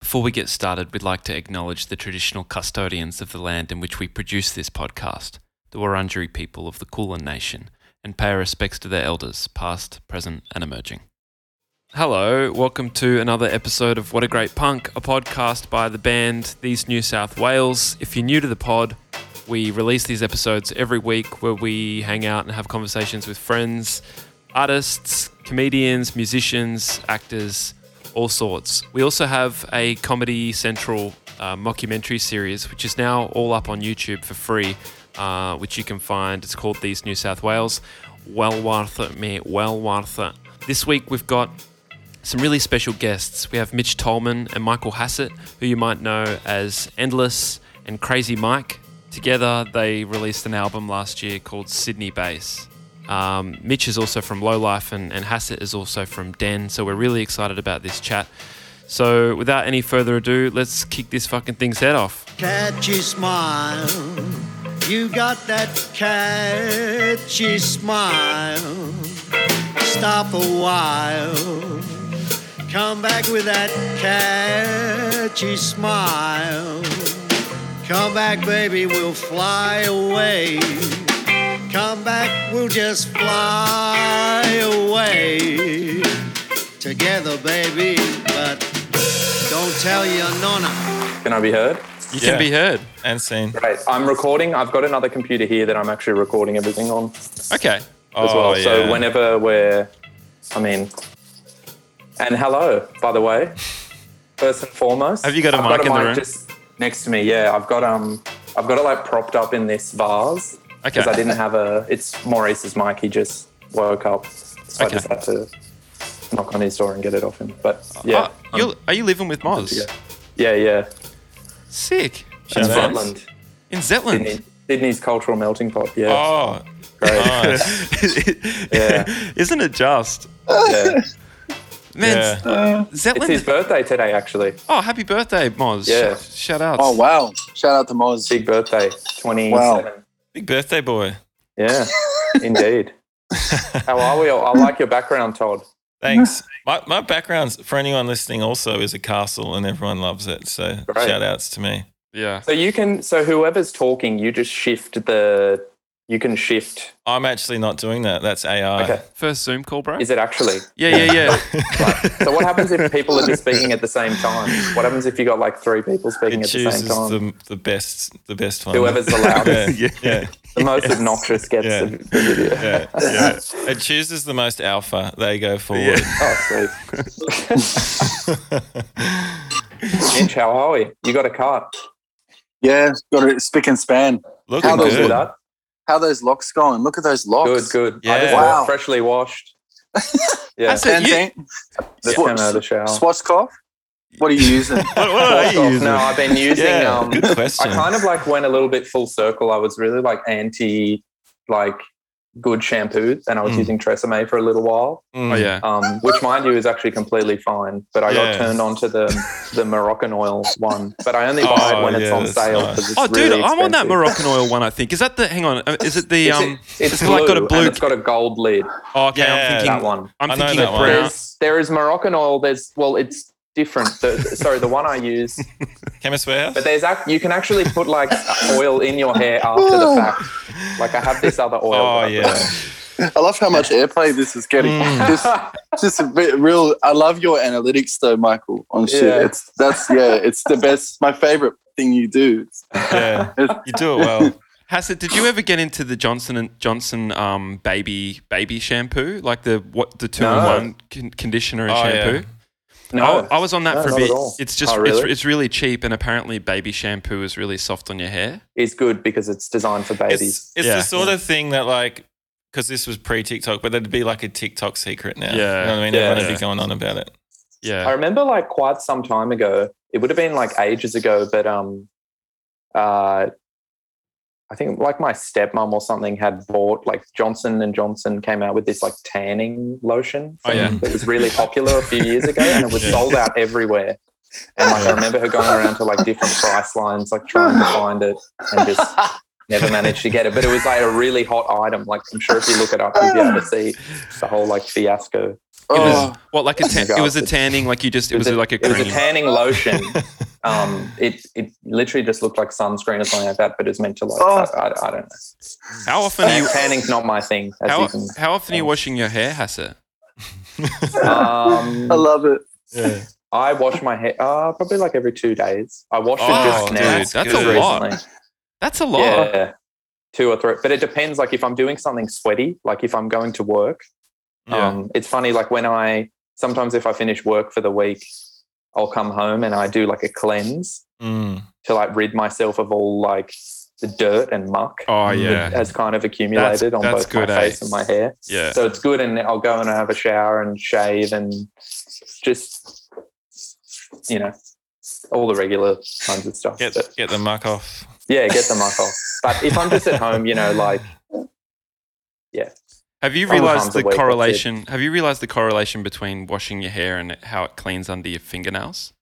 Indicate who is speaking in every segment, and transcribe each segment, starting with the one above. Speaker 1: Before we get started, we'd like to acknowledge the traditional custodians of the land in which we produce this podcast, the Wurundjeri people of the Kulin Nation, and pay our respects to their elders, past, present, and emerging. Hello, welcome to another episode of What a Great Punk, a podcast by the band These New South Wales. If you're new to the pod, we release these episodes every week where we hang out and have conversations with friends, artists, comedians, musicians, actors, all sorts. We also have a Comedy Central uh, mockumentary series, which is now all up on YouTube for free, uh, which you can find. It's called These New South Wales. Well worth it, mate. Well worth it. This week we've got some really special guests. We have Mitch Tolman and Michael Hassett, who you might know as Endless and Crazy Mike. Together, they released an album last year called Sydney Bass. Um, Mitch is also from Low Life, and, and Hassett is also from Den, so we're really excited about this chat. So, without any further ado, let's kick this fucking thing's head off.
Speaker 2: Catchy smile. You got that catchy smile. Stop a while. Come back with that catchy smile. Come back, baby, we'll fly away. Come back, we'll just fly away. Together, baby, but don't tell your nonna.
Speaker 3: Can I be heard?
Speaker 1: You
Speaker 4: Yeah.
Speaker 1: can be heard.
Speaker 4: and seen.
Speaker 3: Great. I'm recording. I've got another computer here that I'm actually recording everything on as
Speaker 4: Okay. Oh,
Speaker 3: well. So
Speaker 4: yeah.
Speaker 3: whenever we're, I mean, and hello, by the way. First and foremost,
Speaker 4: Have you got a
Speaker 3: I've
Speaker 4: mic in the room?
Speaker 3: Just next to me. Yeah, I've got um, I've got it like propped up in this vase
Speaker 4: okay.
Speaker 3: because I didn't have a. It's Maurice's mic. He just woke up, so
Speaker 4: Okay.
Speaker 3: I just had to knock on his door and get it off him. But yeah, Um,
Speaker 1: Oh, you are you living with Moz?
Speaker 3: yeah, yeah, yeah.
Speaker 1: Sick.
Speaker 4: Shout
Speaker 3: In
Speaker 4: out.
Speaker 3: Scotland,
Speaker 1: In Zetland.
Speaker 3: Sydney, Sydney's cultural melting pot. Yeah,
Speaker 4: Oh,
Speaker 3: great.
Speaker 4: nice.
Speaker 3: Yeah.
Speaker 1: Isn't it just?
Speaker 3: Yeah.
Speaker 1: Man,
Speaker 4: Yeah.
Speaker 3: It's
Speaker 1: Zetland.
Speaker 3: his birthday today, actually.
Speaker 1: oh, happy birthday, Moz.
Speaker 3: Yeah.
Speaker 1: Sh- Shout out.
Speaker 5: Oh wow! Shout out to Moz.
Speaker 3: Big birthday, 27.
Speaker 5: Wow.
Speaker 4: Big birthday boy.
Speaker 3: Yeah, indeed. How are we all? I like your background, Todd.
Speaker 4: Thanks. my, my background, for anyone listening, also is a castle and everyone loves it. So
Speaker 3: Great.
Speaker 4: shout outs to me.
Speaker 1: Yeah.
Speaker 3: So you can, so whoever's talking, you just shift the, you can shift.
Speaker 4: I'm actually not doing that. That's AI.
Speaker 3: Okay.
Speaker 1: First Zoom call, bro.
Speaker 3: Is it actually?
Speaker 1: yeah, yeah, yeah.
Speaker 3: So what happens if people are just speaking at the same time? What happens if you got like three people speaking
Speaker 4: It
Speaker 3: at the same
Speaker 4: chooses
Speaker 3: time?
Speaker 4: the, the best the best one.
Speaker 3: Whoever's the loudest,
Speaker 4: yeah, yeah,
Speaker 3: the most obnoxious gets
Speaker 4: Yeah.
Speaker 3: the the video.
Speaker 4: yeah, yeah. It chooses the most alpha. They go forward.
Speaker 3: Oh, sweet. Inch, how are we? You got a cart.
Speaker 5: Yeah, got it. Spick and span.
Speaker 4: Looking
Speaker 5: How
Speaker 3: How
Speaker 5: Good.
Speaker 3: those do
Speaker 4: good.
Speaker 3: that?
Speaker 5: How those locks going? Look at those
Speaker 3: Good,
Speaker 5: locks.
Speaker 3: good. I
Speaker 4: Yeah.
Speaker 3: just
Speaker 5: Wow.
Speaker 3: freshly washed. Yeah,
Speaker 1: That's it. You-
Speaker 3: just
Speaker 5: Swat-
Speaker 3: came out of the shower.
Speaker 5: Schwarzkopf? What are you using?
Speaker 4: What, what are you using?
Speaker 3: No, I've been using.
Speaker 4: yeah,
Speaker 3: um,
Speaker 4: good question.
Speaker 3: I kind of like went a little bit full circle. I was really like anti, like good shampoo, and I was
Speaker 4: Mm.
Speaker 3: using Tresemme for a little while,
Speaker 4: Mm.
Speaker 1: Oh yeah.
Speaker 3: um, which mind you is actually completely fine. But I
Speaker 4: Yeah.
Speaker 3: got turned on to the the Moroccan oil one, but I only buy
Speaker 4: Oh,
Speaker 3: it when
Speaker 4: yeah,
Speaker 3: it's on
Speaker 4: that's
Speaker 3: sale.
Speaker 4: nice.
Speaker 3: 'cause It's
Speaker 1: Oh, dude,
Speaker 3: really
Speaker 1: I'm on that
Speaker 3: expensive.
Speaker 1: Moroccan oil one. I think is that the. Hang on, uh, is it the
Speaker 3: It's,
Speaker 1: um?
Speaker 3: it's,
Speaker 1: it's like got a
Speaker 3: blue
Speaker 1: blue-
Speaker 3: and it's got a gold lid.
Speaker 1: Oh, okay,
Speaker 4: Yeah.
Speaker 1: I'm
Speaker 3: That
Speaker 1: thinking.
Speaker 3: one.
Speaker 1: I'm
Speaker 4: I know
Speaker 1: thinking uh,
Speaker 4: that one.
Speaker 1: brown.
Speaker 3: There's there is Moroccan oil. There's well, it's different. The, sorry, the one I use,
Speaker 4: Chemist warehouse.
Speaker 3: but there's act, you can actually put like oil in your hair after the fact. Like I have this other oil.
Speaker 4: Oh
Speaker 3: that I've got.
Speaker 4: yeah.
Speaker 5: I love how much airplay this is getting.
Speaker 4: Mm.
Speaker 5: Just, just a bit real. I love your analytics though, Michael. On shit,
Speaker 3: Yeah.
Speaker 5: it's that's yeah, it's the best. My favorite thing you do.
Speaker 4: yeah,
Speaker 5: It's-
Speaker 4: you do it well.
Speaker 1: Hassett, did you ever get into the Johnson and Johnson um, baby baby shampoo, like the what the two in one con- conditioner and
Speaker 4: Oh, yeah.
Speaker 1: shampoo?
Speaker 3: No,
Speaker 4: Oh,
Speaker 1: I, I was on that
Speaker 3: No,
Speaker 1: for a
Speaker 3: not
Speaker 1: bit.
Speaker 3: at all.
Speaker 1: It's just
Speaker 3: Oh, really?
Speaker 1: it's, it's really cheap, and apparently baby shampoo is really soft on your hair.
Speaker 3: it's good because it's designed for babies.
Speaker 4: It's, it's
Speaker 1: Yeah.
Speaker 4: the sort of thing that like because this was pre TikTok, but there'd be like a TikTok secret now.
Speaker 1: Yeah.
Speaker 4: you know what I mean.
Speaker 3: Yeah.
Speaker 4: Everyone would
Speaker 1: Yeah.
Speaker 4: be going on about it.
Speaker 3: I
Speaker 1: Yeah,
Speaker 3: remember like quite some time ago. It would have been like ages ago, but um, uh, I think like my stepmom or something had bought like Johnson and Johnson came out with this like tanning lotion.
Speaker 1: Oh, yeah.
Speaker 3: that was really popular a few years ago, and it was
Speaker 4: Yeah.
Speaker 3: sold out everywhere. And like I remember her going around to like different price lines, like trying to find it, and just never managed to get it. But it was like a really hot item. Like I'm sure if you look it up, you'll be able to see the whole like fiasco.
Speaker 5: Oh,
Speaker 1: What like a tan-
Speaker 3: God.
Speaker 1: it was a tanning like you just it was like a
Speaker 3: it was a
Speaker 1: cream.
Speaker 3: tanning lotion. um, it it literally just looked like sunscreen or something like that, but it's meant to like
Speaker 5: Oh.
Speaker 3: I, I, I don't know.
Speaker 1: How often are you
Speaker 3: Tanning's not my thing. As
Speaker 1: how,
Speaker 3: you can,
Speaker 1: how often are you washing your hair, Hasse?
Speaker 5: I
Speaker 3: um,
Speaker 5: love it.
Speaker 4: Yeah.
Speaker 3: I wash my hair uh, probably like every two days. I wash
Speaker 1: Oh,
Speaker 3: it just
Speaker 1: dude,
Speaker 3: now.
Speaker 1: that's
Speaker 3: just
Speaker 1: a lot.
Speaker 3: recently.
Speaker 1: That's a lot.
Speaker 3: Yeah. Two or three, but it depends. Like if I'm doing something sweaty, like if I'm going to work,
Speaker 4: Yeah.
Speaker 3: um, it's funny. Like when I sometimes if I finish work for the week, I'll come home and I do like a cleanse
Speaker 4: Mm.
Speaker 3: to like rid myself of all like the dirt and muck
Speaker 1: Oh
Speaker 3: that
Speaker 1: yeah.
Speaker 3: has kind of accumulated on
Speaker 1: that's
Speaker 3: both
Speaker 1: good,
Speaker 3: my
Speaker 1: eh?
Speaker 3: face and my hair.
Speaker 1: Yeah.
Speaker 3: So it's good, and I'll go and have a shower and shave and just you know all the regular kinds of stuff.
Speaker 4: Get
Speaker 3: But-
Speaker 4: get the muck off.
Speaker 3: yeah, get the mic off. But if I'm just at home, you know, like,
Speaker 1: Have you
Speaker 3: All the
Speaker 1: realized
Speaker 3: times
Speaker 1: the
Speaker 3: I wake up, dude.
Speaker 1: correlation? Have you realized the correlation between washing your hair and how it cleans under your fingernails?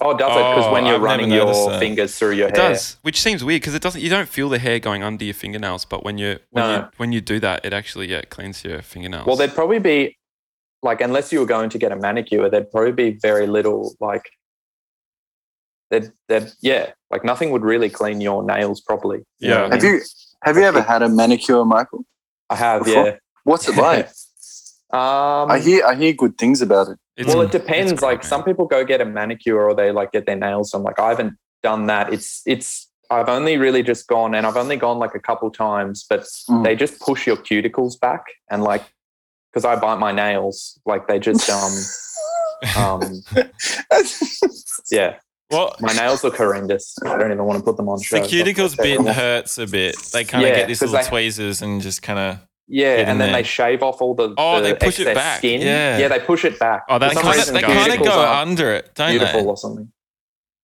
Speaker 3: oh, does it?
Speaker 4: Oh,
Speaker 3: Because when you're
Speaker 4: I've never
Speaker 3: running
Speaker 4: noticed
Speaker 3: your
Speaker 4: that.
Speaker 3: fingers through your
Speaker 1: It
Speaker 3: hair,
Speaker 1: does, which seems weird because it doesn't. You don't feel the hair going under your fingernails, but when you when
Speaker 3: No.
Speaker 1: you when you do that, it actually yeah cleans your fingernails.
Speaker 3: well, there'd probably be, like, unless you were going to get a manicure, there'd probably be very little, like, that, that, yeah, like nothing would really clean your nails properly. You know
Speaker 1: Yeah.
Speaker 3: what I
Speaker 5: Have
Speaker 3: mean?
Speaker 5: you have you ever had a manicure, Michael?
Speaker 3: I have,
Speaker 5: before?
Speaker 3: yeah.
Speaker 5: What's it like?
Speaker 3: um,
Speaker 5: I hear I hear good things about it.
Speaker 1: It's-
Speaker 3: well, it
Speaker 1: it's
Speaker 3: depends. Like
Speaker 1: great,
Speaker 3: some people go get a manicure or they like get their nails done. Like I haven't done that. It's it's I've only really just gone and I've only gone like a couple times, but
Speaker 5: Mm.
Speaker 3: they just push your cuticles back and like because I bite my nails, like they just um um yeah,
Speaker 4: Well,
Speaker 3: my nails look horrendous. I don't even want to put them on.
Speaker 4: the
Speaker 3: show.
Speaker 4: cuticles bit hurts a bit. They kind of
Speaker 3: Yeah,
Speaker 4: get these
Speaker 3: 'cause
Speaker 4: little
Speaker 3: they-
Speaker 4: tweezers and just kind of.
Speaker 3: Yeah,
Speaker 4: Get
Speaker 3: and
Speaker 4: in
Speaker 3: then
Speaker 4: there.
Speaker 3: they shave off all the
Speaker 4: Oh,
Speaker 3: the
Speaker 4: they push it
Speaker 3: excess
Speaker 4: back.
Speaker 3: Skin.
Speaker 4: Yeah.
Speaker 3: yeah, they push it back.
Speaker 1: Oh, that
Speaker 3: For some
Speaker 1: kinda-
Speaker 3: reason,
Speaker 4: They kind of
Speaker 3: cuticles
Speaker 4: go
Speaker 3: aren't
Speaker 4: under it, don't
Speaker 3: beautiful
Speaker 4: they?
Speaker 3: or something.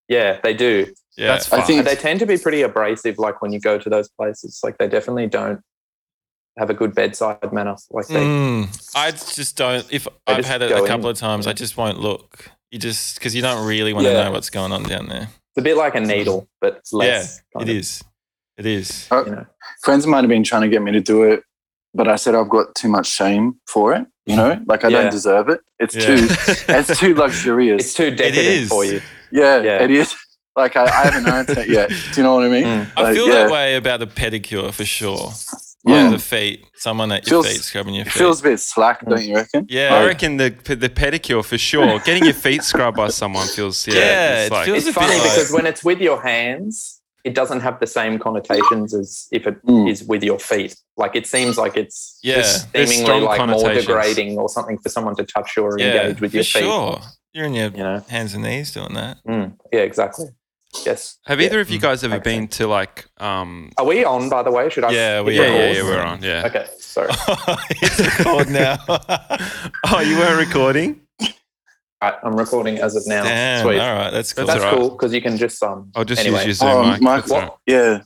Speaker 3: Yeah, they do.
Speaker 4: Yeah.
Speaker 1: That's
Speaker 5: I
Speaker 1: fine.
Speaker 5: think-
Speaker 3: But they tend to be pretty abrasive. Like when you go to those places, like they definitely don't have a good bedside manner. Like they,
Speaker 4: Mm. I just don't. If I've
Speaker 3: just
Speaker 4: had it
Speaker 3: go
Speaker 4: a
Speaker 3: in.
Speaker 4: couple of times, I just won't look. You just because you don't really want to
Speaker 3: Yeah.
Speaker 4: know what's going on down there.
Speaker 3: it's a bit like a needle, but less.
Speaker 4: yeah, it
Speaker 3: kind of,
Speaker 4: is. It is.
Speaker 5: Uh,
Speaker 3: You know,
Speaker 5: Friends of mine have been trying to get me to do it, but I said I've got too much shame for it. You know, like I
Speaker 3: Mm-hmm. Yeah.
Speaker 5: don't deserve it. It's
Speaker 4: Yeah.
Speaker 5: too it's too luxurious.
Speaker 3: it's too decadent
Speaker 4: is.
Speaker 3: for you.
Speaker 5: yeah,
Speaker 3: Yeah.
Speaker 5: it is. Like I, I haven't earned it yet. Do you know what I mean?
Speaker 3: Mm.
Speaker 4: I
Speaker 5: Like,
Speaker 4: feel
Speaker 5: yeah.
Speaker 4: that way about the pedicure for sure.
Speaker 5: Mm.
Speaker 4: Yeah, the feet. Someone at your
Speaker 5: Feels-
Speaker 4: feet scrubbing your
Speaker 5: It
Speaker 4: feet.
Speaker 5: feels a bit slack, don't you reckon?
Speaker 4: yeah,
Speaker 1: I reckon the the pedicure for sure. Getting your feet scrubbed by someone feels yeah.
Speaker 4: Yeah,
Speaker 1: it's
Speaker 4: it
Speaker 1: like-
Speaker 4: feels-
Speaker 3: It's
Speaker 4: a bit
Speaker 3: funny
Speaker 4: like-
Speaker 3: because when it's with your hands, it doesn't have the same connotations as if it is
Speaker 5: Mm.
Speaker 3: with your feet. Like it seems like it's
Speaker 4: yeah,
Speaker 1: There's- there's
Speaker 3: seemingly
Speaker 1: strong
Speaker 3: like more
Speaker 1: connotations.
Speaker 3: degrading or something for someone to touch you or
Speaker 4: yeah.
Speaker 3: engage with your
Speaker 4: for
Speaker 3: feet.
Speaker 4: sure. You're in your
Speaker 3: You know,
Speaker 4: hands and knees doing that.
Speaker 3: Mm. yeah, exactly. Yes.
Speaker 1: Have
Speaker 3: Yeah.
Speaker 1: either of you guys ever
Speaker 3: Okay.
Speaker 1: been to like um?
Speaker 3: Are we on? By the way, should I?
Speaker 4: Yeah, we
Speaker 1: Yeah,
Speaker 4: are.
Speaker 1: yeah,
Speaker 4: course.
Speaker 1: yeah, we're on. Yeah.
Speaker 3: Okay, sorry.
Speaker 4: it's record now.
Speaker 1: Oh, you weren't recording.
Speaker 3: Right, I'm recording as of now.
Speaker 4: Damn.
Speaker 3: Sweet.
Speaker 4: All right, that's cool.
Speaker 3: That's
Speaker 1: all right.
Speaker 3: cool because you can just um.
Speaker 1: I'll just
Speaker 3: anyway,
Speaker 1: use your Zoom
Speaker 5: Um,
Speaker 1: mic.
Speaker 5: Mike,
Speaker 1: That's all right.
Speaker 3: What,
Speaker 5: Yeah.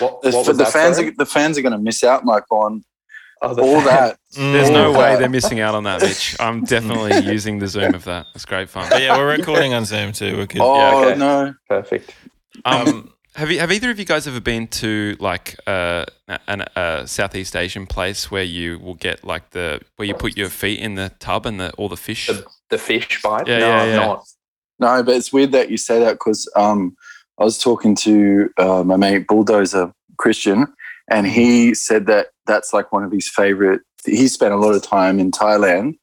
Speaker 3: what,
Speaker 5: The,
Speaker 3: what
Speaker 5: the
Speaker 3: was that,
Speaker 5: fans
Speaker 3: sorry?
Speaker 5: are the fans are gonna miss out, Michael, on
Speaker 3: Oh, the
Speaker 5: all
Speaker 3: fans.
Speaker 5: that.
Speaker 4: Mm.
Speaker 1: There's no
Speaker 5: Oh,
Speaker 1: way
Speaker 5: wow.
Speaker 1: they're missing out on that, Mitch. I'm definitely using the Zoom of that. It's great fun.
Speaker 4: But yeah, we're recording on Zoom too. We're good.
Speaker 5: Oh
Speaker 3: okay.
Speaker 5: no.
Speaker 3: Perfect.
Speaker 1: Um, have you, have either of you guys ever been to like uh, an uh, Southeast Asian place where you will get like the where you put your feet in the tub and the all the fish?
Speaker 3: The, the fish bite.
Speaker 1: Yeah,
Speaker 3: no,
Speaker 1: yeah,
Speaker 3: I'm
Speaker 1: yeah.
Speaker 3: not.
Speaker 5: No, but it's weird that you say that because um, I was talking to uh, my mate Bulldozer Christian, and he said that that's like one of his favorite. He spent a lot of time in Thailand,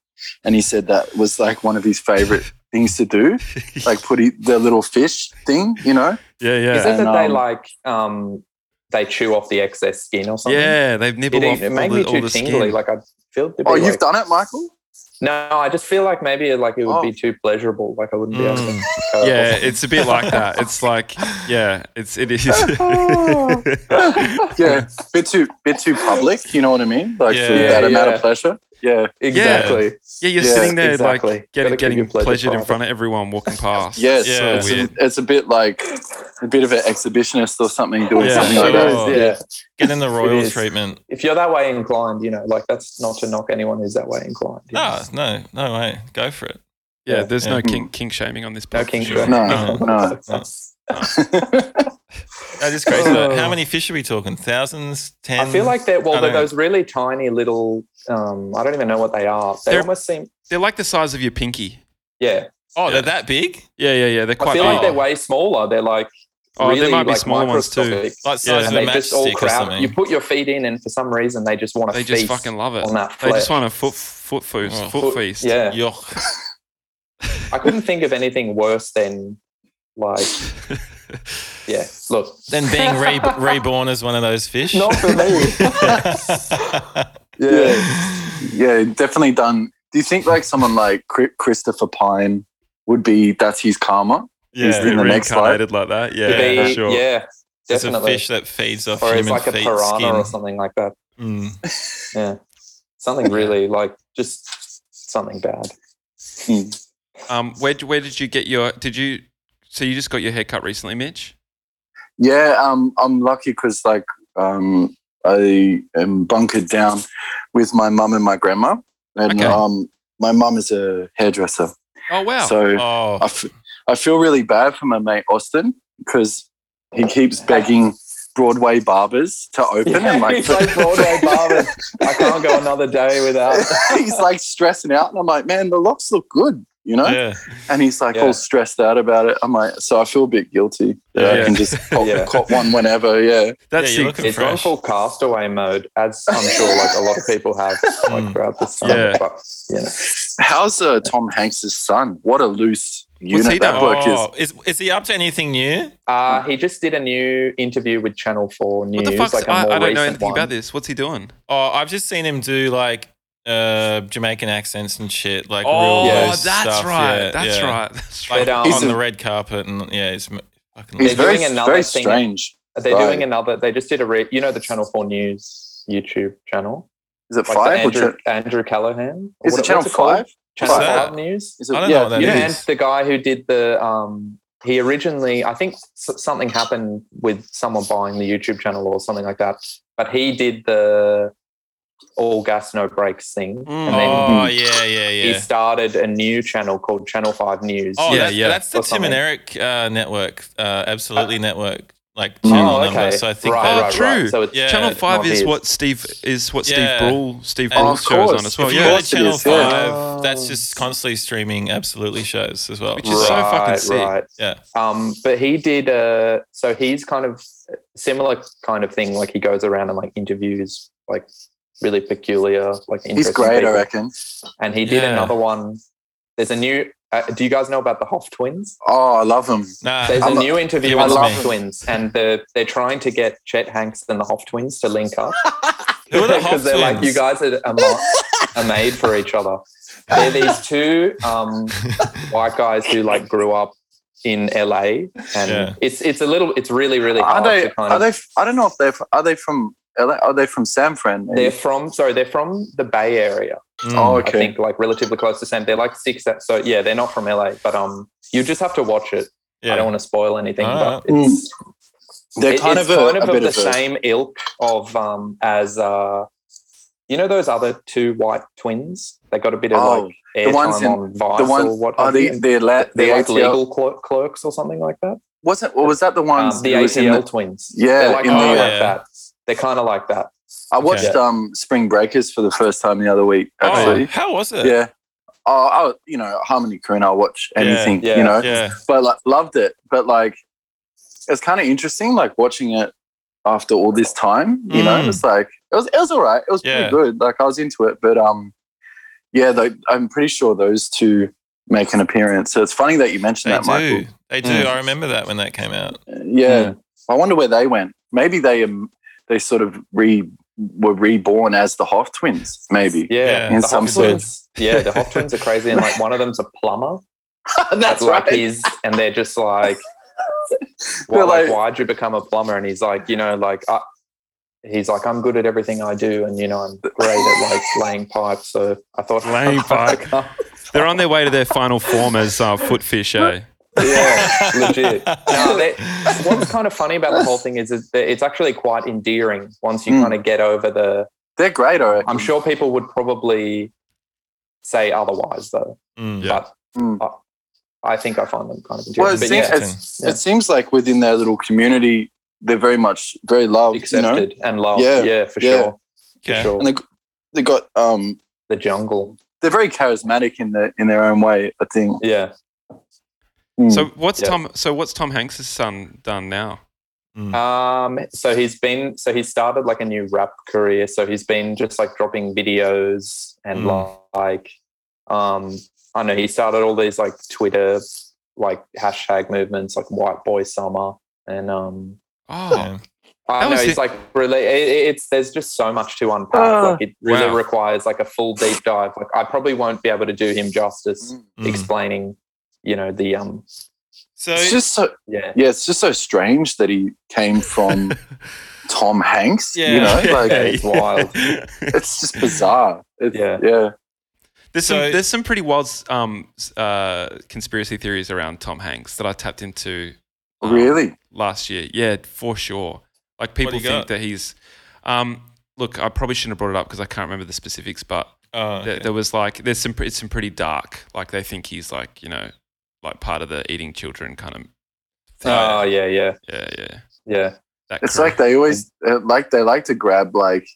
Speaker 5: and he said that was like one of his favorite things to do, like put he- the little fish thing, you know?
Speaker 1: yeah,
Speaker 3: Is it
Speaker 1: yeah,
Speaker 5: And,
Speaker 3: that they
Speaker 5: um,
Speaker 3: like um they chew off the excess skin or something?
Speaker 1: yeah. They nibble
Speaker 3: It,
Speaker 1: off
Speaker 3: it, it
Speaker 1: all
Speaker 3: made
Speaker 1: the,
Speaker 3: me
Speaker 1: all
Speaker 3: too
Speaker 1: the
Speaker 3: tingly.
Speaker 1: skin.
Speaker 3: Like I feel. it'd be
Speaker 5: Oh, you've
Speaker 3: like-
Speaker 5: done it, Michael?
Speaker 3: No, I just feel like maybe like it would
Speaker 5: Oh.
Speaker 3: be too pleasurable. Like I wouldn't be able to.
Speaker 4: Mm.
Speaker 3: go or
Speaker 1: yeah,
Speaker 3: something.
Speaker 1: it's a bit like that. It's like yeah, it's it is.
Speaker 5: Yeah, bit too bit too public. You know what I mean? Like for
Speaker 4: Yeah,
Speaker 5: that amount
Speaker 3: yeah.
Speaker 5: of pleasure. Yeah,
Speaker 3: exactly.
Speaker 1: yeah, you're
Speaker 5: Yeah,
Speaker 1: sitting there
Speaker 3: exactly.
Speaker 1: like getting
Speaker 3: Gotta keep your
Speaker 1: getting
Speaker 3: pleasure
Speaker 1: pleasured in
Speaker 3: private.
Speaker 1: front of everyone walking past.
Speaker 5: yes.
Speaker 4: Yeah.
Speaker 5: it's,
Speaker 1: Weird.
Speaker 5: a, it's a bit like a bit of an exhibitionist or something doing
Speaker 4: Yeah,
Speaker 5: something like
Speaker 4: sure.
Speaker 5: that.
Speaker 4: Oh.
Speaker 3: yeah.
Speaker 4: Getting the royal
Speaker 3: is.
Speaker 4: treatment.
Speaker 3: If you're that way inclined, you know, like that's not to knock anyone who's that way inclined. you know.
Speaker 1: Ah.
Speaker 4: No, no, Ah, no way. Go for it.
Speaker 1: Yeah,
Speaker 3: Yeah.
Speaker 1: there's no
Speaker 4: Yeah.
Speaker 1: kink kink shaming on this.
Speaker 5: Ah.
Speaker 3: No
Speaker 1: podcast.
Speaker 3: king
Speaker 5: No,
Speaker 4: No,
Speaker 5: no.
Speaker 4: no. That is crazy. though. How many fish are we talking? Thousands? Tens?
Speaker 3: Oh. I feel like they're well,
Speaker 4: I
Speaker 3: they're
Speaker 4: don't-
Speaker 3: those really tiny little. Um, I don't even know what they are. They
Speaker 1: They're-
Speaker 3: almost seem.
Speaker 1: They're like the size of your pinky.
Speaker 3: Yeah,
Speaker 4: Oh,
Speaker 1: Yeah.
Speaker 4: they're that big?
Speaker 1: Yeah, yeah, yeah. They're
Speaker 3: I
Speaker 1: quite
Speaker 3: feel
Speaker 1: big.
Speaker 3: like they're way smaller. They're like
Speaker 1: oh,
Speaker 3: really
Speaker 1: there might be
Speaker 3: like
Speaker 1: smaller ones too.
Speaker 3: microscopic,
Speaker 4: Like
Speaker 1: Yeah.
Speaker 4: size
Speaker 3: And
Speaker 4: of a
Speaker 3: they just all
Speaker 4: matchstick or
Speaker 3: crowd.
Speaker 4: something.
Speaker 3: You put your feet in, and for some reason they just want to
Speaker 1: They just
Speaker 3: feast.
Speaker 1: fucking love it.
Speaker 3: on that
Speaker 1: They just
Speaker 3: flesh.
Speaker 1: want a foot foot feast.
Speaker 4: Oh.
Speaker 1: Foot,
Speaker 3: Foot-
Speaker 1: feast.
Speaker 3: yeah,
Speaker 4: Yuck.
Speaker 3: I couldn't think of anything worse than like yeah. Look,
Speaker 4: Then being re- reborn as one of those fish.
Speaker 3: not for me.
Speaker 5: yeah, yeah, definitely done. Do you think like someone like Chri- Christopher Pine would be that's his karma? He's in the next
Speaker 1: reincarnated like that. Yeah,
Speaker 3: To be-
Speaker 1: for sure.
Speaker 3: yeah,
Speaker 4: It's a
Speaker 3: definitely.
Speaker 4: fish that feeds off
Speaker 3: or it's
Speaker 4: human
Speaker 3: like a
Speaker 4: feet
Speaker 3: piranha
Speaker 4: skin.
Speaker 3: or something like that.
Speaker 4: Mm.
Speaker 3: Yeah, something really like just something bad.
Speaker 5: Hmm.
Speaker 1: Um, where where did you get your? Did you? So you just got your haircut recently, Mitch?
Speaker 5: Yeah, um, I'm lucky because like um, I am bunkered down with my mum and my grandma, and
Speaker 1: Okay.
Speaker 5: um, my mum is a hairdresser,
Speaker 1: Oh wow.
Speaker 5: so
Speaker 4: Oh,
Speaker 5: I, f- I feel really bad for my mate Austin because he keeps begging Broadway barbers to open and like.
Speaker 3: He's like Broadway barbers. I can't go another day without.
Speaker 5: he's like stressing out, and I'm like, man, the locks look good, you know.
Speaker 4: yeah.
Speaker 5: And he's like
Speaker 3: Yeah.
Speaker 5: all stressed out about it. I'm like, so I feel a bit guilty that
Speaker 1: Yeah.
Speaker 5: I can just cop,
Speaker 3: Yeah.
Speaker 5: cop one whenever. Yeah,
Speaker 1: That's
Speaker 4: yeah, you're
Speaker 1: sick.
Speaker 4: looking
Speaker 3: It's gone
Speaker 4: fresh.
Speaker 3: full castaway mode, as I'm sure like a lot of people have like
Speaker 4: Mm.
Speaker 3: throughout this time.
Speaker 1: Hmm. Yeah.
Speaker 3: But, you know,
Speaker 5: how's uh, Tom Hanks' son? What a loose
Speaker 1: he
Speaker 5: unit that
Speaker 1: done?
Speaker 5: bloke
Speaker 4: Oh, is, is he up to anything new?
Speaker 3: uh, he just did a new interview with Channel Four News.
Speaker 1: What the fuck's?
Speaker 3: like a
Speaker 1: I,
Speaker 3: more
Speaker 1: I don't know
Speaker 3: recent
Speaker 1: anything
Speaker 3: one.
Speaker 1: about this. What's he doing?
Speaker 4: Oh, I've just seen him do like uh, Jamaican accents and shit. Like
Speaker 1: oh,
Speaker 4: real
Speaker 3: Yeah.
Speaker 4: loose
Speaker 1: that's
Speaker 4: stuff.
Speaker 1: right.
Speaker 4: Yeah,
Speaker 1: that's
Speaker 4: yeah.
Speaker 1: right. That's right.
Speaker 4: Like
Speaker 3: But, um,
Speaker 4: on
Speaker 5: He's
Speaker 4: the
Speaker 5: a-
Speaker 4: red carpet and yeah, it's m- fucking.
Speaker 5: is. He's
Speaker 3: They're
Speaker 5: very,
Speaker 3: doing another
Speaker 5: very
Speaker 3: thing.
Speaker 5: strange.
Speaker 3: They're
Speaker 5: Right.
Speaker 3: doing another. They just did a re- you know the Channel Four News YouTube channel,
Speaker 5: Is it
Speaker 3: like
Speaker 5: five
Speaker 3: the
Speaker 5: or
Speaker 3: Andrew,
Speaker 5: cha-
Speaker 3: Andrew Callahan.
Speaker 5: is
Speaker 3: What-
Speaker 5: it Channel
Speaker 3: what's called?
Speaker 5: Five?
Speaker 3: Channel
Speaker 4: What's that?
Speaker 3: Five News.
Speaker 5: Is it,
Speaker 4: I don't know
Speaker 5: yeah,
Speaker 4: what Oh, that
Speaker 3: you
Speaker 4: is.
Speaker 3: know, and the guy who did the um, he originally, I think s- something happened with someone buying the YouTube channel or something like that. But he did the all gas no breaks thing,
Speaker 1: Mm.
Speaker 3: and then
Speaker 4: Oh yeah, yeah,
Speaker 3: he
Speaker 4: yeah.
Speaker 3: started a new channel called Channel Five News.
Speaker 4: Oh
Speaker 1: Yeah,
Speaker 4: yeah, that's,
Speaker 1: yeah.
Speaker 4: That's the
Speaker 3: Or
Speaker 4: Tim
Speaker 3: something.
Speaker 4: and Eric uh, network, uh, absolutely network, like
Speaker 5: Oh,
Speaker 4: channel number.
Speaker 3: okay.
Speaker 4: So I think
Speaker 3: right,
Speaker 4: that
Speaker 1: Oh,
Speaker 3: right,
Speaker 1: true.
Speaker 3: right. So it's
Speaker 4: Yeah.
Speaker 1: Channel
Speaker 3: it's
Speaker 1: Five
Speaker 3: not
Speaker 1: is
Speaker 3: his.
Speaker 1: what Steve is what Steve
Speaker 4: Yeah.
Speaker 1: Brawl Steve
Speaker 4: And-
Speaker 1: Brawl
Speaker 5: Of
Speaker 1: shows on
Speaker 5: course.
Speaker 1: as
Speaker 4: if
Speaker 1: well.
Speaker 4: you
Speaker 5: Of
Speaker 1: Yeah,
Speaker 4: go to
Speaker 5: course it
Speaker 4: Channel
Speaker 5: is, yeah.
Speaker 4: Five, that's
Speaker 3: Oh.
Speaker 4: just constantly streaming absolutely shows as well.
Speaker 1: which is so fucking
Speaker 3: Right,
Speaker 1: sick.
Speaker 3: right.
Speaker 4: Yeah.
Speaker 3: Um, but he did. Uh, so he's kind of similar kind of thing. Like he goes around and like interviews like really peculiar, like
Speaker 5: he's
Speaker 3: interesting
Speaker 5: great, I
Speaker 3: people.
Speaker 5: reckon.
Speaker 3: And he did
Speaker 4: Yeah.
Speaker 3: another one. There's a new. Uh, do you guys know about the Hoff twins?
Speaker 5: Oh, I love him.
Speaker 4: Nah,
Speaker 3: There's
Speaker 5: I'm
Speaker 3: a
Speaker 5: not-
Speaker 3: new interview
Speaker 4: Give
Speaker 3: with
Speaker 4: it
Speaker 3: the
Speaker 4: to
Speaker 3: Hoff
Speaker 4: me.
Speaker 3: twins, and the, they're trying to get Chet Hanks and the Hoff twins to link up
Speaker 4: who are the Hoff
Speaker 3: because they're like, you
Speaker 4: twins?
Speaker 3: guys are, are, ma- are made for each other. They're these two um, white guys who like grew up in LA, and
Speaker 4: Yeah.
Speaker 3: it's it's a little, it's really really
Speaker 5: Are
Speaker 3: hard
Speaker 5: they?
Speaker 3: to kind
Speaker 5: Are
Speaker 3: of.
Speaker 5: they? f- I don't know if they're. f- Are they from? LA? Are they from San Fran?
Speaker 3: They- are from sorry, they're from the Bay Area.
Speaker 5: Oh,
Speaker 4: Mm.
Speaker 5: okay.
Speaker 3: I think like relatively close to San. They're like six. So yeah, they're not from LA, but um, you just have to watch it. I don't
Speaker 4: Yeah.
Speaker 3: want to spoil anything,
Speaker 4: Alright.
Speaker 3: but it's,
Speaker 5: They're
Speaker 3: it-
Speaker 5: kind
Speaker 3: it's
Speaker 5: of a,
Speaker 3: kind of
Speaker 5: a bit
Speaker 3: the
Speaker 5: of a,
Speaker 3: same ilk of um as uh, you know those other two white twins. They got a bit of
Speaker 5: Oh,
Speaker 3: like airtime
Speaker 5: ones in-
Speaker 3: on Vice
Speaker 5: the
Speaker 3: or
Speaker 5: ones.
Speaker 3: what.
Speaker 5: Are
Speaker 3: have
Speaker 5: the
Speaker 3: you.
Speaker 5: the la- the
Speaker 3: they're like
Speaker 5: ATL
Speaker 3: legal clerk, clerks or something like that.
Speaker 5: Wasn't or was that the ones?
Speaker 3: Um, the
Speaker 5: who was in
Speaker 3: ATL twins.
Speaker 5: Yeah,
Speaker 3: they're like,
Speaker 5: in uh,
Speaker 3: kinda
Speaker 4: the-
Speaker 3: like
Speaker 4: yeah.
Speaker 3: that. They're kind of like that.
Speaker 5: I watched
Speaker 3: Okay.
Speaker 5: um Spring Breakers for the first time the other week.
Speaker 4: Oh,
Speaker 5: Actually,
Speaker 4: how was it?
Speaker 5: yeah. Oh, I, was- you know Harmony Korine. I watch
Speaker 4: Yeah,
Speaker 5: anything,
Speaker 3: yeah.
Speaker 5: you know.
Speaker 4: Yeah.
Speaker 5: But like, loved it. But like, it's kind of interesting. Like watching it after all this time, you
Speaker 4: Mm.
Speaker 5: know, it's like it was. It was all right. It was
Speaker 4: Yeah.
Speaker 5: pretty good. Like I was into it. But um, yeah. Though I'm pretty sure those two make an appearance. So it's funny that you mentioned
Speaker 4: They
Speaker 5: that, Michael.
Speaker 4: do. They do.
Speaker 5: Mm.
Speaker 4: I remember that when that came out.
Speaker 5: Yeah. I wonder where they went. Maybe they um, they sort of re were reborn as the Hoff twins. Maybe
Speaker 3: Yeah,
Speaker 4: Yeah.
Speaker 5: in
Speaker 3: the
Speaker 5: some
Speaker 3: Hoff twins. Yeah, the Hoff twins are crazy, and like one of them's a plumber.
Speaker 5: that's
Speaker 3: like
Speaker 5: right.
Speaker 3: his, and they're just like,
Speaker 5: They're
Speaker 3: well, like,
Speaker 5: like-
Speaker 3: why'd you become a plumber? And he's like, you know, like, I, he's like, I'm good at everything I do, and you know, I'm great at like laying pipes. So I thought
Speaker 1: Laying pipe. They're on their way to their final form as uh, footfish, eh?
Speaker 3: yeah, legit. No, they, what's kind of funny about the whole thing is, is that it's actually quite endearing once you
Speaker 5: Mm.
Speaker 3: kind of get over the.
Speaker 5: They're great, I reckon.
Speaker 3: I'm sure people would probably say otherwise, though.
Speaker 4: Mm.
Speaker 1: Yeah.
Speaker 5: Mm.
Speaker 3: I think I find them kind of endearing.
Speaker 5: Well, it
Speaker 3: But
Speaker 5: seems,
Speaker 3: yeah,
Speaker 5: it's-
Speaker 4: Interesting.
Speaker 5: it seems like within their little community, they're very much very loved, you know.
Speaker 3: accepted and loved.
Speaker 5: Yeah,
Speaker 3: Yeah, for
Speaker 5: yeah.
Speaker 3: sure. For
Speaker 4: Okay.
Speaker 3: sure.
Speaker 5: And they they got um
Speaker 3: the jungle.
Speaker 5: they're very charismatic in their in their own way. I think.
Speaker 3: Yeah.
Speaker 5: Mm.
Speaker 1: So what's
Speaker 3: Yeah.
Speaker 1: Tom? So what's Tom Hanks' son done now?
Speaker 3: Um, so he's been so he started like a new rap career. So he's been just like dropping videos and
Speaker 4: Mm.
Speaker 3: like um I don't know, he started all these like Twitter like hashtag movements like white boy summer and um
Speaker 1: Oh,
Speaker 4: Yeah.
Speaker 3: I
Speaker 1: That
Speaker 3: know
Speaker 1: was
Speaker 3: he's
Speaker 1: the-
Speaker 3: like really it, it- it's there's just so much to unpack.
Speaker 5: Ah.
Speaker 3: like it really
Speaker 1: Wow.
Speaker 3: requires like a full deep dive. Like I probably won't be able to do him justice
Speaker 5: Mm.
Speaker 4: Mm.
Speaker 3: explaining, you know, the um
Speaker 4: So
Speaker 5: It's just so
Speaker 3: yeah.
Speaker 5: yeah, it's just so strange that he came from Tom Hanks.
Speaker 4: yeah,
Speaker 5: You know,
Speaker 4: yeah,
Speaker 5: like
Speaker 3: yeah. it's wild.
Speaker 5: it's just bizarre. It's,
Speaker 3: Yeah.
Speaker 5: yeah.
Speaker 1: There's
Speaker 4: So-
Speaker 1: some there's some pretty wild um, s- uh, conspiracy theories around Tom Hanks that I tapped into. um,
Speaker 5: Really?
Speaker 1: Last year, yeah, for sure. Like
Speaker 4: do
Speaker 1: people
Speaker 4: you
Speaker 1: think
Speaker 4: got?
Speaker 1: that he's. Um, look, I probably shouldn't have brought it up because I can't remember the specifics, but
Speaker 4: Oh,
Speaker 1: there,
Speaker 4: okay.
Speaker 1: there was like there's some pre- it's some pretty dark. Like they think he's like you know like part of the eating children kind of. thing.
Speaker 3: Oh yeah, yeah,
Speaker 1: yeah, yeah.
Speaker 3: yeah.
Speaker 1: That
Speaker 5: It's
Speaker 1: crew.
Speaker 5: like they always uh, like they like to grab like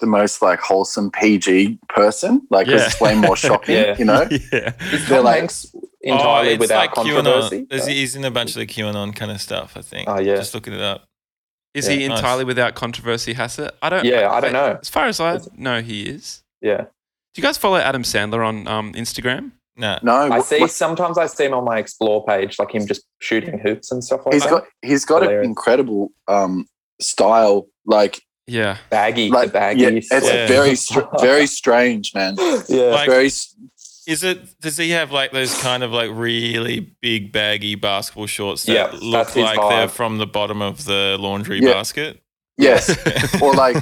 Speaker 5: the most like wholesome PG person, like 'cause
Speaker 1: Yeah.
Speaker 5: it's way more shocking,
Speaker 3: Yeah.
Speaker 5: you know.
Speaker 1: yeah.
Speaker 3: Is
Speaker 5: They're
Speaker 3: Tom
Speaker 5: like-
Speaker 3: Hanks entirely
Speaker 4: Oh, it's
Speaker 3: without
Speaker 4: like
Speaker 3: controversy?
Speaker 4: QAnon. Is he- He's in a bunch of the QAnon kind of stuff, I think.
Speaker 3: Oh, yeah.
Speaker 4: Just looking it up.
Speaker 1: Is
Speaker 3: Yeah,
Speaker 1: he
Speaker 4: nice.
Speaker 1: entirely without controversy, Hassett? I don't.
Speaker 3: Yeah, I don't know.
Speaker 1: As far as I
Speaker 3: Is
Speaker 1: know, he is.
Speaker 3: yeah.
Speaker 1: Do you guys follow Adam Sandler on um, Instagram?
Speaker 4: No.
Speaker 5: No,
Speaker 3: I
Speaker 5: what-
Speaker 3: see
Speaker 5: what-
Speaker 3: sometimes I see him on my explore page, like him just shooting hoops and stuff like
Speaker 5: he's
Speaker 3: that.
Speaker 5: got he's got an
Speaker 3: Hilarious.
Speaker 5: incredible um style, like
Speaker 1: Yeah.
Speaker 3: baggy, the
Speaker 5: like
Speaker 3: baggy.
Speaker 5: yeah, it's
Speaker 4: Yeah.
Speaker 5: very str- very strange, man.
Speaker 3: yeah.
Speaker 4: Like-
Speaker 5: very s-
Speaker 4: Is it? Does he have like those kind of like really big baggy basketball shorts that
Speaker 3: Yeah,
Speaker 4: look
Speaker 3: that's his
Speaker 4: like they're
Speaker 3: vibe.
Speaker 4: from the bottom of the laundry
Speaker 5: Yeah.
Speaker 4: basket?
Speaker 5: yes, or like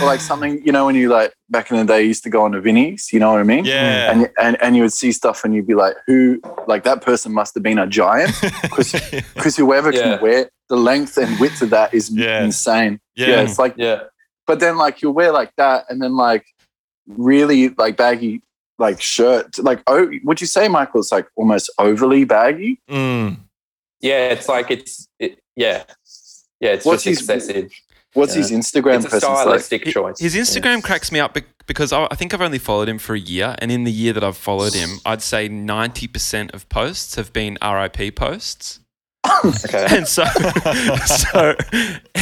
Speaker 5: or like something you know when you like back in the day you used to go on to Vinny's, you know what I mean?
Speaker 4: Yeah.
Speaker 3: Mm.
Speaker 5: And, and and you would see stuff and you'd be like, who like that person must have been a giant because whoever
Speaker 3: Yeah.
Speaker 5: can wear the length and width of that is
Speaker 4: Yeah.
Speaker 5: insane.
Speaker 4: yeah.
Speaker 5: yeah, it's like
Speaker 3: yeah.
Speaker 5: but then like you'll wear like that and then like really like baggy like shirt like oh would you say michael it's like almost overly baggy
Speaker 4: Mm.
Speaker 3: Yeah, it's like it's it, yeah. Yeah, it's
Speaker 5: What's
Speaker 3: just
Speaker 5: his-
Speaker 3: excessive.
Speaker 5: what's
Speaker 3: Yeah.
Speaker 5: his instagram
Speaker 3: It's
Speaker 5: person
Speaker 3: a
Speaker 5: like
Speaker 3: stylistic
Speaker 1: Hi-
Speaker 3: choice.
Speaker 1: His Instagram
Speaker 3: Yeah.
Speaker 1: cracks me up bec- because I I think I've only followed him for a year. And in the year that I've followed him, I'd say 90% of posts have been RIP posts.
Speaker 3: Okay.
Speaker 1: And so, so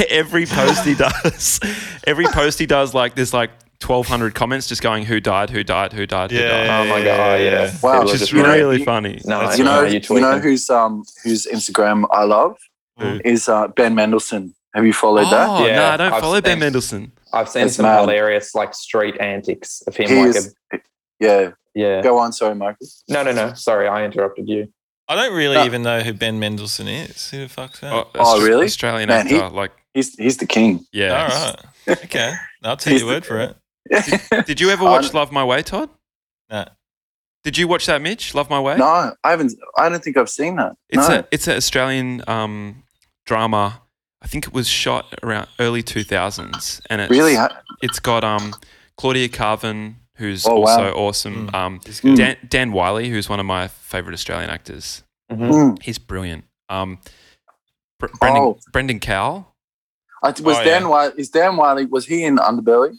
Speaker 1: every post he does, every post he does, like there's like 1,200 comments just going, who died, who died, who died, who died.
Speaker 4: Yeah.
Speaker 3: Oh my god, yeah. People
Speaker 5: Wow. Which
Speaker 3: are
Speaker 1: Which
Speaker 5: is
Speaker 1: is
Speaker 3: just
Speaker 5: you know,
Speaker 1: really
Speaker 5: you-
Speaker 1: funny.
Speaker 3: No,
Speaker 4: That's
Speaker 5: you know
Speaker 3: you
Speaker 5: you, know who's um whose instagram i love
Speaker 1: Who?
Speaker 5: is uh ben mendelsohn have you followed that
Speaker 1: Oh,
Speaker 3: Yeah,
Speaker 1: no, I don't
Speaker 3: I've
Speaker 1: follow Ben
Speaker 3: seen-
Speaker 1: Mendelsohn.
Speaker 3: I've seen
Speaker 5: It's
Speaker 3: some
Speaker 5: mad.
Speaker 3: hilarious like street antics of him
Speaker 5: he
Speaker 3: like a,
Speaker 5: is yeah
Speaker 3: yeah.
Speaker 5: go on sorry michael
Speaker 3: No, no, no. Sorry, I interrupted you.
Speaker 4: I don't really
Speaker 5: No.
Speaker 4: even know who Ben Mendelsohn is. Who the fuck's that?
Speaker 1: Oh,
Speaker 5: Oh,
Speaker 1: Austra-
Speaker 5: really?
Speaker 1: Australian
Speaker 5: Man, he-
Speaker 1: actor. like,
Speaker 5: he's he's the king
Speaker 1: yeah.
Speaker 4: All right. Okay. I'll take your word for it.
Speaker 1: Did you ever
Speaker 5: Um,
Speaker 1: watch Love My Way, Todd?
Speaker 4: No.
Speaker 1: Did you watch that, Mitch? Love My Way?
Speaker 5: no i haven't i don't think i've seen that
Speaker 1: It's
Speaker 5: no
Speaker 1: a it's an Australian um, drama. I think it was shot around early two thousands, and it's
Speaker 5: really I-
Speaker 1: it's got um, Claudia Carvin, who's
Speaker 5: Oh, wow.
Speaker 1: also awesome.
Speaker 4: Mm.
Speaker 1: Um,
Speaker 4: He's good.
Speaker 5: Mm.
Speaker 1: Dan Dan Wiley, who's one of my favorite Australian actors.
Speaker 3: Mhm.
Speaker 5: Mm.
Speaker 1: He's brilliant. Um, Br- Brendan
Speaker 5: Oh.
Speaker 1: Brendan Cowell.
Speaker 5: I, was
Speaker 4: Oh,
Speaker 5: dan
Speaker 4: yeah.
Speaker 5: wiley is dan wiley was he in underbelly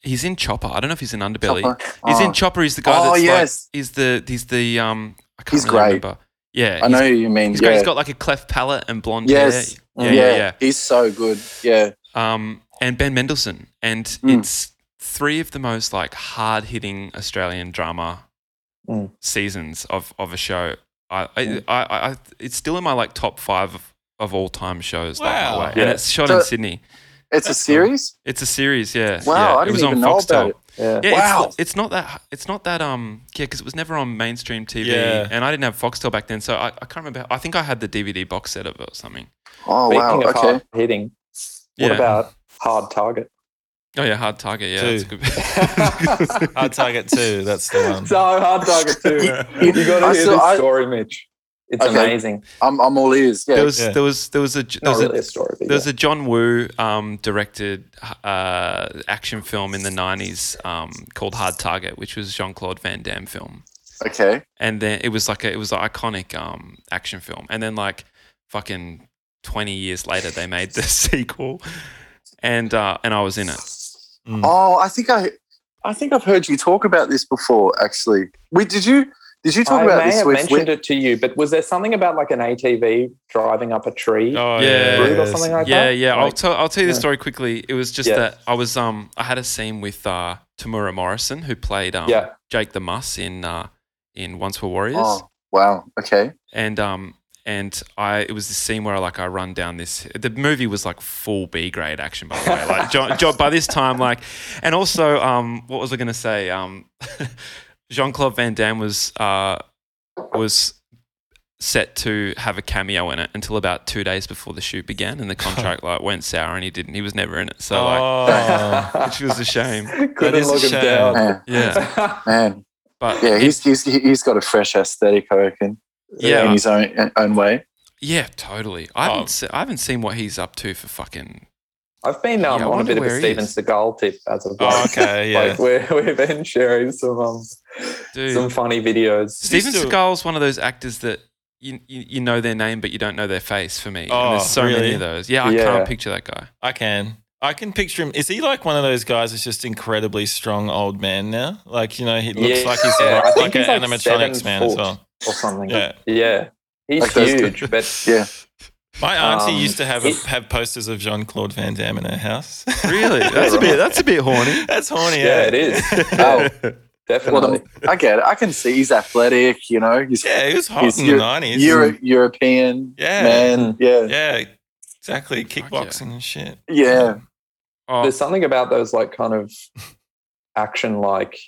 Speaker 1: He's in Chopper. I don't know if he's in Underbelly.
Speaker 5: Chopper?
Speaker 1: He's
Speaker 5: Oh.
Speaker 1: in Chopper. He's the guy
Speaker 5: Oh,
Speaker 1: that's
Speaker 5: yes.
Speaker 1: like he's the he's the um. I can't
Speaker 5: He's
Speaker 1: really
Speaker 5: great.
Speaker 1: remember. Yeah,
Speaker 5: I
Speaker 1: he's-
Speaker 5: know who you mean.
Speaker 1: He's
Speaker 5: yeah.
Speaker 1: great. He's got like a cleft palate and blonde
Speaker 5: Yes.
Speaker 1: hair. Yeah,
Speaker 5: yeah,
Speaker 1: yeah, yeah.
Speaker 5: he's so good. Yeah,
Speaker 1: um, and Ben Mendelsohn. And
Speaker 5: Mm.
Speaker 1: it's three of the most like hard hitting Australian drama
Speaker 5: Hmm.
Speaker 3: Mm.
Speaker 1: seasons of, of a show. I, I, I, I, it's still in my like top five of, of all time shows. Like,
Speaker 4: Wow.
Speaker 1: way. And
Speaker 3: Yeah.
Speaker 1: it's shot
Speaker 5: So-
Speaker 1: in Sydney.
Speaker 5: it's a
Speaker 4: That's
Speaker 5: series.
Speaker 1: It's a series, yeah.
Speaker 5: Wow,
Speaker 1: yeah.
Speaker 5: I
Speaker 1: it
Speaker 5: didn't
Speaker 1: was on
Speaker 5: even know
Speaker 1: Foxtel.
Speaker 5: about it.
Speaker 3: Yeah.
Speaker 1: Yeah,
Speaker 5: Wow.
Speaker 1: it's, it's not that it's not that um yeah because it was never on mainstream TV
Speaker 4: Yeah.
Speaker 1: and I didn't have Foxtel back then so I, I can't remember I think I had the DVD box set of it or something
Speaker 5: Oh wow.
Speaker 3: Speaking of
Speaker 5: Okay.
Speaker 3: hard hitting, what
Speaker 1: Yeah.
Speaker 3: about hard target?
Speaker 1: oh yeah Hard Target yeah
Speaker 4: Two.
Speaker 1: that's a good
Speaker 4: Hard target too. That's the
Speaker 1: Um,
Speaker 4: one.
Speaker 3: So hard target too. you got
Speaker 5: I
Speaker 3: to hear
Speaker 5: saw-
Speaker 3: this
Speaker 5: I-
Speaker 3: story, Mitch. It's
Speaker 5: Okay.
Speaker 3: amazing.
Speaker 5: I'm I'm all ears. Yeah.
Speaker 1: there was
Speaker 4: Yeah.
Speaker 1: there was there was a there
Speaker 3: Not
Speaker 1: was
Speaker 3: really
Speaker 1: a,
Speaker 3: a story. But
Speaker 1: there was
Speaker 3: yeah.
Speaker 1: a John Woo um, directed uh, action film in the '90s um, called Hard Target, which was Jean Claude Van Damme film,
Speaker 5: okay.
Speaker 1: and then it was like a, it was an iconic um, action film, and then like fucking 20 years later they made the sequel and uh, and I was in it. Hmm.
Speaker 5: Oh, I think I, I think I've heard you talk about this before. Actually, we did you did you talk
Speaker 3: I
Speaker 5: about
Speaker 3: may
Speaker 5: this
Speaker 3: have
Speaker 5: with
Speaker 3: mentioned it to you, but was there something about like an ATV driving up a tree
Speaker 4: Oh,
Speaker 1: Yeah.
Speaker 3: root or something like
Speaker 1: yeah,
Speaker 3: that?
Speaker 1: yeah. I'll
Speaker 3: Like,
Speaker 1: tell I'll tell you the
Speaker 3: yeah.
Speaker 1: story quickly. It was just
Speaker 3: Yeah.
Speaker 1: that I was um I had a scene with uh Tamura Morrison who played um
Speaker 3: Yeah.
Speaker 1: Jake the Muss in uh in Once Were Warriors.
Speaker 5: Oh, wow. Okay.
Speaker 1: and um and I it was this scene where I like I run down this the movie was like full B grade action by the way like jo- jo- by this time like and also um what was I gonna say um Jean Claude Van Damme was uh was set to have a cameo in it until about two days before the shoot began and the contract like went sour and he didn't he was never in it so like
Speaker 4: Oh.
Speaker 1: which was a shame
Speaker 4: That
Speaker 3: Couldn't
Speaker 4: is a
Speaker 3: look him
Speaker 4: shame.
Speaker 3: down.
Speaker 5: Man,
Speaker 1: yeah
Speaker 5: man.
Speaker 1: but
Speaker 5: yeah,
Speaker 1: it-
Speaker 5: he's, he's he's got a fresh aesthetic, I reckon.
Speaker 1: Yeah.
Speaker 5: in his own own way.
Speaker 1: yeah totally I
Speaker 4: Oh.
Speaker 1: haven't se- I haven't seen what he's up to for fucking
Speaker 3: I've been
Speaker 1: Yeah,
Speaker 3: um,
Speaker 1: I
Speaker 3: on a
Speaker 1: wonder
Speaker 3: bit of a
Speaker 1: where he
Speaker 3: Steven
Speaker 1: is.
Speaker 3: Seagal tip as of
Speaker 4: Oh,
Speaker 3: late.
Speaker 4: okay, yeah.
Speaker 3: Like we're, we've been sharing some um,
Speaker 1: dude
Speaker 3: some funny videos.
Speaker 1: Steven
Speaker 4: He's still-
Speaker 1: Seagal's one of those actors that you, you you know their name but you don't know their face for me.
Speaker 4: Oh,
Speaker 1: and there's so many
Speaker 4: really?
Speaker 1: of those. Yeah, I
Speaker 3: Yeah.
Speaker 1: can't picture that guy.
Speaker 4: I can. I can picture him. Is he like one of those guys that's just incredibly strong old man now? Like, you know, he looks
Speaker 3: Yeah.
Speaker 4: like he's
Speaker 3: Yeah, I
Speaker 4: like,
Speaker 3: think he's
Speaker 4: an
Speaker 3: like
Speaker 4: animatronics
Speaker 3: seven
Speaker 4: man as
Speaker 3: foot.
Speaker 4: well.
Speaker 3: or something.
Speaker 4: Yeah.
Speaker 3: Yeah. He's
Speaker 5: Like those
Speaker 3: huge, but
Speaker 5: Yeah.
Speaker 4: My auntie
Speaker 3: Um,
Speaker 4: used to have a,
Speaker 3: he-
Speaker 4: have posters of Jean Claude Van Damme in her house.
Speaker 1: Really?
Speaker 4: That's a bit-
Speaker 1: that's a bit horny.
Speaker 4: that's horny.
Speaker 3: yeah,
Speaker 4: eh?
Speaker 3: it is.
Speaker 5: Oh, well,
Speaker 3: Definitely.
Speaker 5: the- I get it. I can see he's athletic. You know, he's
Speaker 4: Yeah, it was hot
Speaker 5: He's
Speaker 4: in
Speaker 5: Euro-
Speaker 4: the nineties.
Speaker 5: Euro- European
Speaker 4: Yeah.
Speaker 5: man. Yeah,
Speaker 4: yeah, exactly.
Speaker 1: Fuck
Speaker 4: Kickboxing and shit.
Speaker 5: yeah.
Speaker 1: Oh,
Speaker 3: There's something about those like kind of action like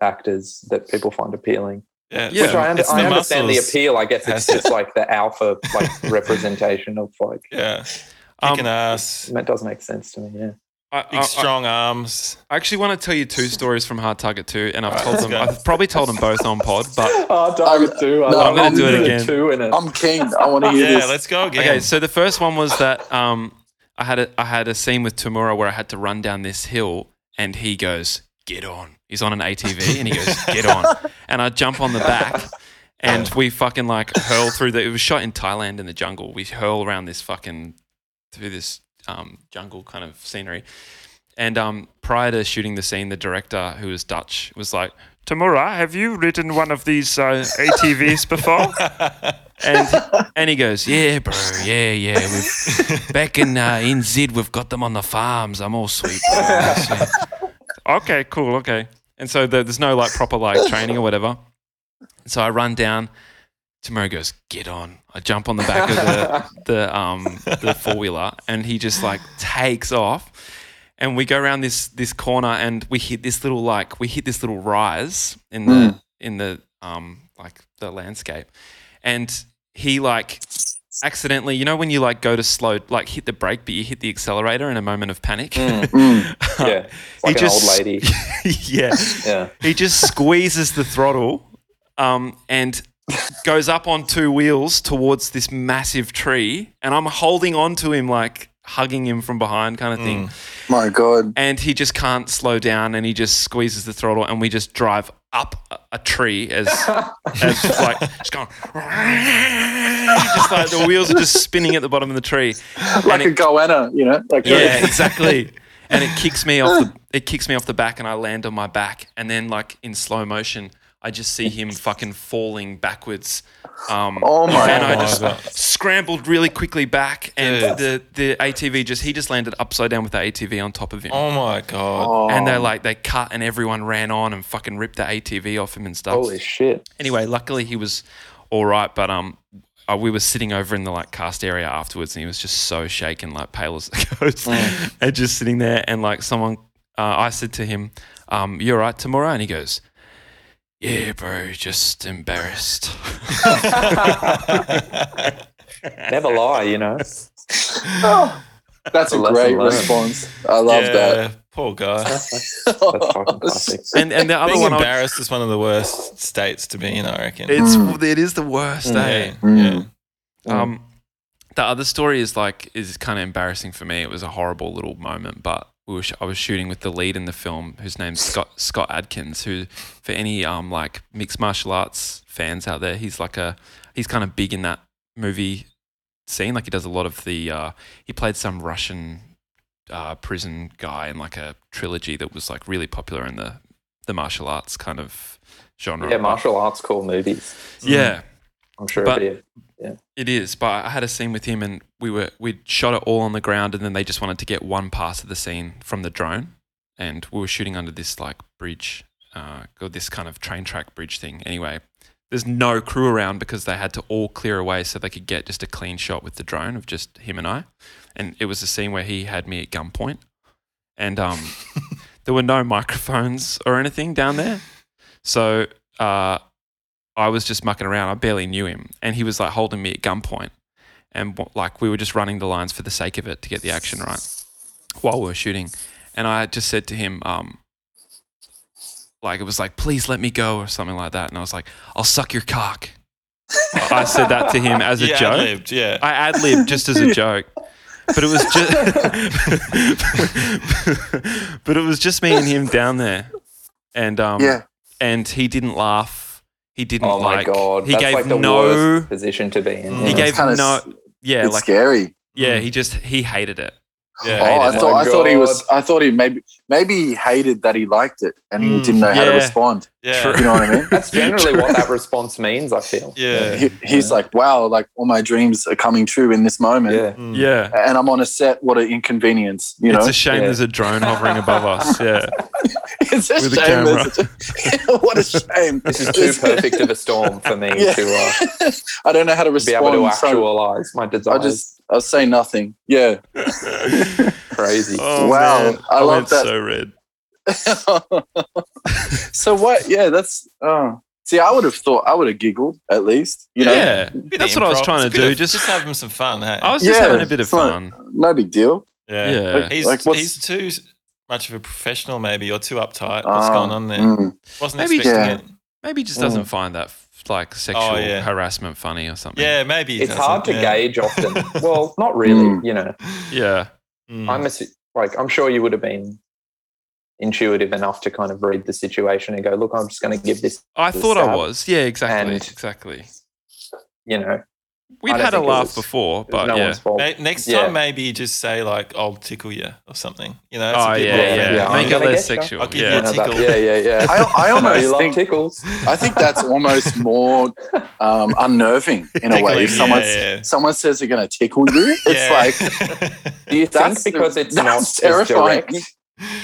Speaker 3: actors that people find appealing.
Speaker 4: Yeah,
Speaker 1: Yeah.
Speaker 3: Which I, under-
Speaker 4: it's
Speaker 3: I understand the
Speaker 4: muscles.
Speaker 3: appeal. I guess it's
Speaker 4: Has-
Speaker 3: just like the alpha like representation of like
Speaker 1: Um,
Speaker 4: Yeah,
Speaker 1: uh,
Speaker 4: kicking ass,
Speaker 3: that doesn't make sense to me, yeah.
Speaker 1: I, I-
Speaker 4: big strong arms.
Speaker 1: I actually want to tell you two stories from Hard Target 2, and I've
Speaker 4: Alright,
Speaker 1: told
Speaker 4: let's
Speaker 1: them,
Speaker 4: go.
Speaker 1: I've probably told them both on pod, but.
Speaker 3: oh, Target 2. I
Speaker 5: no,
Speaker 3: love
Speaker 5: I'm gonna do it
Speaker 3: There's a
Speaker 1: again.
Speaker 3: Two in it.
Speaker 5: I'm keen. I want to hear
Speaker 4: Yeah,
Speaker 5: this.
Speaker 4: let's go again.
Speaker 1: Okay, so the first one was that um, I had a, I had a scene with Tamura where I had to run down this hill, and he goes, "Get on." He's on an ATV, and he goes, "Get on," and I jump on the back. And we fucking like hurl through the. It was shot in Thailand in the jungle. We hurl around this fucking through this um, jungle kind of scenery. And um, prior to shooting the scene, the director, who was Dutch, was like, "Tamura, have you ridden one of these uh, ATVs before?" and and he goes, "Yeah, bro, yeah, yeah. We've, back in uh, NZ, we've got them on the farms. I'm all sweet." bro." Yeah. okay, cool, okay. And so there, there's no like proper like training or whatever. So I run down. Tamara goes, "Get on!" I jump on the back of the the um the four wheeler, and he just like takes off. And we go around this this corner, and we hit this little like we hit this little rise in the in the um like the landscape, and he like accidentally, you know, when you like go to slow, like hit the brake, but you hit the accelerator in a moment of panic.
Speaker 5: Mm.
Speaker 3: Hmm, yeah. It's like an
Speaker 1: just-
Speaker 3: old lady.
Speaker 1: yeah,
Speaker 3: Yeah.
Speaker 1: he just squeezes the throttle um, and goes up on two wheels towards this massive tree. And I'm holding on to him, like hugging him from behind, kind of
Speaker 5: Mm.
Speaker 1: thing.
Speaker 5: My God.
Speaker 1: And he just can't slow down and he just squeezes the throttle. And we just drive up a- a tree as, as like, just going, just like the wheels are just spinning at the bottom of the tree.
Speaker 5: Like
Speaker 1: And
Speaker 5: a goanna, you know? Like
Speaker 1: Yeah, exactly. And it kicks me off. The, it kicks me off the back, and I land on my back. And then, like in slow motion, I just see him fucking falling backwards. Um,
Speaker 5: Oh my
Speaker 1: And I
Speaker 4: God.
Speaker 1: just scrambled really quickly back, and the the ATV just he just landed upside down with the ATV on top of him.
Speaker 4: oh my god,
Speaker 5: Oh,
Speaker 1: And they like they cut, and everyone ran on and fucking ripped the ATV off him and stuff.
Speaker 3: Holy shit.
Speaker 1: Anyway, luckily he was all right, but um, uh, we were sitting over in the like cast area afterwards, and he was just so shaken, like pale as a ghost, and just sitting there. And like someone, uh, I said to him, um, "You're right, Tamura," and he goes. Yeah, bro, just embarrassed.
Speaker 3: Never lie, you know.
Speaker 5: Oh, that's a
Speaker 3: Lesson
Speaker 5: great
Speaker 3: learned.
Speaker 5: response. I love
Speaker 4: yeah,
Speaker 5: that.
Speaker 4: Poor guy.
Speaker 3: That's um, fucking classic.
Speaker 1: And and the other
Speaker 4: Being
Speaker 1: one, I,
Speaker 4: embarrassed is one of the worst states to be in. I reckon.
Speaker 1: it's
Speaker 5: Mm.
Speaker 1: it is the worst, eh?
Speaker 4: yeah,
Speaker 5: Mm.
Speaker 4: yeah.
Speaker 1: Um, the other story is like is kind of embarrassing for me. It was a horrible little moment, but we were sh- I was shooting with the lead in the film, whose name's Scott Scott Adkins. Who, for any um like mixed martial arts fans out there, he's like a he's kind of big in that movie scene. Like he does a lot of the. Uh, he played some Russian uh, prison guy in like a trilogy that was like really popular in the the martial arts kind of genre.
Speaker 3: Yeah, martial arts cool movies.
Speaker 1: Yeah,
Speaker 3: I'm sure
Speaker 1: But-
Speaker 3: it is.
Speaker 1: It is, but I had a scene with him, and we were we shot it all on the ground, and then they just wanted to get one pass of the scene from the drone, and we were shooting under this like bridge, uh, or this kind of train track bridge thing. Anyway, there's no crew around because they had to all clear away so they could get just a clean shot with the drone of just him and I, and it was a scene where he had me at gunpoint, and um, there were no microphones or anything down there, so. Uh, I was just mucking around. I barely knew him, and he was like holding me at gunpoint, and w- like we were just running the lines for the sake of it to get the action right while we were shooting. And I just said to him, um, like it was like, please let me go or something like that. And I was like, I'll suck your cock. I I said that to him as a
Speaker 4: yeah,
Speaker 1: joke.
Speaker 4: ad-libbed, yeah.
Speaker 1: I ad libbed just as a joke. But it was just But it was just me and him down there. And um
Speaker 5: Yeah.
Speaker 1: and he didn't laugh. He didn't
Speaker 3: Oh my
Speaker 1: like
Speaker 3: god,
Speaker 1: he
Speaker 3: that's
Speaker 1: gave
Speaker 3: like the
Speaker 1: no
Speaker 3: worst position to be in.
Speaker 4: He
Speaker 3: Yeah.
Speaker 1: he gave
Speaker 5: kinda
Speaker 1: no
Speaker 5: s-
Speaker 1: yeah,
Speaker 5: it's
Speaker 1: like
Speaker 5: scary.
Speaker 1: yeah, he just he hated it.
Speaker 4: yeah.
Speaker 5: Oh, I
Speaker 1: hated it.
Speaker 5: thought I
Speaker 3: Oh,
Speaker 5: thought he
Speaker 3: God.
Speaker 5: was. I thought he maybe maybe he hated that he liked it and he
Speaker 4: Mm,
Speaker 5: didn't know how to
Speaker 1: yeah.
Speaker 5: respond.
Speaker 4: yeah.
Speaker 1: True.
Speaker 5: You know what I mean?
Speaker 3: That's generally what that response means. I feel.
Speaker 4: Yeah.
Speaker 5: He, he's like, wow, like all my dreams are coming true in this moment,
Speaker 3: Yeah.
Speaker 4: Mm.
Speaker 1: Yeah.
Speaker 5: and I'm on a set. What an inconvenience, you
Speaker 1: it's
Speaker 5: know?
Speaker 1: a shame
Speaker 3: Yeah.
Speaker 1: there's a drone hovering above us. Yeah.
Speaker 5: it's a
Speaker 1: with a
Speaker 5: shame.
Speaker 1: camera.
Speaker 5: that's- what a shame.
Speaker 3: This is too perfect of a storm for me
Speaker 5: Yeah.
Speaker 3: to uh,
Speaker 5: I don't know how to
Speaker 3: be able
Speaker 5: respond.
Speaker 3: to
Speaker 5: so
Speaker 3: actualize my
Speaker 5: I
Speaker 3: desires.
Speaker 5: just I'll say nothing. Yeah.
Speaker 3: crazy.
Speaker 1: Oh,
Speaker 5: Wow, I
Speaker 1: went
Speaker 5: love that.
Speaker 1: so red.
Speaker 5: so what? Yeah, that's. Uh, see, I would have thought I would have giggled at least. You know,
Speaker 1: yeah.
Speaker 4: Bit of
Speaker 1: That's what I was
Speaker 4: improv.
Speaker 1: trying
Speaker 4: It's
Speaker 1: to
Speaker 4: a bit
Speaker 1: do.
Speaker 4: of-
Speaker 1: Just,
Speaker 4: just have him some fun, hey?
Speaker 1: I was just
Speaker 5: Yeah,
Speaker 1: having a bit of
Speaker 5: it's not-
Speaker 1: fun.
Speaker 5: no big deal.
Speaker 4: yeah.
Speaker 1: Yeah.
Speaker 5: Like-
Speaker 4: He's,
Speaker 5: Like, what's-
Speaker 4: he's too s- much of a professional, maybe, or too uptight.
Speaker 5: Ah,
Speaker 4: What's going on there?
Speaker 5: mm.
Speaker 4: Wasn't
Speaker 1: Maybe-
Speaker 4: expecting
Speaker 5: Yeah.
Speaker 4: it.
Speaker 1: Maybe he just
Speaker 5: Mm.
Speaker 1: doesn't find that like sexual
Speaker 4: yeah.
Speaker 1: harassment funny or something.
Speaker 4: Yeah, maybe. he
Speaker 3: it's
Speaker 4: doesn't,
Speaker 3: hard to
Speaker 4: yeah.
Speaker 3: gauge often. well, not really.
Speaker 5: Mm.
Speaker 3: You know,
Speaker 1: Yeah.
Speaker 4: Mm.
Speaker 1: Hmm.
Speaker 3: I'm assu- like I'm sure you would have been intuitive enough to kind of read the situation and go, look, I'm just going to give this.
Speaker 1: I
Speaker 3: The
Speaker 1: thought I
Speaker 3: stab.
Speaker 1: was. Yeah, exactly.
Speaker 3: And-
Speaker 1: exactly.
Speaker 3: You know,
Speaker 1: We'd
Speaker 3: don't
Speaker 1: had a
Speaker 3: think it
Speaker 1: laugh
Speaker 3: was-
Speaker 1: before, but
Speaker 3: no
Speaker 1: yeah.
Speaker 3: one's fault.
Speaker 4: Ma- Next
Speaker 3: Yeah.
Speaker 4: time, maybe just say like, "I'll tickle you" or something. You know? it's a
Speaker 1: Oh
Speaker 4: bit
Speaker 1: yeah,
Speaker 4: more-
Speaker 1: yeah,
Speaker 3: yeah. Yeah,
Speaker 1: Make
Speaker 3: I'm
Speaker 1: it
Speaker 3: gonna
Speaker 1: less
Speaker 3: get ya.
Speaker 1: sexual.
Speaker 4: I'll give you
Speaker 1: Yeah.
Speaker 4: a
Speaker 3: You know, that-
Speaker 4: tickle.
Speaker 3: yeah, yeah, yeah.
Speaker 5: I, I
Speaker 3: know you
Speaker 5: almost
Speaker 3: love
Speaker 5: think
Speaker 3: tickles.
Speaker 5: I think that's almost more um, unnerving in a way.
Speaker 4: Tickling,
Speaker 5: If someone
Speaker 4: yeah, yeah.
Speaker 5: someone says they're going to tickle you, it's
Speaker 4: like
Speaker 5: like
Speaker 3: Do you
Speaker 5: that's
Speaker 3: think because it's not
Speaker 5: that's
Speaker 3: as
Speaker 5: terrifying.
Speaker 3: direct?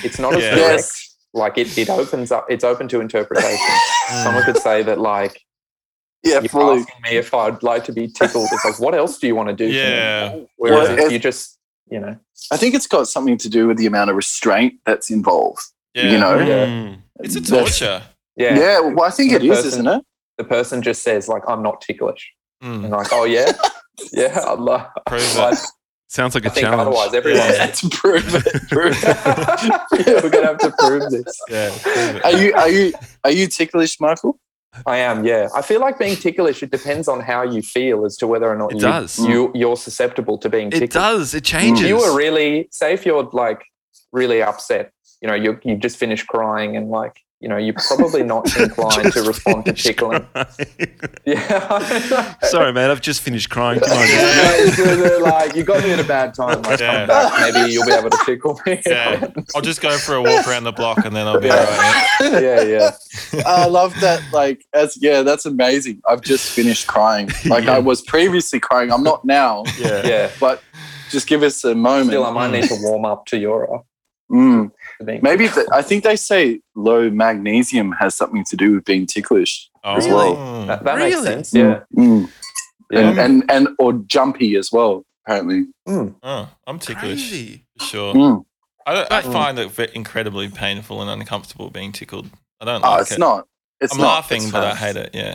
Speaker 3: It's not as
Speaker 4: Yeah.
Speaker 3: direct.
Speaker 5: Yes.
Speaker 3: Like it, it opens up. It's open to interpretation. Someone could say that, like,
Speaker 5: Yeah,
Speaker 3: you're
Speaker 5: fully.
Speaker 3: asking me if I'd like to be tickled. It's like, what else do you want to do? to me?
Speaker 4: Yeah.
Speaker 3: Whereas
Speaker 5: Well,
Speaker 3: if
Speaker 5: it-
Speaker 3: you just, you know,
Speaker 5: I think it's got something to do with the amount of restraint that's involved. You know,
Speaker 1: Mm.
Speaker 4: it's a
Speaker 5: That's-
Speaker 4: torture.
Speaker 3: yeah,
Speaker 5: Yeah, well, I think
Speaker 3: The
Speaker 5: it is,
Speaker 3: person-
Speaker 5: isn't it?
Speaker 3: the person just says like, I'm not ticklish,
Speaker 4: Mm,
Speaker 3: and like, oh yeah, yeah, I love.
Speaker 4: prove
Speaker 3: Like,
Speaker 4: it.
Speaker 1: Sounds like
Speaker 3: I
Speaker 1: a
Speaker 3: think
Speaker 1: challenge.
Speaker 3: otherwise, everyone.
Speaker 5: Yeah, to prove it. Prove it.
Speaker 3: yeah, we're gonna have to prove this.
Speaker 4: Yeah, prove
Speaker 5: Are
Speaker 4: it.
Speaker 5: you are you are you ticklish, Michael?
Speaker 3: I am, yeah. I feel like being ticklish. It depends on how you feel as to whether or not
Speaker 1: It
Speaker 3: you,
Speaker 1: does.
Speaker 3: you you're susceptible to being
Speaker 1: It
Speaker 3: tickled.
Speaker 1: does. It changes.
Speaker 3: If you were really, say, if you're like really upset, you know, you you just finished crying and like, you know, you're probably not inclined to
Speaker 1: Just
Speaker 3: respond to
Speaker 1: finished
Speaker 3: tickling.
Speaker 1: crying.
Speaker 3: Yeah.
Speaker 1: Sorry, man. I've just finished crying. Do you mind just-
Speaker 3: Yeah, it's good, they're like you got me at a bad time. Like, come
Speaker 4: Yeah.
Speaker 3: back, maybe you'll be able to tickle me.
Speaker 4: Yeah, I'll just go for a walk around the block and then I'll be
Speaker 3: Yeah.
Speaker 4: alright.
Speaker 3: yeah, yeah.
Speaker 5: I love that. Like, as yeah, that's amazing. I've just finished crying. Like I was previously crying. I'm not now.
Speaker 4: Yeah.
Speaker 3: yeah.
Speaker 5: But just give us a moment.
Speaker 3: Still, I might
Speaker 1: mm.
Speaker 3: need to warm up to your.
Speaker 5: Mm.
Speaker 3: uh, being-
Speaker 5: Maybe the, I think they say low magnesium has something to do with being ticklish.
Speaker 4: Oh,
Speaker 5: As well.
Speaker 4: mm.
Speaker 3: that, that makes
Speaker 1: Really?
Speaker 3: sense. Yeah,
Speaker 5: Mm.
Speaker 3: yeah.
Speaker 5: And, and and or jumpy as well. Apparently.
Speaker 4: Oh, I'm ticklish
Speaker 1: Crazy.
Speaker 4: for
Speaker 3: Oh,
Speaker 4: sure.
Speaker 3: Hmm.
Speaker 5: Mm.
Speaker 4: I, don't- I
Speaker 1: But-
Speaker 4: find it ve- incredibly painful and uncomfortable being tickled. I don't
Speaker 5: Oh,
Speaker 4: like
Speaker 5: it's
Speaker 4: it.
Speaker 5: not. It's
Speaker 4: I'm
Speaker 5: not.
Speaker 4: laughing,
Speaker 5: It's
Speaker 4: but I
Speaker 5: fine.
Speaker 4: hate it. Yeah.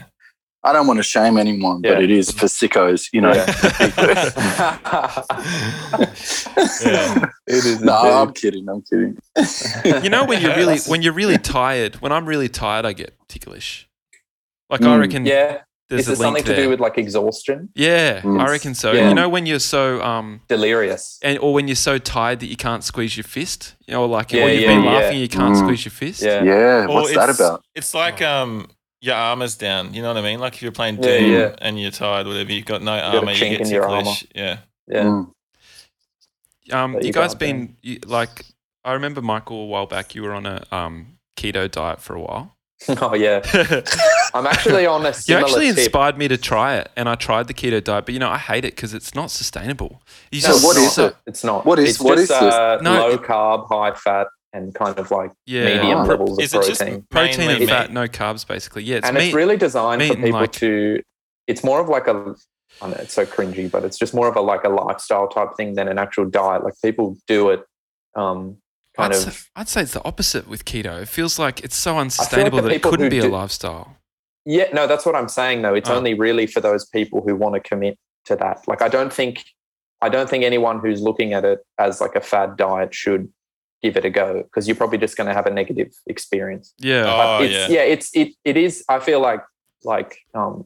Speaker 5: I don't want to shame anyone,
Speaker 3: Yeah.
Speaker 5: but it is for sickos. You know.
Speaker 1: Oh
Speaker 3: Yeah.
Speaker 4: Yeah.
Speaker 3: it is.
Speaker 5: No,
Speaker 3: indeed.
Speaker 5: I'm kidding. I'm kidding.
Speaker 1: You know when you're really when you're really tired. When I'm really tired, I get ticklish. Like I
Speaker 5: Mm.
Speaker 1: reckon
Speaker 3: yeah.
Speaker 1: there's
Speaker 3: is
Speaker 1: a link
Speaker 3: it something
Speaker 1: there.
Speaker 3: to do with like exhaustion,
Speaker 1: yeah,
Speaker 5: Mm.
Speaker 1: I reckon so.
Speaker 3: Yeah.
Speaker 1: You know when you're so um
Speaker 3: delirious?
Speaker 1: and or when you're so tired that you can't squeeze your fist, you know, or like,
Speaker 3: Yeah,
Speaker 1: or you've
Speaker 3: yeah,
Speaker 1: been
Speaker 3: yeah.
Speaker 1: laughing, you can't
Speaker 5: Mm.
Speaker 1: squeeze your fist.
Speaker 3: Yeah.
Speaker 5: Yeah.
Speaker 4: Or
Speaker 5: What's that
Speaker 4: it's-
Speaker 1: Oh.
Speaker 5: about?
Speaker 4: It's like um, your armor's down. You know what I mean? Like if you're playing
Speaker 3: Yeah,
Speaker 4: Doom
Speaker 3: yeah.
Speaker 4: and you're tired, whatever, you've got no
Speaker 3: got a
Speaker 4: armor, you
Speaker 3: chink
Speaker 4: get
Speaker 3: in your
Speaker 4: ticklish.
Speaker 3: armor.
Speaker 4: Yeah.
Speaker 3: Yeah.
Speaker 5: Mm.
Speaker 1: Um,
Speaker 3: But
Speaker 1: you
Speaker 3: you
Speaker 1: guys
Speaker 3: can't
Speaker 1: been you, like I remember Michael a while back. You were on a um, keto diet for a while.
Speaker 3: Oh yeah. I'm actually on a
Speaker 1: you
Speaker 3: similar
Speaker 1: actually
Speaker 3: tip.
Speaker 1: inspired me to try it, and I tried the keto diet. But you know, I hate it because it's not sustainable. You
Speaker 3: No,
Speaker 5: So
Speaker 1: just-
Speaker 5: what is
Speaker 1: so-
Speaker 5: it?
Speaker 3: It's not.
Speaker 5: What is-
Speaker 3: it's
Speaker 5: what
Speaker 3: just,
Speaker 5: is this?
Speaker 3: uh,
Speaker 1: No,
Speaker 3: low
Speaker 1: it-
Speaker 3: carb, high fat, and kind of like
Speaker 1: Yeah,
Speaker 3: medium
Speaker 5: Ah.
Speaker 3: levels of
Speaker 4: Is it just
Speaker 3: protein.
Speaker 1: protein
Speaker 4: mainly
Speaker 1: and fat,
Speaker 4: meat?
Speaker 1: no carbs, basically. Yeah, it's
Speaker 3: and
Speaker 1: meat.
Speaker 3: it's really designed
Speaker 1: meat
Speaker 3: for
Speaker 1: and,
Speaker 3: people
Speaker 1: like-
Speaker 3: to. It's more of like a. I know it's so cringy, but it's just more of a like a lifestyle type thing than an actual diet. Like people do it, um,
Speaker 1: I'd,
Speaker 3: kind of.
Speaker 1: say, I'd say it's the opposite with keto. It feels like it's so
Speaker 3: the
Speaker 1: unsustainable that it
Speaker 3: people
Speaker 1: couldn't
Speaker 3: who
Speaker 1: be a
Speaker 3: do-
Speaker 1: lifestyle.
Speaker 3: Yeah, no, that's what I'm saying though. It's
Speaker 1: Oh.
Speaker 3: only really for those people who want to commit to that. Like I don't think I don't think anyone who's looking at it as like a fad diet should give it a go because you're probably just going to have a negative experience.
Speaker 1: Yeah,
Speaker 4: Oh,
Speaker 3: it's,
Speaker 4: yeah.
Speaker 3: yeah, it's it it is I feel like like um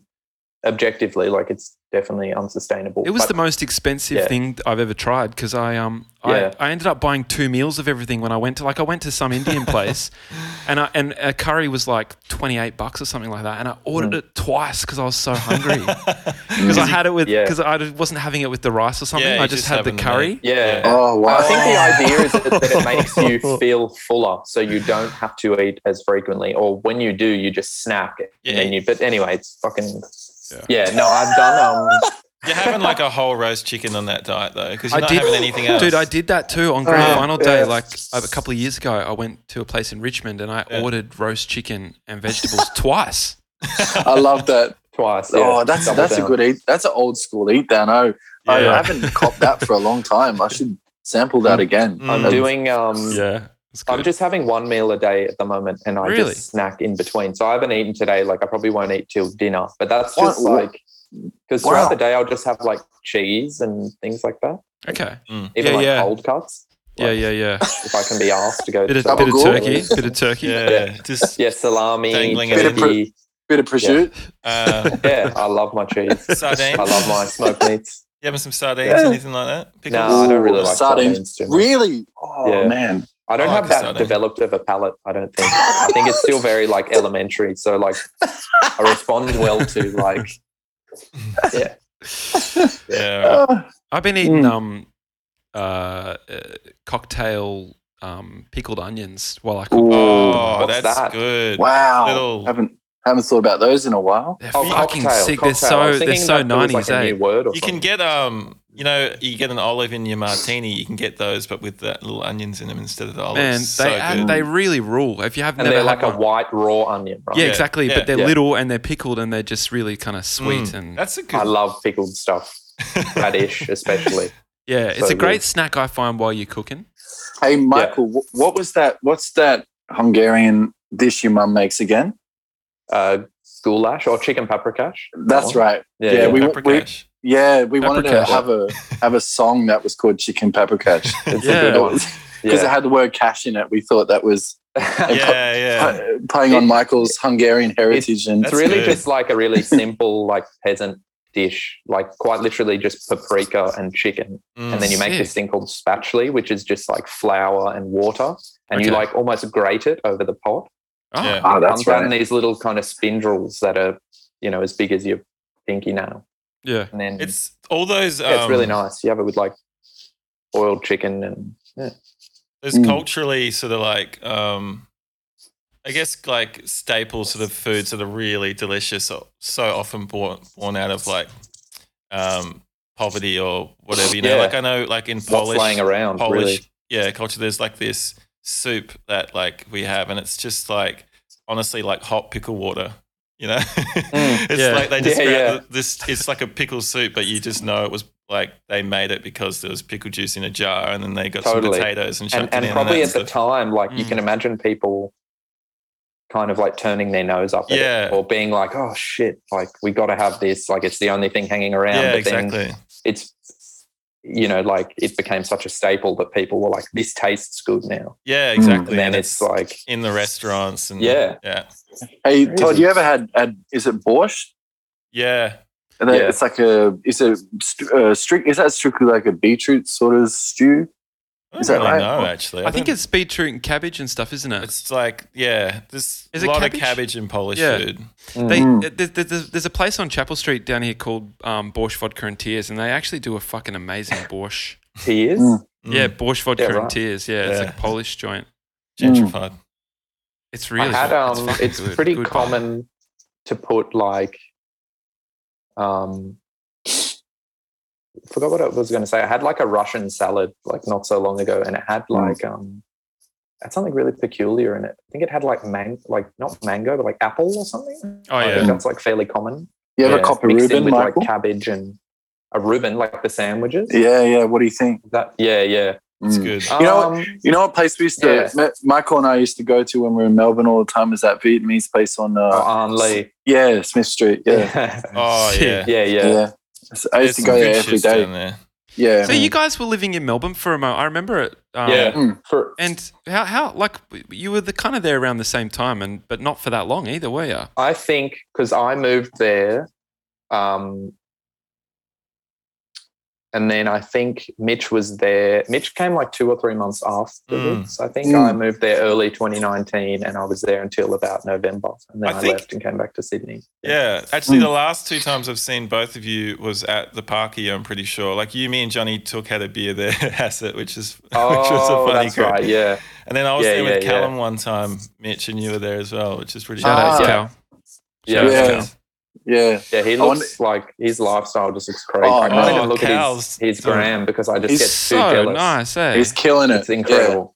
Speaker 3: objectively like it's definitely unsustainable.
Speaker 1: it was
Speaker 3: but
Speaker 1: the most expensive
Speaker 3: Yeah.
Speaker 1: thing I've ever tried because I um
Speaker 3: Yeah.
Speaker 1: I, I ended up buying two meals of everything when I went to like I went to some Indian place and I, and a curry was like twenty eight bucks or something like that and I ordered
Speaker 3: Mm.
Speaker 1: it twice because I was so hungry because I had it with
Speaker 3: Yeah.
Speaker 1: because I wasn't having it with the rice or something
Speaker 4: Yeah,
Speaker 1: I
Speaker 4: you
Speaker 1: just,
Speaker 4: just
Speaker 1: had the
Speaker 4: having the
Speaker 1: curry
Speaker 4: meat.
Speaker 3: yeah.
Speaker 5: Oh wow!
Speaker 3: I think the idea is that, that it makes you feel fuller, so you don't have to eat as frequently, or when you do, you just snack. And then
Speaker 4: Yeah.
Speaker 3: you, but anyway, it's fucking.
Speaker 1: Yeah.
Speaker 3: Yeah, no, I've done. Um,
Speaker 4: You're having like a whole roast chicken on that diet though, because you're
Speaker 1: I
Speaker 4: not
Speaker 1: did-
Speaker 4: having anything else.
Speaker 1: Dude, I did that too on grand
Speaker 5: Yeah.
Speaker 1: final day.
Speaker 3: Oh, Yeah.
Speaker 1: Like a a couple of years ago, I went to a place in Richmond and I
Speaker 4: Yeah.
Speaker 1: ordered roast chicken and vegetables twice.
Speaker 5: I love that.
Speaker 3: twice. yeah.
Speaker 5: Oh, that's
Speaker 3: Double
Speaker 5: that's a
Speaker 3: down.
Speaker 5: good eat. That's an old school eat down. Oh, I
Speaker 4: Yeah.
Speaker 5: haven't copped that for a long time. I should sample that again.
Speaker 4: Mm.
Speaker 3: I'm
Speaker 4: Mm.
Speaker 3: doing. Um,
Speaker 1: Yeah. It's good.
Speaker 3: I'm just having one meal a day at the moment, and I
Speaker 1: Really?
Speaker 3: just snack in between. So I haven't eaten today. Like I probably won't eat till dinner, but that's
Speaker 5: Wow.
Speaker 3: just like because
Speaker 5: Wow.
Speaker 3: throughout the day I'll just have like cheese and things like that,
Speaker 1: okay.
Speaker 3: even
Speaker 1: Yeah,
Speaker 3: like
Speaker 1: yeah.
Speaker 3: cold cuts.
Speaker 1: Yeah,
Speaker 3: Like,
Speaker 1: yeah, yeah.
Speaker 3: If I can be asked to go
Speaker 1: Bit of,
Speaker 3: to
Speaker 5: Double
Speaker 1: bit of
Speaker 5: gourd.
Speaker 1: turkey. Bit of turkey.
Speaker 4: yeah, just
Speaker 3: Yeah, salami,
Speaker 4: Dangling
Speaker 5: it in.
Speaker 3: turkey.
Speaker 5: Bit of prosciutto.
Speaker 4: uh,
Speaker 3: yeah, I love my cheese.
Speaker 4: sardines.
Speaker 3: I love my smoked meats.
Speaker 4: You having some sardines,
Speaker 3: Yeah.
Speaker 4: anything like that?
Speaker 3: No, I don't really like sardines.
Speaker 5: Sardines.
Speaker 3: too much.
Speaker 5: Really? Oh
Speaker 3: Yeah.
Speaker 5: man.
Speaker 3: I don't
Speaker 4: I
Speaker 3: have
Speaker 4: like
Speaker 3: that
Speaker 4: sardines.
Speaker 3: developed of a palate. I don't think. I think it's still very like elementary. So like, I respond well to like. Yeah,
Speaker 4: Yeah, all right.
Speaker 5: Uh,
Speaker 1: I've been eating
Speaker 5: Mm.
Speaker 1: um uh, uh cocktail um pickled onions while I cook.
Speaker 5: Ooh.
Speaker 4: Oh,
Speaker 3: What's
Speaker 4: that's
Speaker 3: that?
Speaker 4: good.
Speaker 5: wow.
Speaker 4: Little-
Speaker 5: Haven't haven't thought about those in a while.
Speaker 1: They're
Speaker 3: Oh,
Speaker 1: fucking
Speaker 3: cocktail,
Speaker 1: sick.
Speaker 3: cocktail. I was
Speaker 1: They're so they're
Speaker 3: thinking
Speaker 1: so
Speaker 3: that there was,
Speaker 1: nineties,
Speaker 3: like, a
Speaker 1: eh?
Speaker 3: new word or
Speaker 4: You
Speaker 3: something.
Speaker 4: can get um, you know, you get an olive in your martini. You can get those, but with the little onions in them instead of the olives.
Speaker 1: Man, they
Speaker 4: so
Speaker 1: add-
Speaker 4: good.
Speaker 1: they really rule. If you have
Speaker 3: and
Speaker 1: never
Speaker 3: they're
Speaker 1: had
Speaker 3: like a
Speaker 1: one.
Speaker 3: white raw onion, right?
Speaker 1: yeah,
Speaker 4: Yeah,
Speaker 1: exactly.
Speaker 4: yeah,
Speaker 1: but they're
Speaker 3: yeah.
Speaker 1: little and they're pickled and they're just really kind of sweet
Speaker 4: Mm,
Speaker 1: and
Speaker 4: that's a good.
Speaker 3: I love pickled stuff, radish especially.
Speaker 1: yeah, it's
Speaker 3: so
Speaker 1: a great
Speaker 3: good.
Speaker 1: snack I find while you're cooking.
Speaker 5: Hey Michael, wh- what was that? What's that Hungarian dish your mum makes again?
Speaker 3: Uh, goulash or chicken paprikash.
Speaker 5: That's
Speaker 3: That one.
Speaker 5: right.
Speaker 3: Yeah,
Speaker 5: Yeah,
Speaker 3: yeah.
Speaker 5: we-
Speaker 4: Paprikash.
Speaker 5: Yeah, we wanted to
Speaker 1: Paprikash.
Speaker 5: have a have a song that was called Chicken Paprikash
Speaker 3: it's
Speaker 1: Yeah.
Speaker 3: a good one.
Speaker 5: because it had the word cash in it. We thought that was
Speaker 3: Yeah.
Speaker 5: we-
Speaker 4: yeah, yeah.
Speaker 5: uh, playing on
Speaker 3: It-
Speaker 5: Michael's Hungarian heritage and
Speaker 3: It's
Speaker 4: That's
Speaker 3: really
Speaker 4: good.
Speaker 3: just like a really simple, like peasant dish, like quite literally just paprika and chicken.
Speaker 4: Mm.
Speaker 3: And then you make this
Speaker 1: Sick.
Speaker 3: thing called spatchli, which is just like flour and water. And you
Speaker 1: Okay.
Speaker 3: like almost grate it over the pot.
Speaker 1: Oh,
Speaker 4: Yeah.
Speaker 5: oh,
Speaker 3: comes
Speaker 5: that's
Speaker 3: out in
Speaker 5: right.
Speaker 3: these little kind of spindles that are, you know, as big as your pinky nail.
Speaker 1: yeah.
Speaker 3: And then it's,
Speaker 4: It's all those. Um,
Speaker 3: it's really nice. You have it with like boiled chicken and yeah.
Speaker 4: Those
Speaker 5: Mm.
Speaker 4: culturally sort of like, um, I guess like staple sort of foods that are really delicious, are so often born born out of like um, poverty or whatever. You know,
Speaker 3: Yeah.
Speaker 4: like I know, like in
Speaker 3: what's
Speaker 4: Polish,
Speaker 3: laying around,
Speaker 4: Polish,
Speaker 3: really.
Speaker 4: yeah, culture. There's like this soup that like we have, and it's just like honestly like hot pickle water. You know, it's
Speaker 1: Yeah.
Speaker 4: like they just
Speaker 3: Mm. Yeah,
Speaker 4: grab
Speaker 3: yeah.
Speaker 4: th- this. It's like a pickle soup, but you just know it was like they made it because there was pickle juice in a jar, and then they got some
Speaker 3: Totally.
Speaker 4: potatoes and
Speaker 3: and,
Speaker 4: chucked it
Speaker 3: and
Speaker 4: in.
Speaker 3: probably at
Speaker 4: that's
Speaker 3: the time, like you
Speaker 4: Mm.
Speaker 3: can imagine people kind of like turning their nose up at
Speaker 4: Yeah.
Speaker 3: it or being like, oh shit, like we got to have this. Like it's the only thing hanging around.
Speaker 4: Yeah,
Speaker 3: but then
Speaker 4: exactly.
Speaker 3: it's, you know, like it became such a staple that people were like, this tastes good now.
Speaker 4: Yeah, exactly.
Speaker 3: Mm. And then it's like,
Speaker 4: in the restaurants and
Speaker 3: Yeah.
Speaker 4: yeah,
Speaker 5: Hey Todd, you ever had, had is it borscht?
Speaker 4: yeah.
Speaker 5: And that-
Speaker 3: Yeah.
Speaker 5: It's like a is it st- uh, strict? Is that strictly like a beetroot sort of stew?
Speaker 4: I
Speaker 5: Is
Speaker 4: don't
Speaker 5: that
Speaker 4: really
Speaker 5: right?
Speaker 4: know, actually.
Speaker 1: I think
Speaker 4: don't-
Speaker 1: it's speed shooting cabbage and stuff, isn't it?
Speaker 4: it's like, yeah, there's
Speaker 1: Is
Speaker 4: a
Speaker 1: it
Speaker 4: lot
Speaker 1: cabbage?
Speaker 4: of cabbage in Polish
Speaker 1: Yeah.
Speaker 4: food.
Speaker 1: They,
Speaker 3: Mm-hmm.
Speaker 5: Mm.
Speaker 1: there's, there's, there's a place on Chapel Street down here called um, Borscht Vodka and Tears, and they actually do a fucking amazing Borscht.
Speaker 3: Tears?
Speaker 5: Mm.
Speaker 1: Yeah,
Speaker 4: Mm,
Speaker 1: Borscht Vodka
Speaker 3: Yeah,
Speaker 1: and
Speaker 3: right.
Speaker 1: Tears. Yeah, it's
Speaker 4: Yeah.
Speaker 1: a Polish joint.
Speaker 4: gentrified.
Speaker 1: It's really.
Speaker 3: I had
Speaker 1: good.
Speaker 3: um
Speaker 1: fucking
Speaker 3: it's,
Speaker 1: good.
Speaker 3: pretty
Speaker 1: Good bar.
Speaker 3: common to put like um forgot what I was gonna say. I had like a Russian salad like not so long ago and it
Speaker 1: Hmm.
Speaker 3: had like um it had something really peculiar in it. I think it had like man like not mango, but like apple or something.
Speaker 1: Oh
Speaker 3: I think
Speaker 1: yeah,
Speaker 5: Mm.
Speaker 3: that's like fairly common.
Speaker 5: You ever
Speaker 3: Yeah,
Speaker 5: cop a
Speaker 3: mixed in
Speaker 5: Reuben,
Speaker 3: with
Speaker 5: Michael?
Speaker 3: like cabbage and a Reuben, like the sandwiches.
Speaker 5: yeah, yeah. What do you think?
Speaker 3: That yeah, yeah.
Speaker 4: It's
Speaker 5: Mm.
Speaker 4: good.
Speaker 5: You know what-
Speaker 3: Um,
Speaker 5: You know what place we used to,
Speaker 3: Yeah.
Speaker 5: Ma- Michael and I used to go to when we were in Melbourne all the time is that Vietnamese place on,
Speaker 3: oh,
Speaker 5: uh,
Speaker 3: Arn Lee.
Speaker 5: yeah, Smith Street. Yeah.
Speaker 4: Oh, yeah.
Speaker 3: yeah,
Speaker 5: Yeah.
Speaker 3: yeah.
Speaker 5: So I
Speaker 4: There's
Speaker 5: used to go
Speaker 4: some
Speaker 5: there
Speaker 4: good
Speaker 5: every
Speaker 4: shits
Speaker 5: day.
Speaker 4: down there.
Speaker 5: Yeah.
Speaker 1: So you guys were living in Melbourne for a moment. I remember it. Um,
Speaker 3: Yeah.
Speaker 5: Mm.
Speaker 3: For,
Speaker 1: And how, how like you were the kind of there around the same time, and but not for that long either, were you?
Speaker 3: I think because I moved there, um, and then I think Mitch was there. Mitch came like two or three months afterwards. I think
Speaker 5: Mm.
Speaker 3: I moved there early 2019, and I was there until about November, and then
Speaker 4: I
Speaker 3: I,
Speaker 4: think-
Speaker 3: left and came back to Sydney.
Speaker 4: Yeah, actually,
Speaker 5: Mm.
Speaker 3: Hmm.
Speaker 4: the last two times I've seen both of you was at the Parky. I'm pretty sure. Like you, me, and Johnny took had a beer there, Asset, which is which was a
Speaker 3: Oh,
Speaker 4: funny
Speaker 3: that's
Speaker 4: group.
Speaker 3: right. Yeah,
Speaker 4: And then I was
Speaker 3: Yeah,
Speaker 4: there with
Speaker 3: yeah, yeah.
Speaker 4: Callum one time, Mitch, and you were there as well, which is pretty.
Speaker 1: Shout out,
Speaker 5: Ah.
Speaker 1: Cal.
Speaker 3: yeah,
Speaker 4: Shout out,
Speaker 5: Yeah.
Speaker 4: Cal.
Speaker 5: Yeah.
Speaker 3: yeah. He
Speaker 5: I wonder-
Speaker 3: looks like his lifestyle just looks crazy.
Speaker 5: Oh,
Speaker 3: I can't
Speaker 4: no.
Speaker 3: even look at
Speaker 4: Cal's-
Speaker 3: his, his gram because I just
Speaker 5: He's
Speaker 3: get too
Speaker 1: So
Speaker 3: jealous.
Speaker 1: nice, eh?
Speaker 5: He's killing it.
Speaker 3: It's incredible.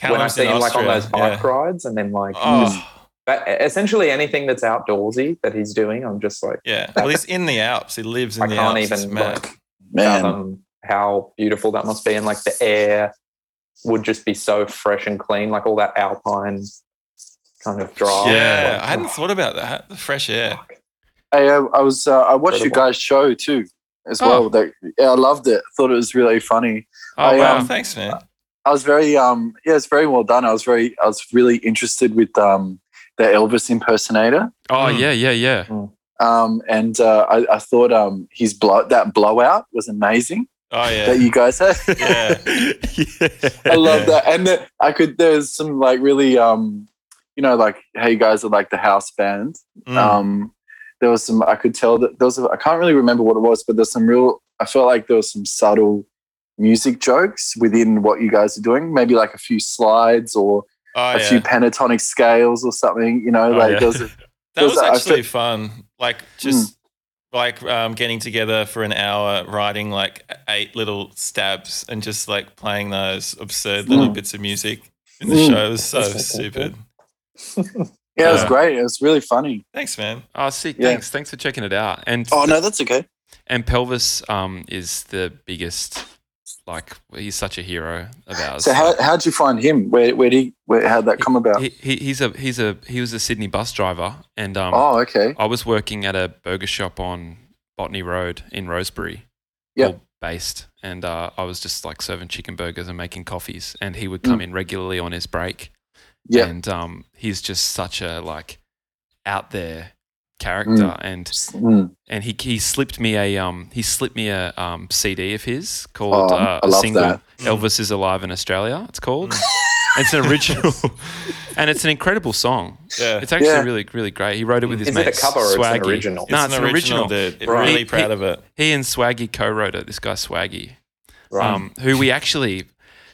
Speaker 3: when I
Speaker 4: Callum's
Speaker 3: see
Speaker 4: in
Speaker 3: him like on
Speaker 4: Austria,
Speaker 3: those bike rides, and then like.
Speaker 4: yeah. Oh,
Speaker 3: But e-, essentially anything that's outdoorsy that he's doing, I'm just like,
Speaker 4: yeah. Well, he's in the Alps. He lives in
Speaker 3: I
Speaker 4: the
Speaker 3: can't
Speaker 4: Alps. It's
Speaker 3: even
Speaker 4: mad.
Speaker 3: like
Speaker 5: Yeah. Man.
Speaker 3: fathom how beautiful that must be. And like the air would just be so fresh and clean, like all that alpine kind of drive.
Speaker 4: yeah,
Speaker 3: Like,
Speaker 4: I hadn't thought about that. The fresh air.
Speaker 5: Hey, I, I was, uh, I watched you
Speaker 3: Incredible.
Speaker 5: guys show too as
Speaker 1: Oh.
Speaker 5: well. That, yeah, I loved it. Thought it was really funny.
Speaker 1: oh
Speaker 5: I,
Speaker 1: wow.
Speaker 4: Oh, thanks, man.
Speaker 5: I was very um yeah, it's very well done. I was very I was really interested with um the Elvis impersonator.
Speaker 1: oh
Speaker 4: Mm.
Speaker 1: yeah, yeah, yeah.
Speaker 5: Um and uh, I, I thought um his blow that blowout was amazing
Speaker 4: Oh
Speaker 5: that
Speaker 4: yeah,
Speaker 5: you guys had.
Speaker 4: yeah.
Speaker 5: I love
Speaker 4: Yeah.
Speaker 5: that. And the, I could there's some like really um you know like how you guys are like the house band.
Speaker 4: Mm.
Speaker 5: Um there was some I could tell that there was a, I can't really remember what it was, but there's some real I felt like there was some subtle music jokes within what you guys are doing, maybe like a few slides or
Speaker 4: oh,
Speaker 5: a
Speaker 4: yeah.
Speaker 5: few pentatonic scales or something, you know,
Speaker 1: Oh,
Speaker 5: like
Speaker 1: yeah.
Speaker 5: there was a-
Speaker 4: That was
Speaker 5: Because I Hmm.
Speaker 4: actually fun. Like just like um, getting together for an hour, writing like e-, eight little stabs, and just like playing those absurd little
Speaker 5: Mm.
Speaker 4: bits of music in the
Speaker 5: Mm.
Speaker 4: show. It was so
Speaker 3: That's so cool.
Speaker 4: stupid.
Speaker 5: yeah, it was
Speaker 4: Yeah.
Speaker 5: great. It was really funny.
Speaker 4: Thanks, man.
Speaker 1: Oh, sick.
Speaker 5: Yeah.
Speaker 1: Thanks. Thanks for checking it out. And
Speaker 5: Oh no, that's okay.
Speaker 1: and Pelvis um, is the biggest, like, he's such a hero of ours.
Speaker 5: So how how'd you find him? Where where did he, where how'd that come about?
Speaker 1: he, he, he's a he's a he was a Sydney bus driver, and um,
Speaker 5: oh, okay.
Speaker 1: I was working at a burger shop on Botany Road in Rosebery.
Speaker 5: Yeah.
Speaker 1: all Based, and uh, I was just like serving chicken burgers and making coffees, and he would come in regularly on his break.
Speaker 5: Mm. Yeah.
Speaker 1: and um, he's just such a like out there character, and
Speaker 5: Mm.
Speaker 1: and he he slipped me a um he slipped me a um CD of his called
Speaker 5: Oh,
Speaker 1: uh,
Speaker 5: I
Speaker 1: a
Speaker 5: love
Speaker 1: single
Speaker 5: that.
Speaker 1: Elvis is alive in Australia. It's called. it's an original, and it's an incredible song.
Speaker 4: Yeah.
Speaker 1: It's actually
Speaker 5: Yeah.
Speaker 1: really really great. He wrote it with his
Speaker 3: Is
Speaker 1: mate
Speaker 3: it a cover or it's an
Speaker 1: Swaggy.
Speaker 3: original?
Speaker 1: No, it's an original.
Speaker 4: dude.
Speaker 3: Right.
Speaker 4: Really
Speaker 1: He-
Speaker 4: proud
Speaker 1: he-
Speaker 4: of it.
Speaker 1: He and Swaggy co-wrote it. This guy Swaggy,
Speaker 3: Right.
Speaker 1: um, who we actually.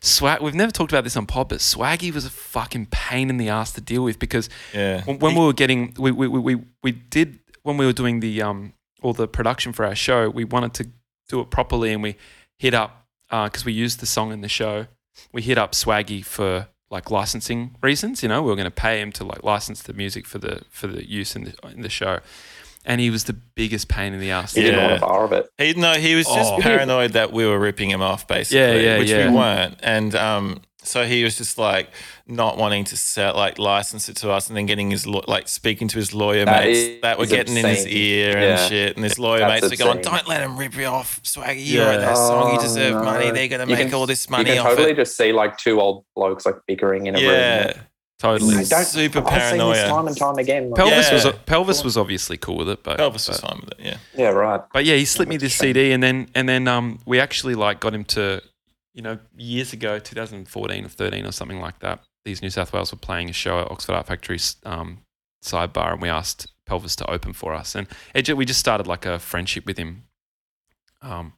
Speaker 1: Swag, we've never talked about this on pod, but Swaggy was a fucking pain in the ass to deal with because
Speaker 4: Yeah.
Speaker 1: when, when we were getting we, we, we, we, we did when we were doing the um all the production for our show we wanted to do it properly and we hit up because we used the song in the show we hit up swaggy for like licensing reasons you know we were going to pay him to like license the music for the for the use in the, in the show and he was the biggest pain in the ass
Speaker 3: he
Speaker 1: to
Speaker 3: didn't
Speaker 1: deal
Speaker 4: Yeah.
Speaker 1: with.
Speaker 3: want a bar of it.
Speaker 4: He no, he was just
Speaker 1: Oh.
Speaker 4: paranoid that we were ripping him off, basically,
Speaker 1: Yeah, yeah,
Speaker 4: which
Speaker 1: yeah.
Speaker 4: we weren't. And um, so he was just like not wanting to sell, like license it to us, and then getting his law- like speaking to his lawyer
Speaker 3: That
Speaker 4: mates that were
Speaker 3: is
Speaker 4: getting in his
Speaker 3: obscene.
Speaker 4: ear
Speaker 3: Yeah.
Speaker 4: and shit. And his lawyer
Speaker 3: That's
Speaker 4: mates were going,
Speaker 3: obscene.
Speaker 4: "Don't let him rip you off, Swaggy. You
Speaker 1: Yeah.
Speaker 4: wrote that song. You
Speaker 5: Oh,
Speaker 4: deserve
Speaker 5: no.
Speaker 4: money. They're gonna
Speaker 3: You
Speaker 4: make
Speaker 3: can-
Speaker 4: all this
Speaker 3: You
Speaker 4: money
Speaker 3: can
Speaker 4: off
Speaker 3: totally
Speaker 4: it."
Speaker 3: just see like two old blokes like bickering in a room.
Speaker 4: yeah,
Speaker 1: totally
Speaker 4: It's
Speaker 3: I don't-
Speaker 4: super
Speaker 3: I've seen this
Speaker 4: paranoia.
Speaker 3: time and time again. Like,
Speaker 1: pelvis was
Speaker 4: Yeah.
Speaker 1: pelvis was obviously cool with it but
Speaker 4: Elvis
Speaker 1: but-
Speaker 4: was fine with it. Yeah,
Speaker 3: yeah, right.
Speaker 1: But yeah, he slipped me
Speaker 3: that's
Speaker 1: this
Speaker 3: a shame.
Speaker 1: CD, and then and then um, we actually like got him to you know, years ago, 2014 or 13 or something like that, these New South Wales were playing a show at Oxford Art Factory's um, sidebar, and we asked Pelvis to open for us, and it, ju- we just started like a friendship with him. Um,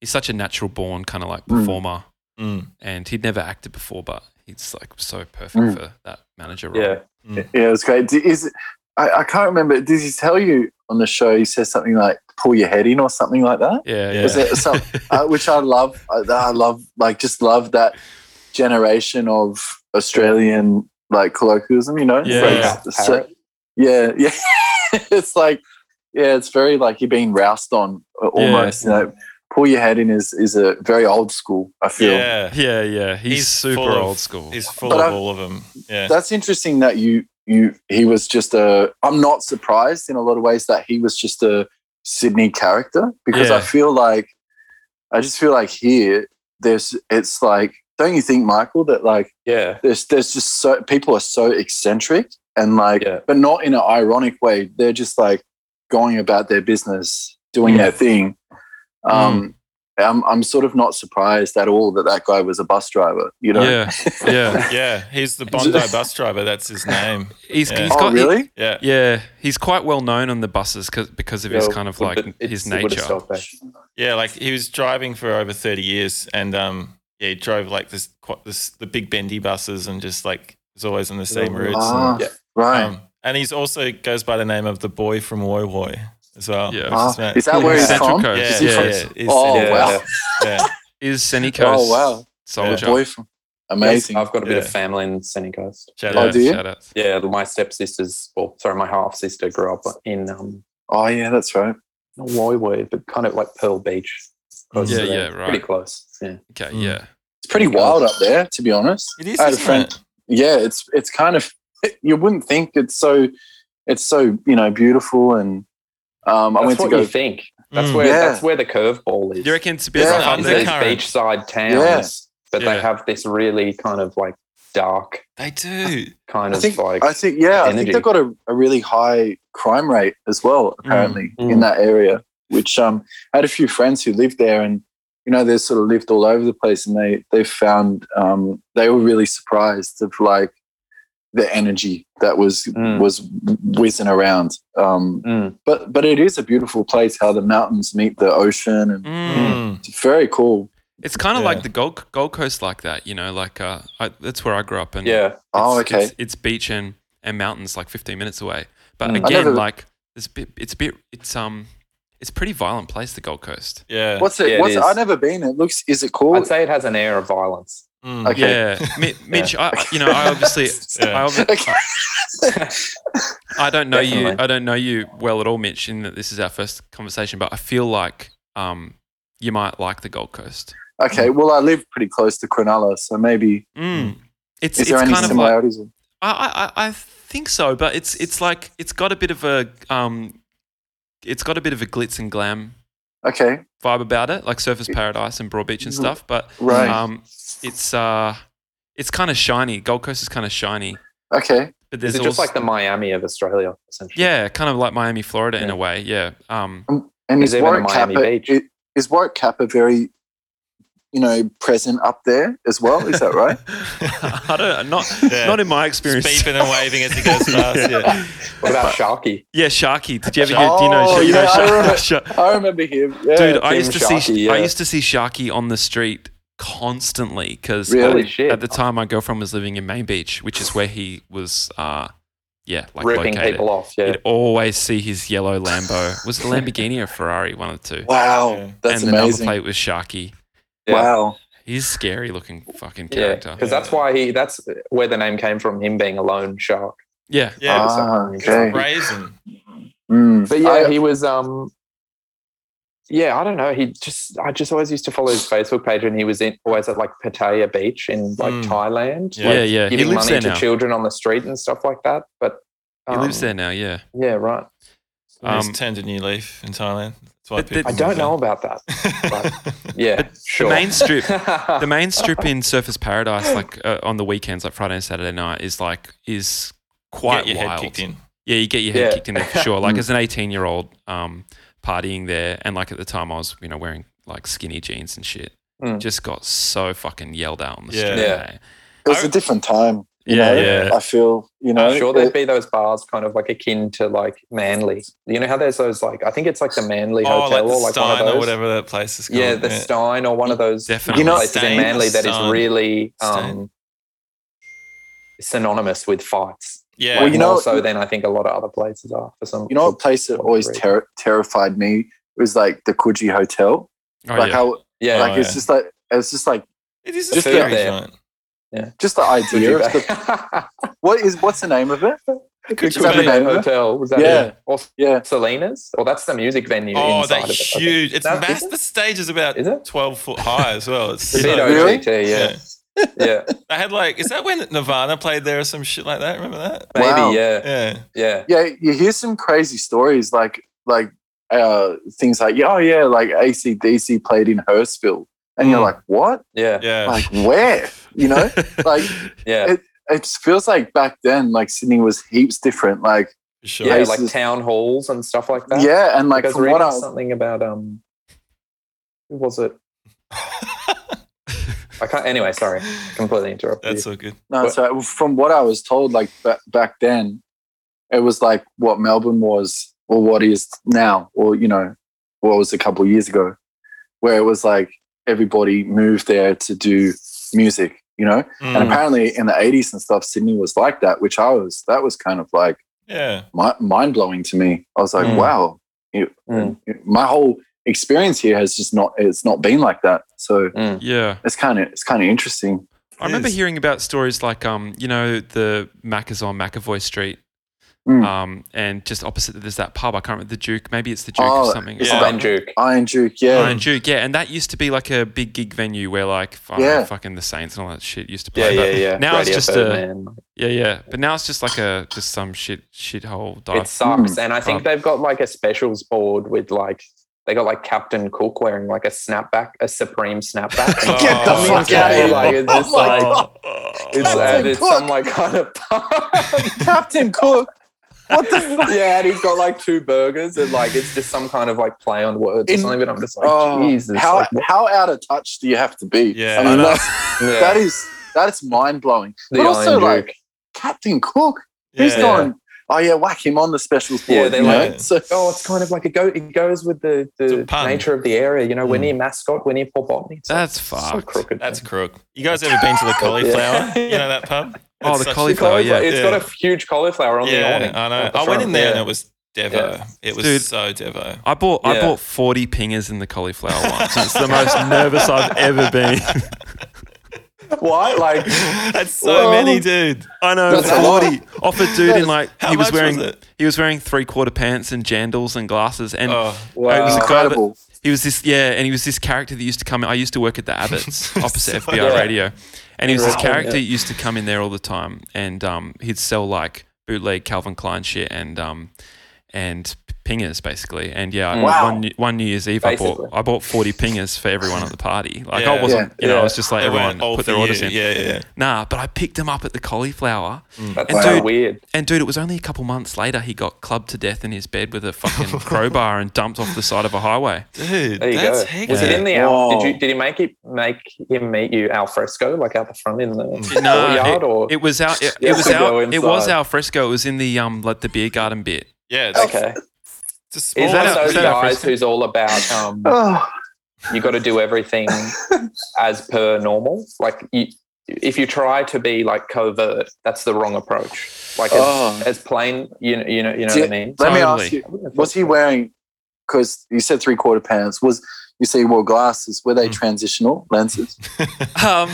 Speaker 1: he's such a natural born kind of like
Speaker 5: Mm.
Speaker 1: performer,
Speaker 4: Mm.
Speaker 1: and he'd never acted before, but he's like so perfect
Speaker 5: Mm.
Speaker 1: for that manager role.
Speaker 3: Yeah.
Speaker 5: Yeah, it was great. D- Is I, I can't remember. Did he tell you on the show? He says something like "pull your head in" or something like that.
Speaker 1: yeah,
Speaker 4: Yeah.
Speaker 5: Was it some, uh, which I love. I, I love like just love that generation of Australian like colloquialism. You know,
Speaker 4: Yeah,
Speaker 5: Like,
Speaker 4: yeah.
Speaker 5: so- yeah, yeah. it's like yeah, it's very like you're being roused on uh,
Speaker 1: Yeah.
Speaker 5: almost. You know, pull your head in is is a very old school. I feel.
Speaker 4: Yeah.
Speaker 1: yeah, yeah. He's,
Speaker 4: He's
Speaker 1: super
Speaker 4: full of-
Speaker 1: old school.
Speaker 4: He's full
Speaker 5: But
Speaker 4: of
Speaker 5: I've-
Speaker 4: all of them. Yeah.
Speaker 5: that's interesting that you you he was just a i'm not surprised in a lot of ways that he was just a sydney character because
Speaker 1: Yeah.
Speaker 5: i feel like i just feel like here there's it's like don't you think michael that like
Speaker 3: Yeah.
Speaker 5: there's there's just so people are so eccentric and like
Speaker 3: Yeah.
Speaker 5: but not in an ironic way they're just like going about their business doing their thing um I'm, I'm sort of not surprised at all that that guy was a bus driver you know
Speaker 1: yeah, yeah.
Speaker 4: Yeah. He's the Bondi bus driver. That's his name.
Speaker 1: He's,
Speaker 4: Yeah.
Speaker 1: he's
Speaker 5: oh
Speaker 1: got
Speaker 5: really
Speaker 4: Yeah.
Speaker 1: Yeah, he's quite well known on the buses 'cause- because of his
Speaker 3: Yeah,
Speaker 1: kind of
Speaker 3: would-
Speaker 1: like
Speaker 3: but
Speaker 1: his
Speaker 3: it's- it would've
Speaker 1: nature.
Speaker 3: stopped there.
Speaker 4: Yeah. Like he was driving for over 30 years and, um, yeah, he drove like this, quite this, the big bendy buses and just like was always on the same routes.
Speaker 5: Ah,
Speaker 3: Yeah.
Speaker 5: right
Speaker 4: Um, and he's also goes by the name of the boy from Woi Woi as well.
Speaker 1: Yeah.
Speaker 4: which
Speaker 5: Ah,
Speaker 4: is mad.
Speaker 5: is that where he's
Speaker 1: Central
Speaker 5: from?
Speaker 1: Coast.
Speaker 4: yeah,
Speaker 5: Is he
Speaker 4: yeah,
Speaker 5: from-
Speaker 4: yeah, he's-
Speaker 5: Oh,
Speaker 4: yeah,
Speaker 5: wow.
Speaker 4: yeah.
Speaker 1: Is Sunny Coast
Speaker 5: Oh, wow.
Speaker 1: soldier?
Speaker 5: Boy from- amazing.
Speaker 3: I've got a bit
Speaker 4: Yeah.
Speaker 3: of family in Sunny Coast.
Speaker 4: Shout
Speaker 5: Oh,
Speaker 4: out.
Speaker 5: do you?
Speaker 1: Shout outs.
Speaker 3: Yeah, my stepsister's, well, sorry, my half sister grew up in um,
Speaker 5: Oh yeah, that's right.
Speaker 3: not Woi Woi, but kind of like Pearl Beach. Close
Speaker 1: Yeah,
Speaker 3: to there.
Speaker 1: yeah, right.
Speaker 3: Pretty close. Yeah.
Speaker 1: Okay,
Speaker 5: Hmm.
Speaker 4: Mm.
Speaker 1: yeah,
Speaker 5: It's pretty wild up there, to be honest.
Speaker 4: It is,
Speaker 5: I had a
Speaker 4: isn't
Speaker 5: friend-
Speaker 4: it?
Speaker 5: Yeah, it's it's kind of you wouldn't think it's so it's so you know beautiful and um, I
Speaker 3: That's
Speaker 5: went to
Speaker 3: what
Speaker 5: go.
Speaker 3: you think. That's
Speaker 4: Mm.
Speaker 3: where
Speaker 5: Yeah.
Speaker 3: that's where the curveball is.
Speaker 1: you reckon it's a bit
Speaker 5: Yeah,
Speaker 1: like
Speaker 4: up
Speaker 3: There's
Speaker 4: there?
Speaker 3: these
Speaker 4: current.
Speaker 3: beachside towns,
Speaker 5: Yeah.
Speaker 3: but
Speaker 1: Yeah.
Speaker 3: they have this really kind of like dark
Speaker 4: They do.
Speaker 3: kind
Speaker 5: I
Speaker 3: of
Speaker 5: think
Speaker 3: like
Speaker 5: I think yeah, I
Speaker 3: energy.
Speaker 5: think they've got a, a really high crime rate as well. Apparently
Speaker 3: Mm.
Speaker 5: in that area, which um, I had a few friends who lived there, and you know they sort of lived all over the place, and they they found um, they were really surprised of like the energy that was
Speaker 3: Mm.
Speaker 5: was whizzing around. Um,
Speaker 3: Mm.
Speaker 5: but but it is a beautiful place how the mountains meet the ocean, and
Speaker 1: Mm.
Speaker 5: it's very cool.
Speaker 1: It's kind of
Speaker 4: Yeah.
Speaker 1: like the Gold Gold Coast, like that. You know, like uh, I, that's where I grew up, and it's,
Speaker 3: yeah.
Speaker 5: Oh, okay.
Speaker 1: it's, it's beach and, and mountains, like 15 minutes away. But
Speaker 3: Mm. I
Speaker 1: again,
Speaker 5: Hmm. never-
Speaker 1: like it's a bit, it's a bit, it's um, it's a pretty violent place, the Gold Coast.
Speaker 4: Yeah.
Speaker 5: What's it?
Speaker 3: uh, Yeah, it
Speaker 5: what's
Speaker 3: is.
Speaker 5: I've never been. It looks. Is it cool?
Speaker 3: I'd say it has an air of violence.
Speaker 4: Mm.
Speaker 5: Okay.
Speaker 1: Yeah, Mi- Mitch, I, I- you know, I obviously,
Speaker 4: Yeah.
Speaker 1: I, obvi-
Speaker 5: Okay.
Speaker 1: I don't know you.
Speaker 3: Definitely.
Speaker 1: I don't know you well at all, Mitch. In that this is our first conversation, but I feel like um, you might like the Gold Coast.
Speaker 5: okay. Well, I live pretty close to Cronulla, so maybe
Speaker 1: Mm. It's
Speaker 5: is
Speaker 1: it's
Speaker 5: there any
Speaker 1: kind of like
Speaker 5: similarities?
Speaker 1: I, I I- I think so, but it's it's like it's got a bit of a um, it's got a bit of a glitz and glam
Speaker 5: okay.
Speaker 1: vibe about it, like Surface Paradise and Broadbeach
Speaker 3: Mm.
Speaker 1: and stuff. But
Speaker 5: Right.
Speaker 1: um, it's uh, it's kind of shiny. Gold Coast is kind of shiny,
Speaker 5: Okay.
Speaker 1: but there's
Speaker 3: Is it just
Speaker 1: also-
Speaker 3: like the Miami of Australia, essentially?
Speaker 1: yeah, kind of like Miami, Florida in
Speaker 3: Yeah.
Speaker 1: a way. Yeah. Um,
Speaker 5: And
Speaker 3: There's
Speaker 5: is
Speaker 3: even a
Speaker 5: Warwick
Speaker 3: Miami
Speaker 5: Kappa
Speaker 3: beach.
Speaker 5: i- is Warwick Kappa very you know present up there as well? Is that right?
Speaker 1: I don't not
Speaker 4: Yeah.
Speaker 1: not in my experience.
Speaker 4: Beeping and waving as he goes past. Yeah.
Speaker 3: What about Sharky?
Speaker 1: Yeah, Sharky. Did you ever hear? Do you know?
Speaker 5: Oh,
Speaker 1: do you know
Speaker 5: yeah, I
Speaker 1: Shar-
Speaker 5: remember-
Speaker 1: Shar-
Speaker 5: I remember him. Yeah.
Speaker 1: Dude, I
Speaker 3: Tim
Speaker 1: used to see
Speaker 3: Sharkey,
Speaker 1: I
Speaker 3: yeah.
Speaker 1: used to see Sharky on the street constantly because
Speaker 5: Really?
Speaker 3: Holy shit.
Speaker 1: at the time my girlfriend was living in Main Beach, which is where he was. Uh, yeah, like
Speaker 3: ripping
Speaker 1: located.
Speaker 3: people off. Yeah.
Speaker 1: You'd always see his yellow Lambo. Was it a Lamborghini or Ferrari? One of the two.
Speaker 5: wow,
Speaker 4: Yeah.
Speaker 5: that's
Speaker 1: and the number
Speaker 5: amazing.
Speaker 1: plate was Sharky.
Speaker 3: Yeah.
Speaker 5: Wow.
Speaker 1: He's scary looking fucking
Speaker 3: Yeah,
Speaker 1: character.
Speaker 3: because that's why he. That's where the name came from. Him being a lone shark.
Speaker 1: Yeah.
Speaker 4: Yeah.
Speaker 5: Ah, okay.
Speaker 4: Raisin.
Speaker 5: Mm.
Speaker 3: But yeah,
Speaker 5: I-
Speaker 3: he was. Um, yeah, I don't know. He just. I just always used to follow his Facebook page, and he was in, always at like Pattaya Beach in like
Speaker 4: Mm.
Speaker 3: Thailand.
Speaker 4: Yeah.
Speaker 3: like,
Speaker 1: Hmm. yeah, yeah. He
Speaker 3: Giving
Speaker 1: lives
Speaker 3: money
Speaker 1: there
Speaker 3: to
Speaker 1: now.
Speaker 3: children on the street and stuff like that. But
Speaker 1: He lives
Speaker 3: um,
Speaker 1: there now. Yeah.
Speaker 3: Yeah, right.
Speaker 4: He's
Speaker 1: Um,
Speaker 4: turned a new leaf in Thailand. That's why
Speaker 1: But the-
Speaker 4: people
Speaker 3: I don't know about that. Yeah, sure.
Speaker 1: The main strip. the
Speaker 3: the
Speaker 1: main strip in Surface Paradise, like uh, on the weekends, like Friday and Saturday night, is like is quite
Speaker 4: Get your
Speaker 1: wild.
Speaker 4: head kicked in.
Speaker 1: Yeah, you get your head
Speaker 3: Yeah.
Speaker 1: kicked in there for sure. Like
Speaker 5: Mm.
Speaker 1: as an eighteen-year-old, um, partying there, and like at the time I was, you know, wearing like skinny jeans and shit.
Speaker 3: Mm.
Speaker 1: just got so fucking yelled out on the
Speaker 4: Yeah.
Speaker 1: street.
Speaker 3: Yeah.
Speaker 1: eh?
Speaker 5: It was a different time. You
Speaker 4: Yeah,
Speaker 5: know?
Speaker 4: yeah.
Speaker 5: I feel, you know,
Speaker 3: I'm sure there'd
Speaker 5: it-
Speaker 3: be those bars kind of like akin to like Manly. You know how there's those like I think it's like the Manly Hotel
Speaker 4: Oh, like the
Speaker 3: or like one
Speaker 4: Stein
Speaker 3: of those.
Speaker 4: or whatever that place is called.
Speaker 3: Yeah, the Stein or one of those
Speaker 1: Definitely.
Speaker 3: you know, places
Speaker 4: Stein,
Speaker 3: in Manly that is
Speaker 4: Stein.
Speaker 3: really
Speaker 4: Stein.
Speaker 3: um, synonymous with fights.
Speaker 4: Yeah.
Speaker 3: Well,
Speaker 5: Well,
Speaker 3: you
Speaker 5: you
Speaker 3: know,
Speaker 5: know-
Speaker 3: also then I think a lot of other places are for some.
Speaker 5: you know what place that
Speaker 3: What a
Speaker 5: always
Speaker 3: great-
Speaker 5: ter- terrified me was like the Coogee Hotel.
Speaker 1: Oh,
Speaker 5: like
Speaker 1: yeah.
Speaker 5: how
Speaker 3: yeah,
Speaker 5: like
Speaker 4: Oh,
Speaker 5: it's
Speaker 4: yeah.
Speaker 5: just like it's just like
Speaker 4: it is a
Speaker 5: Just
Speaker 4: food
Speaker 5: get
Speaker 3: there.
Speaker 4: joint.
Speaker 5: just the
Speaker 3: Coogee
Speaker 5: idea of
Speaker 3: Bay.
Speaker 5: the, what is what's the name of it?
Speaker 4: Could you
Speaker 5: Could you
Speaker 4: imagine?
Speaker 5: imagine?
Speaker 3: Bay Hotel was that
Speaker 5: Yeah.
Speaker 3: it? or
Speaker 5: Yeah.
Speaker 3: Salinas? Or that's the music venue
Speaker 4: Oh,
Speaker 3: inside
Speaker 4: that
Speaker 3: of it. I think.
Speaker 4: huge! It's
Speaker 3: That-
Speaker 4: mass.
Speaker 3: is it?
Speaker 4: The stage is about
Speaker 3: Is it?
Speaker 4: twelve foot high as well. It's
Speaker 3: The
Speaker 4: so-
Speaker 3: Vito
Speaker 5: Really?
Speaker 3: GT, yeah, yeah,
Speaker 4: They had like, is that when Nirvana played there or some shit like that? Remember that?
Speaker 3: maybe,
Speaker 5: Wow.
Speaker 3: yeah,
Speaker 4: Yeah.
Speaker 3: yeah.
Speaker 5: Yeah, you hear some crazy stories like like uh things like, yeah, oh yeah, like ACDC played in Hurstville. And
Speaker 3: Hmm.
Speaker 5: you're
Speaker 4: Mm.
Speaker 5: like, what?
Speaker 3: Yeah,
Speaker 4: Yeah.
Speaker 5: Like where? You know? Like
Speaker 3: yeah,
Speaker 5: It- it feels like back then, like Sydney was heaps different. Like,
Speaker 4: For sure.
Speaker 3: yeah,
Speaker 5: places-
Speaker 3: like town halls and stuff like that.
Speaker 5: yeah, and
Speaker 3: like
Speaker 5: like
Speaker 3: I was
Speaker 5: from what
Speaker 3: reading
Speaker 5: I
Speaker 3: something about um, who was it? I can't. Anyway, sorry, completely interrupted.
Speaker 4: That's
Speaker 3: you.
Speaker 4: all good.
Speaker 5: no,
Speaker 3: what-
Speaker 5: so from what I was told, like ba- back then, it was like what Melbourne was, or what is now, or you know, what was a couple of years ago, where it was like everybody moved there to do music, you know. And
Speaker 4: Mm,
Speaker 5: apparently, in the '80s and stuff, Sydney was like that, which I was. That was kind of like
Speaker 4: yeah.
Speaker 5: mi- mind blowing to me. I was like,
Speaker 4: Mm.
Speaker 5: wow, it-
Speaker 3: Mm.
Speaker 5: it- my whole experience here has just not it's not been like that. So
Speaker 1: yeah.
Speaker 5: it's kind of it's kind of interesting.
Speaker 1: I remember
Speaker 4: Yes.
Speaker 1: hearing about stories like, um, you know, the Mac is on McAvoy Street,
Speaker 5: Mm.
Speaker 1: um, and just opposite there's that pub. I can't remember the Duke. Maybe it's the Duke
Speaker 5: Oh,
Speaker 1: or something.
Speaker 4: it's
Speaker 1: Iron-
Speaker 4: Yeah.
Speaker 3: Iron Duke.
Speaker 5: Iron Duke, yeah,
Speaker 1: Iron Duke, yeah, and that used to be like a big gig venue where like I don't know,
Speaker 5: Yeah.
Speaker 1: fucking the Saints and all that shit used to
Speaker 3: Yeah,
Speaker 1: play.
Speaker 3: yeah,
Speaker 1: but
Speaker 3: yeah.
Speaker 1: Now it's
Speaker 3: Radio
Speaker 1: just a
Speaker 3: Birdman.
Speaker 1: yeah, yeah. But now it's just like a just some shit shithole dive.
Speaker 3: It sucks, and I
Speaker 1: Mm.
Speaker 3: think they've got like a specials board with like they got like Captain Cook wearing like a snapback, a Supreme snapback.
Speaker 4: Oh, Get the
Speaker 5: fuck outta here.
Speaker 3: Like it's just
Speaker 5: Oh my
Speaker 3: like
Speaker 4: Oh.
Speaker 3: it's, and
Speaker 5: Captain
Speaker 3: it's
Speaker 5: Cook.
Speaker 3: some like kind of
Speaker 5: Captain Cook. What the fuck?
Speaker 3: yeah, and he's got like two burgers, and like it's just some kind of like play on words or
Speaker 5: In-
Speaker 3: something. But I'm just like,
Speaker 5: Oh,
Speaker 3: Jesus,
Speaker 5: how
Speaker 3: like,
Speaker 5: how out of touch do you have to be?
Speaker 4: Yeah,
Speaker 5: I
Speaker 4: I
Speaker 5: mean
Speaker 4: know.
Speaker 5: that's,
Speaker 3: yeah,
Speaker 5: that is that is mind blowing.
Speaker 3: the
Speaker 5: but also,
Speaker 3: Iron Duke.
Speaker 5: like- Captain Cook, who's
Speaker 4: Yeah.
Speaker 5: going? Oh yeah, whack him on the specials board.
Speaker 3: Yeah, they
Speaker 5: you know?
Speaker 4: like-
Speaker 5: so,
Speaker 3: Oh, it's kind of like it, go, it goes with the,
Speaker 4: It's a
Speaker 3: the
Speaker 4: pun.
Speaker 3: nature of the area. You know, we're near
Speaker 4: Mm.
Speaker 3: Mascot, we're near Port Botany. It's
Speaker 1: That's
Speaker 3: like, so
Speaker 1: fucked.
Speaker 3: crooked.
Speaker 4: That's crook. You guys ever been to the cauliflower? You know that pub?
Speaker 1: Oh,
Speaker 4: It's
Speaker 1: the
Speaker 4: such-
Speaker 1: cauliflower.
Speaker 3: The cauliflower,
Speaker 1: yeah,
Speaker 3: It's
Speaker 4: yeah.
Speaker 3: got a huge cauliflower on the
Speaker 4: Yeah,
Speaker 3: awning.
Speaker 4: I know.
Speaker 3: at the
Speaker 4: I went
Speaker 3: front,
Speaker 4: in there
Speaker 3: yeah.
Speaker 4: and it was Devo.
Speaker 3: Yeah.
Speaker 4: It was
Speaker 1: Dude.
Speaker 4: so Devo.
Speaker 1: I bought I
Speaker 3: Yeah.
Speaker 1: bought forty pingers in the cauliflower once. It's the most nervous I've ever been.
Speaker 3: Why? Like,
Speaker 4: That's so
Speaker 3: Whoa.
Speaker 4: many, dude.
Speaker 1: I know
Speaker 5: That's a lot.
Speaker 1: forty. Off a dude in like
Speaker 4: How
Speaker 1: he was
Speaker 4: much
Speaker 1: wearing
Speaker 4: was it?
Speaker 1: he was wearing three quarter pants and jandals and glasses and
Speaker 4: Oh,
Speaker 1: It was
Speaker 3: wow.
Speaker 1: a guy that-
Speaker 5: incredible.
Speaker 1: He was this, yeah, and he was this character that used to come. I used to work at the Abbots opposite FBI
Speaker 3: Yeah.
Speaker 1: Radio, and he was this
Speaker 3: Wow.
Speaker 1: character
Speaker 3: Yeah.
Speaker 1: that used to come in there all the time, and um, he'd sell like bootleg Calvin Klein shit and um, and pingers basically. And yeah,
Speaker 5: Wow.
Speaker 1: one one New Year's Eve,
Speaker 3: Basically.
Speaker 1: I bought I bought forty pingers for everyone at the party. Like
Speaker 4: Yeah.
Speaker 1: I wasn't, you know, I
Speaker 3: Yeah.
Speaker 1: was just like
Speaker 4: They weren't
Speaker 1: everyone
Speaker 4: all
Speaker 1: put
Speaker 4: for
Speaker 1: their orders
Speaker 4: you.
Speaker 1: in.
Speaker 4: Yeah, yeah.
Speaker 1: Nah, but I picked him up at the cauliflower,
Speaker 3: That's
Speaker 1: And
Speaker 3: so
Speaker 1: dude-
Speaker 3: weird.
Speaker 1: and dude, it was only a couple months later he got clubbed to death in his bed with a fucking crowbar and dumped off the side of a highway.
Speaker 4: Dude,
Speaker 3: There you
Speaker 4: that's
Speaker 3: go.
Speaker 4: hectic.
Speaker 3: Was it in the
Speaker 5: Whoa.
Speaker 3: al- did you did he make it make him meet you al fresco like out the front in the courtyard
Speaker 1: it,
Speaker 3: or
Speaker 1: it was out. It, it
Speaker 3: You have
Speaker 1: was
Speaker 3: to go
Speaker 1: out. It was
Speaker 3: inside.
Speaker 1: our fresco. It was in the um, like the beer garden bit.
Speaker 4: Yeah, it's
Speaker 3: okay?
Speaker 4: it's a small.
Speaker 3: Oh. Is that
Speaker 1: Is that
Speaker 3: those
Speaker 1: Al
Speaker 3: guys
Speaker 1: Fresco?
Speaker 3: who's all about um,
Speaker 5: Oh,
Speaker 3: you got to do everything as per normal? Like you, if you try to be like covert, that's the wrong approach. Like as,
Speaker 5: Oh.
Speaker 3: as plain, you know, you know, you know
Speaker 5: Do
Speaker 3: what I mean.
Speaker 5: let me
Speaker 1: Totally.
Speaker 5: ask you, was he wearing? Because you said three quarter pants. Was you say he wore glasses? Were
Speaker 4: Hmm.
Speaker 5: they transitional lenses?
Speaker 1: Um,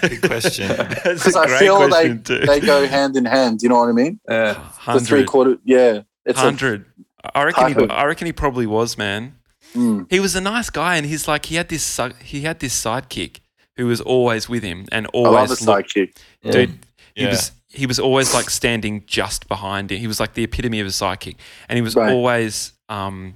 Speaker 4: Good question.
Speaker 1: That's
Speaker 5: Because I feel like they go hand in hand. You know what I mean?
Speaker 3: Yeah.
Speaker 5: The three quarter, yeah. It's a-
Speaker 1: hundred. I reckon. He,
Speaker 5: type of-
Speaker 1: I reckon he probably was man.
Speaker 5: mm,
Speaker 1: He was a nice guy, and he's like he had this. si- He had this sidekick who was always with him and
Speaker 5: I love a
Speaker 1: always looked,
Speaker 5: sidekick.
Speaker 1: dude. He
Speaker 4: Yeah.
Speaker 1: was he was always like standing just behind him. He was like the epitome of a sidekick, and he was
Speaker 5: Right.
Speaker 1: always um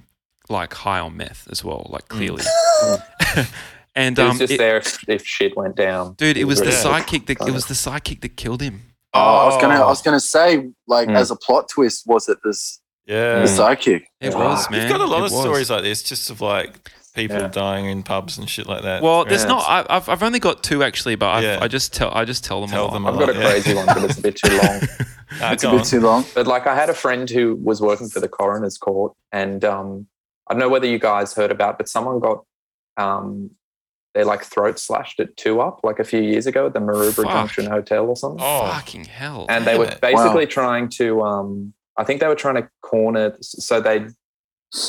Speaker 1: like high on meth as well, like clearly.
Speaker 5: Mm.
Speaker 1: and
Speaker 3: He was
Speaker 1: um,
Speaker 3: just
Speaker 1: it-
Speaker 3: there if, if shit went down,
Speaker 1: Dude, it was the
Speaker 3: Yeah.
Speaker 1: sidekick that it
Speaker 3: Kinda.
Speaker 1: was the sidekick that killed him.
Speaker 5: Oh, I was gonna, I was gonna say, like
Speaker 3: Mm.
Speaker 5: as a plot twist, was it this
Speaker 4: Yeah.
Speaker 5: the sidekick?
Speaker 1: It
Speaker 3: Yeah.
Speaker 1: was man.
Speaker 4: You've got a lot
Speaker 1: It
Speaker 4: of
Speaker 1: was.
Speaker 4: stories like this, just of like people
Speaker 3: Yeah.
Speaker 4: dying in pubs and shit like that.
Speaker 1: Well, there's
Speaker 3: Yeah.
Speaker 1: not. I, I've, I've only got two actually, but I've,
Speaker 4: Yeah.
Speaker 1: I just tell I just tell them. a
Speaker 4: Tell
Speaker 1: lot.
Speaker 4: them a
Speaker 3: I've got a
Speaker 4: Yeah.
Speaker 3: crazy one, but it's a bit too long. Ah,
Speaker 4: Nah,
Speaker 5: It's
Speaker 4: go
Speaker 5: a bit
Speaker 4: on.
Speaker 5: too long.
Speaker 3: But like, I had a friend who was working for the coroner's court, and um, I don't know whether you guys heard about, but someone got um, they like throat slashed at two up like a few years ago at the Maroubra
Speaker 1: Fuck.
Speaker 3: Junction Hotel or something.
Speaker 4: Oh.
Speaker 1: Fucking hell!
Speaker 3: and they
Speaker 4: damn
Speaker 3: were
Speaker 4: it.
Speaker 3: basically
Speaker 5: Wow.
Speaker 3: trying to um i think they were trying to corner so they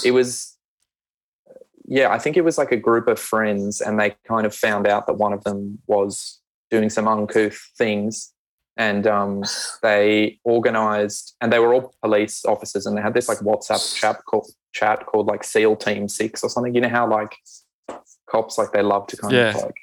Speaker 3: it was yeah i think it was like a group of friends and they kind of found out that one of them was doing some uncouth things and um, they organized and they were all police officers and they had this like whatsapp chat called chat called like seal team six or something you know how like cops like they love to kind
Speaker 1: Yeah.
Speaker 3: of like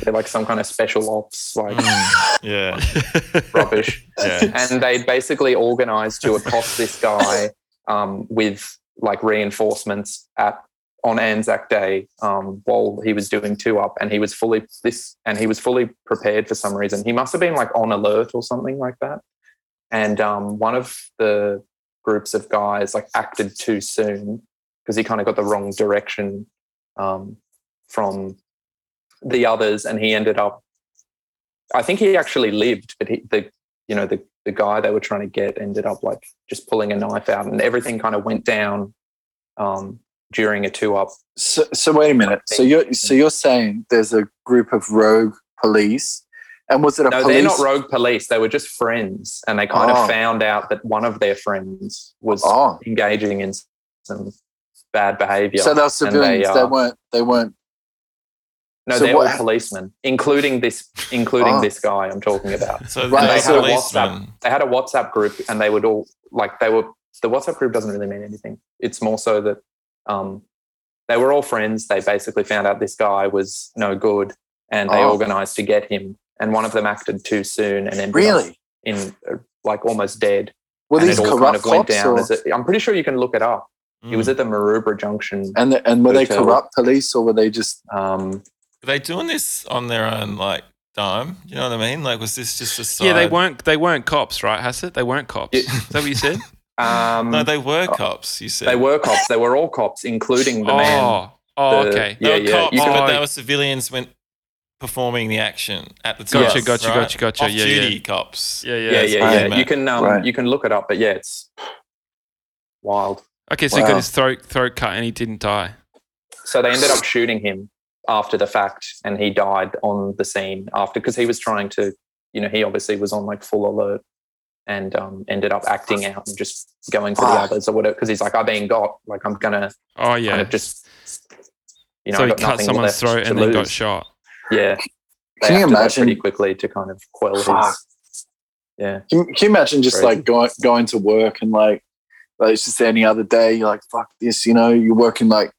Speaker 3: they're like some kind of special ops like
Speaker 4: Mm, yeah,
Speaker 3: rubbish
Speaker 4: yeah.
Speaker 3: and they basically organized to accost this guy um, with like reinforcements at on Anzac Day um, while he was doing two up, and he was fully this, and he was fully prepared for some reason. He must have been like on alert or something like that. And um, one of the groups of guys like acted too soon because he kind of got the wrong direction um, from the others, and he ended up. I think he actually lived, but he, the you know the the guy they were trying to get ended up like just pulling a knife out, and everything kind of went down um, during a two up.
Speaker 5: So, so wait a minute. So you're so you're saying there's a group of rogue police, and was it a
Speaker 3: No,
Speaker 5: police?
Speaker 3: they're not rogue police; they were just friends, and they kind
Speaker 5: Oh.
Speaker 3: of found out that one of their friends was
Speaker 5: Oh,
Speaker 3: engaging in some bad behavior.
Speaker 5: so they're
Speaker 3: And they,
Speaker 5: civilians. They,
Speaker 3: uh,
Speaker 5: weren't. They weren't.
Speaker 3: no,
Speaker 5: so
Speaker 3: they're
Speaker 5: what
Speaker 3: all
Speaker 5: hap-
Speaker 3: policemen, including this, including
Speaker 5: Oh.
Speaker 3: this guy I'm talking about.
Speaker 4: So
Speaker 5: Right,
Speaker 4: they're
Speaker 5: so the
Speaker 4: policemen.
Speaker 3: They had a WhatsApp group, and they would all like they were. The WhatsApp group doesn't really mean anything. It's more so that um, they were all friends. They basically found out this guy was no good, and they
Speaker 5: Oh.
Speaker 3: organized to get him. And one of them acted too soon, and ended up
Speaker 5: Really?
Speaker 3: in uh, like almost dead.
Speaker 5: Were
Speaker 3: and
Speaker 5: these
Speaker 3: it all
Speaker 5: corrupt
Speaker 3: kind of went
Speaker 5: cops?
Speaker 3: down.
Speaker 5: or- Hmm.
Speaker 3: As a, I'm pretty sure you can look it up. It was
Speaker 4: Mm.
Speaker 3: at the Maroubra Junction.
Speaker 5: and the, and were they
Speaker 3: Hotel.
Speaker 5: corrupt police or were they just?
Speaker 3: Um,
Speaker 4: Were they doing this on their own like dime? You know what I mean? Like, was this just a side?
Speaker 1: yeah, they weren't they weren't cops, right, Hassett? They weren't cops.
Speaker 3: Yeah.
Speaker 1: Is that what you said?
Speaker 3: um,
Speaker 4: No, they were cops. You said
Speaker 3: they were cops. They were all cops, including the man.
Speaker 1: oh, oh,
Speaker 3: The-
Speaker 1: okay.
Speaker 4: They
Speaker 3: Yeah,
Speaker 4: were
Speaker 3: yeah.
Speaker 4: cops,
Speaker 3: You
Speaker 1: can-
Speaker 4: but they
Speaker 1: Oh.
Speaker 4: were civilians when performing the action at the time.
Speaker 1: Gotcha,
Speaker 3: Yes,
Speaker 1: gotcha,
Speaker 4: right?
Speaker 1: gotcha, gotcha. Yeah,
Speaker 4: Off-duty
Speaker 1: yeah,
Speaker 4: cops.
Speaker 1: yeah, yeah,
Speaker 3: Yeah, yeah, yeah.
Speaker 4: fine,
Speaker 3: You can um,
Speaker 5: Right.
Speaker 3: you can look it up, but yeah, it's wild.
Speaker 1: Okay, so he got
Speaker 5: Wow.
Speaker 1: his throat throat cut and he didn't die.
Speaker 3: So they ended up shooting him after the fact, and he died on the scene after because he was trying to, you know, he obviously was on like full alert and um, ended up acting out and just going for the
Speaker 5: Ah.
Speaker 3: others or whatever. Because he's like, I've been got, like I'm gonna
Speaker 1: Oh
Speaker 3: kind
Speaker 1: yeah.
Speaker 3: of just, you know,
Speaker 1: so
Speaker 3: I
Speaker 1: he
Speaker 3: got
Speaker 1: cut
Speaker 3: nothing
Speaker 1: someone's
Speaker 3: left
Speaker 1: throat
Speaker 3: to
Speaker 1: and then got
Speaker 3: lose.
Speaker 1: shot.
Speaker 3: Yeah, they
Speaker 5: Can
Speaker 3: acted
Speaker 5: you
Speaker 3: that
Speaker 5: imagine-
Speaker 3: pretty quickly to kind of quell
Speaker 5: Fuck.
Speaker 3: his. Yeah,
Speaker 5: Can, can you imagine just
Speaker 3: Crazy.
Speaker 5: like going going to work and like, like it's just any other day? You're like, fuck this. You know, you're working like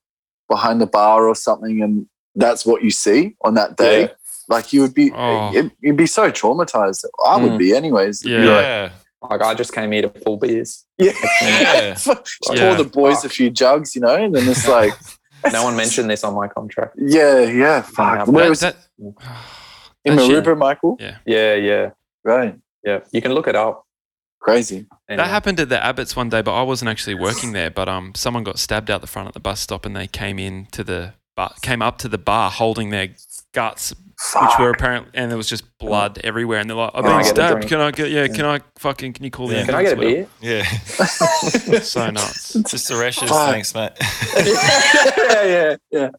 Speaker 5: behind the bar or something, and that's what you see on that day.
Speaker 3: Yeah.
Speaker 5: Like you would be,
Speaker 1: Oh.
Speaker 5: it, you'd be so traumatized. I would
Speaker 3: Mm.
Speaker 5: be, anyways.
Speaker 1: Yeah.
Speaker 4: Yeah.
Speaker 3: like I just came here to pull beers.
Speaker 5: Yeah.
Speaker 4: Yeah.
Speaker 5: Pour the boys
Speaker 3: Fuck.
Speaker 5: a few jugs, you know, and then it's like,
Speaker 3: No one mentioned this on my contract.
Speaker 5: yeah, yeah, fuck.
Speaker 3: happen.
Speaker 5: Where
Speaker 1: That-
Speaker 5: was
Speaker 1: that-
Speaker 5: in
Speaker 1: that shit-
Speaker 5: Maruba, Michael?
Speaker 3: Yeah, yeah,
Speaker 5: Right,
Speaker 3: yeah. You can look it up.
Speaker 5: crazy.
Speaker 3: Anyway.
Speaker 1: That happened at the Abbots one day, but I wasn't actually working there. But um, someone got stabbed out the front at the bus stop, and they came in to the bar, came up to the bar holding their guts,
Speaker 5: Fuck.
Speaker 1: which were apparently, and there was just blood everywhere. And they're like, "I've
Speaker 5: Can I
Speaker 1: been
Speaker 5: get
Speaker 3: a
Speaker 1: stabbed.
Speaker 3: drink?"
Speaker 1: Can I get? Yeah, can I fucking? Can you call the
Speaker 4: Yeah.
Speaker 1: ambulance?"
Speaker 3: Can I get a
Speaker 1: Whatever.
Speaker 3: beer?
Speaker 4: Yeah.
Speaker 1: So nuts.
Speaker 4: Just the rashes.
Speaker 5: Fuck.
Speaker 4: Thanks, mate.
Speaker 5: yeah, yeah, yeah.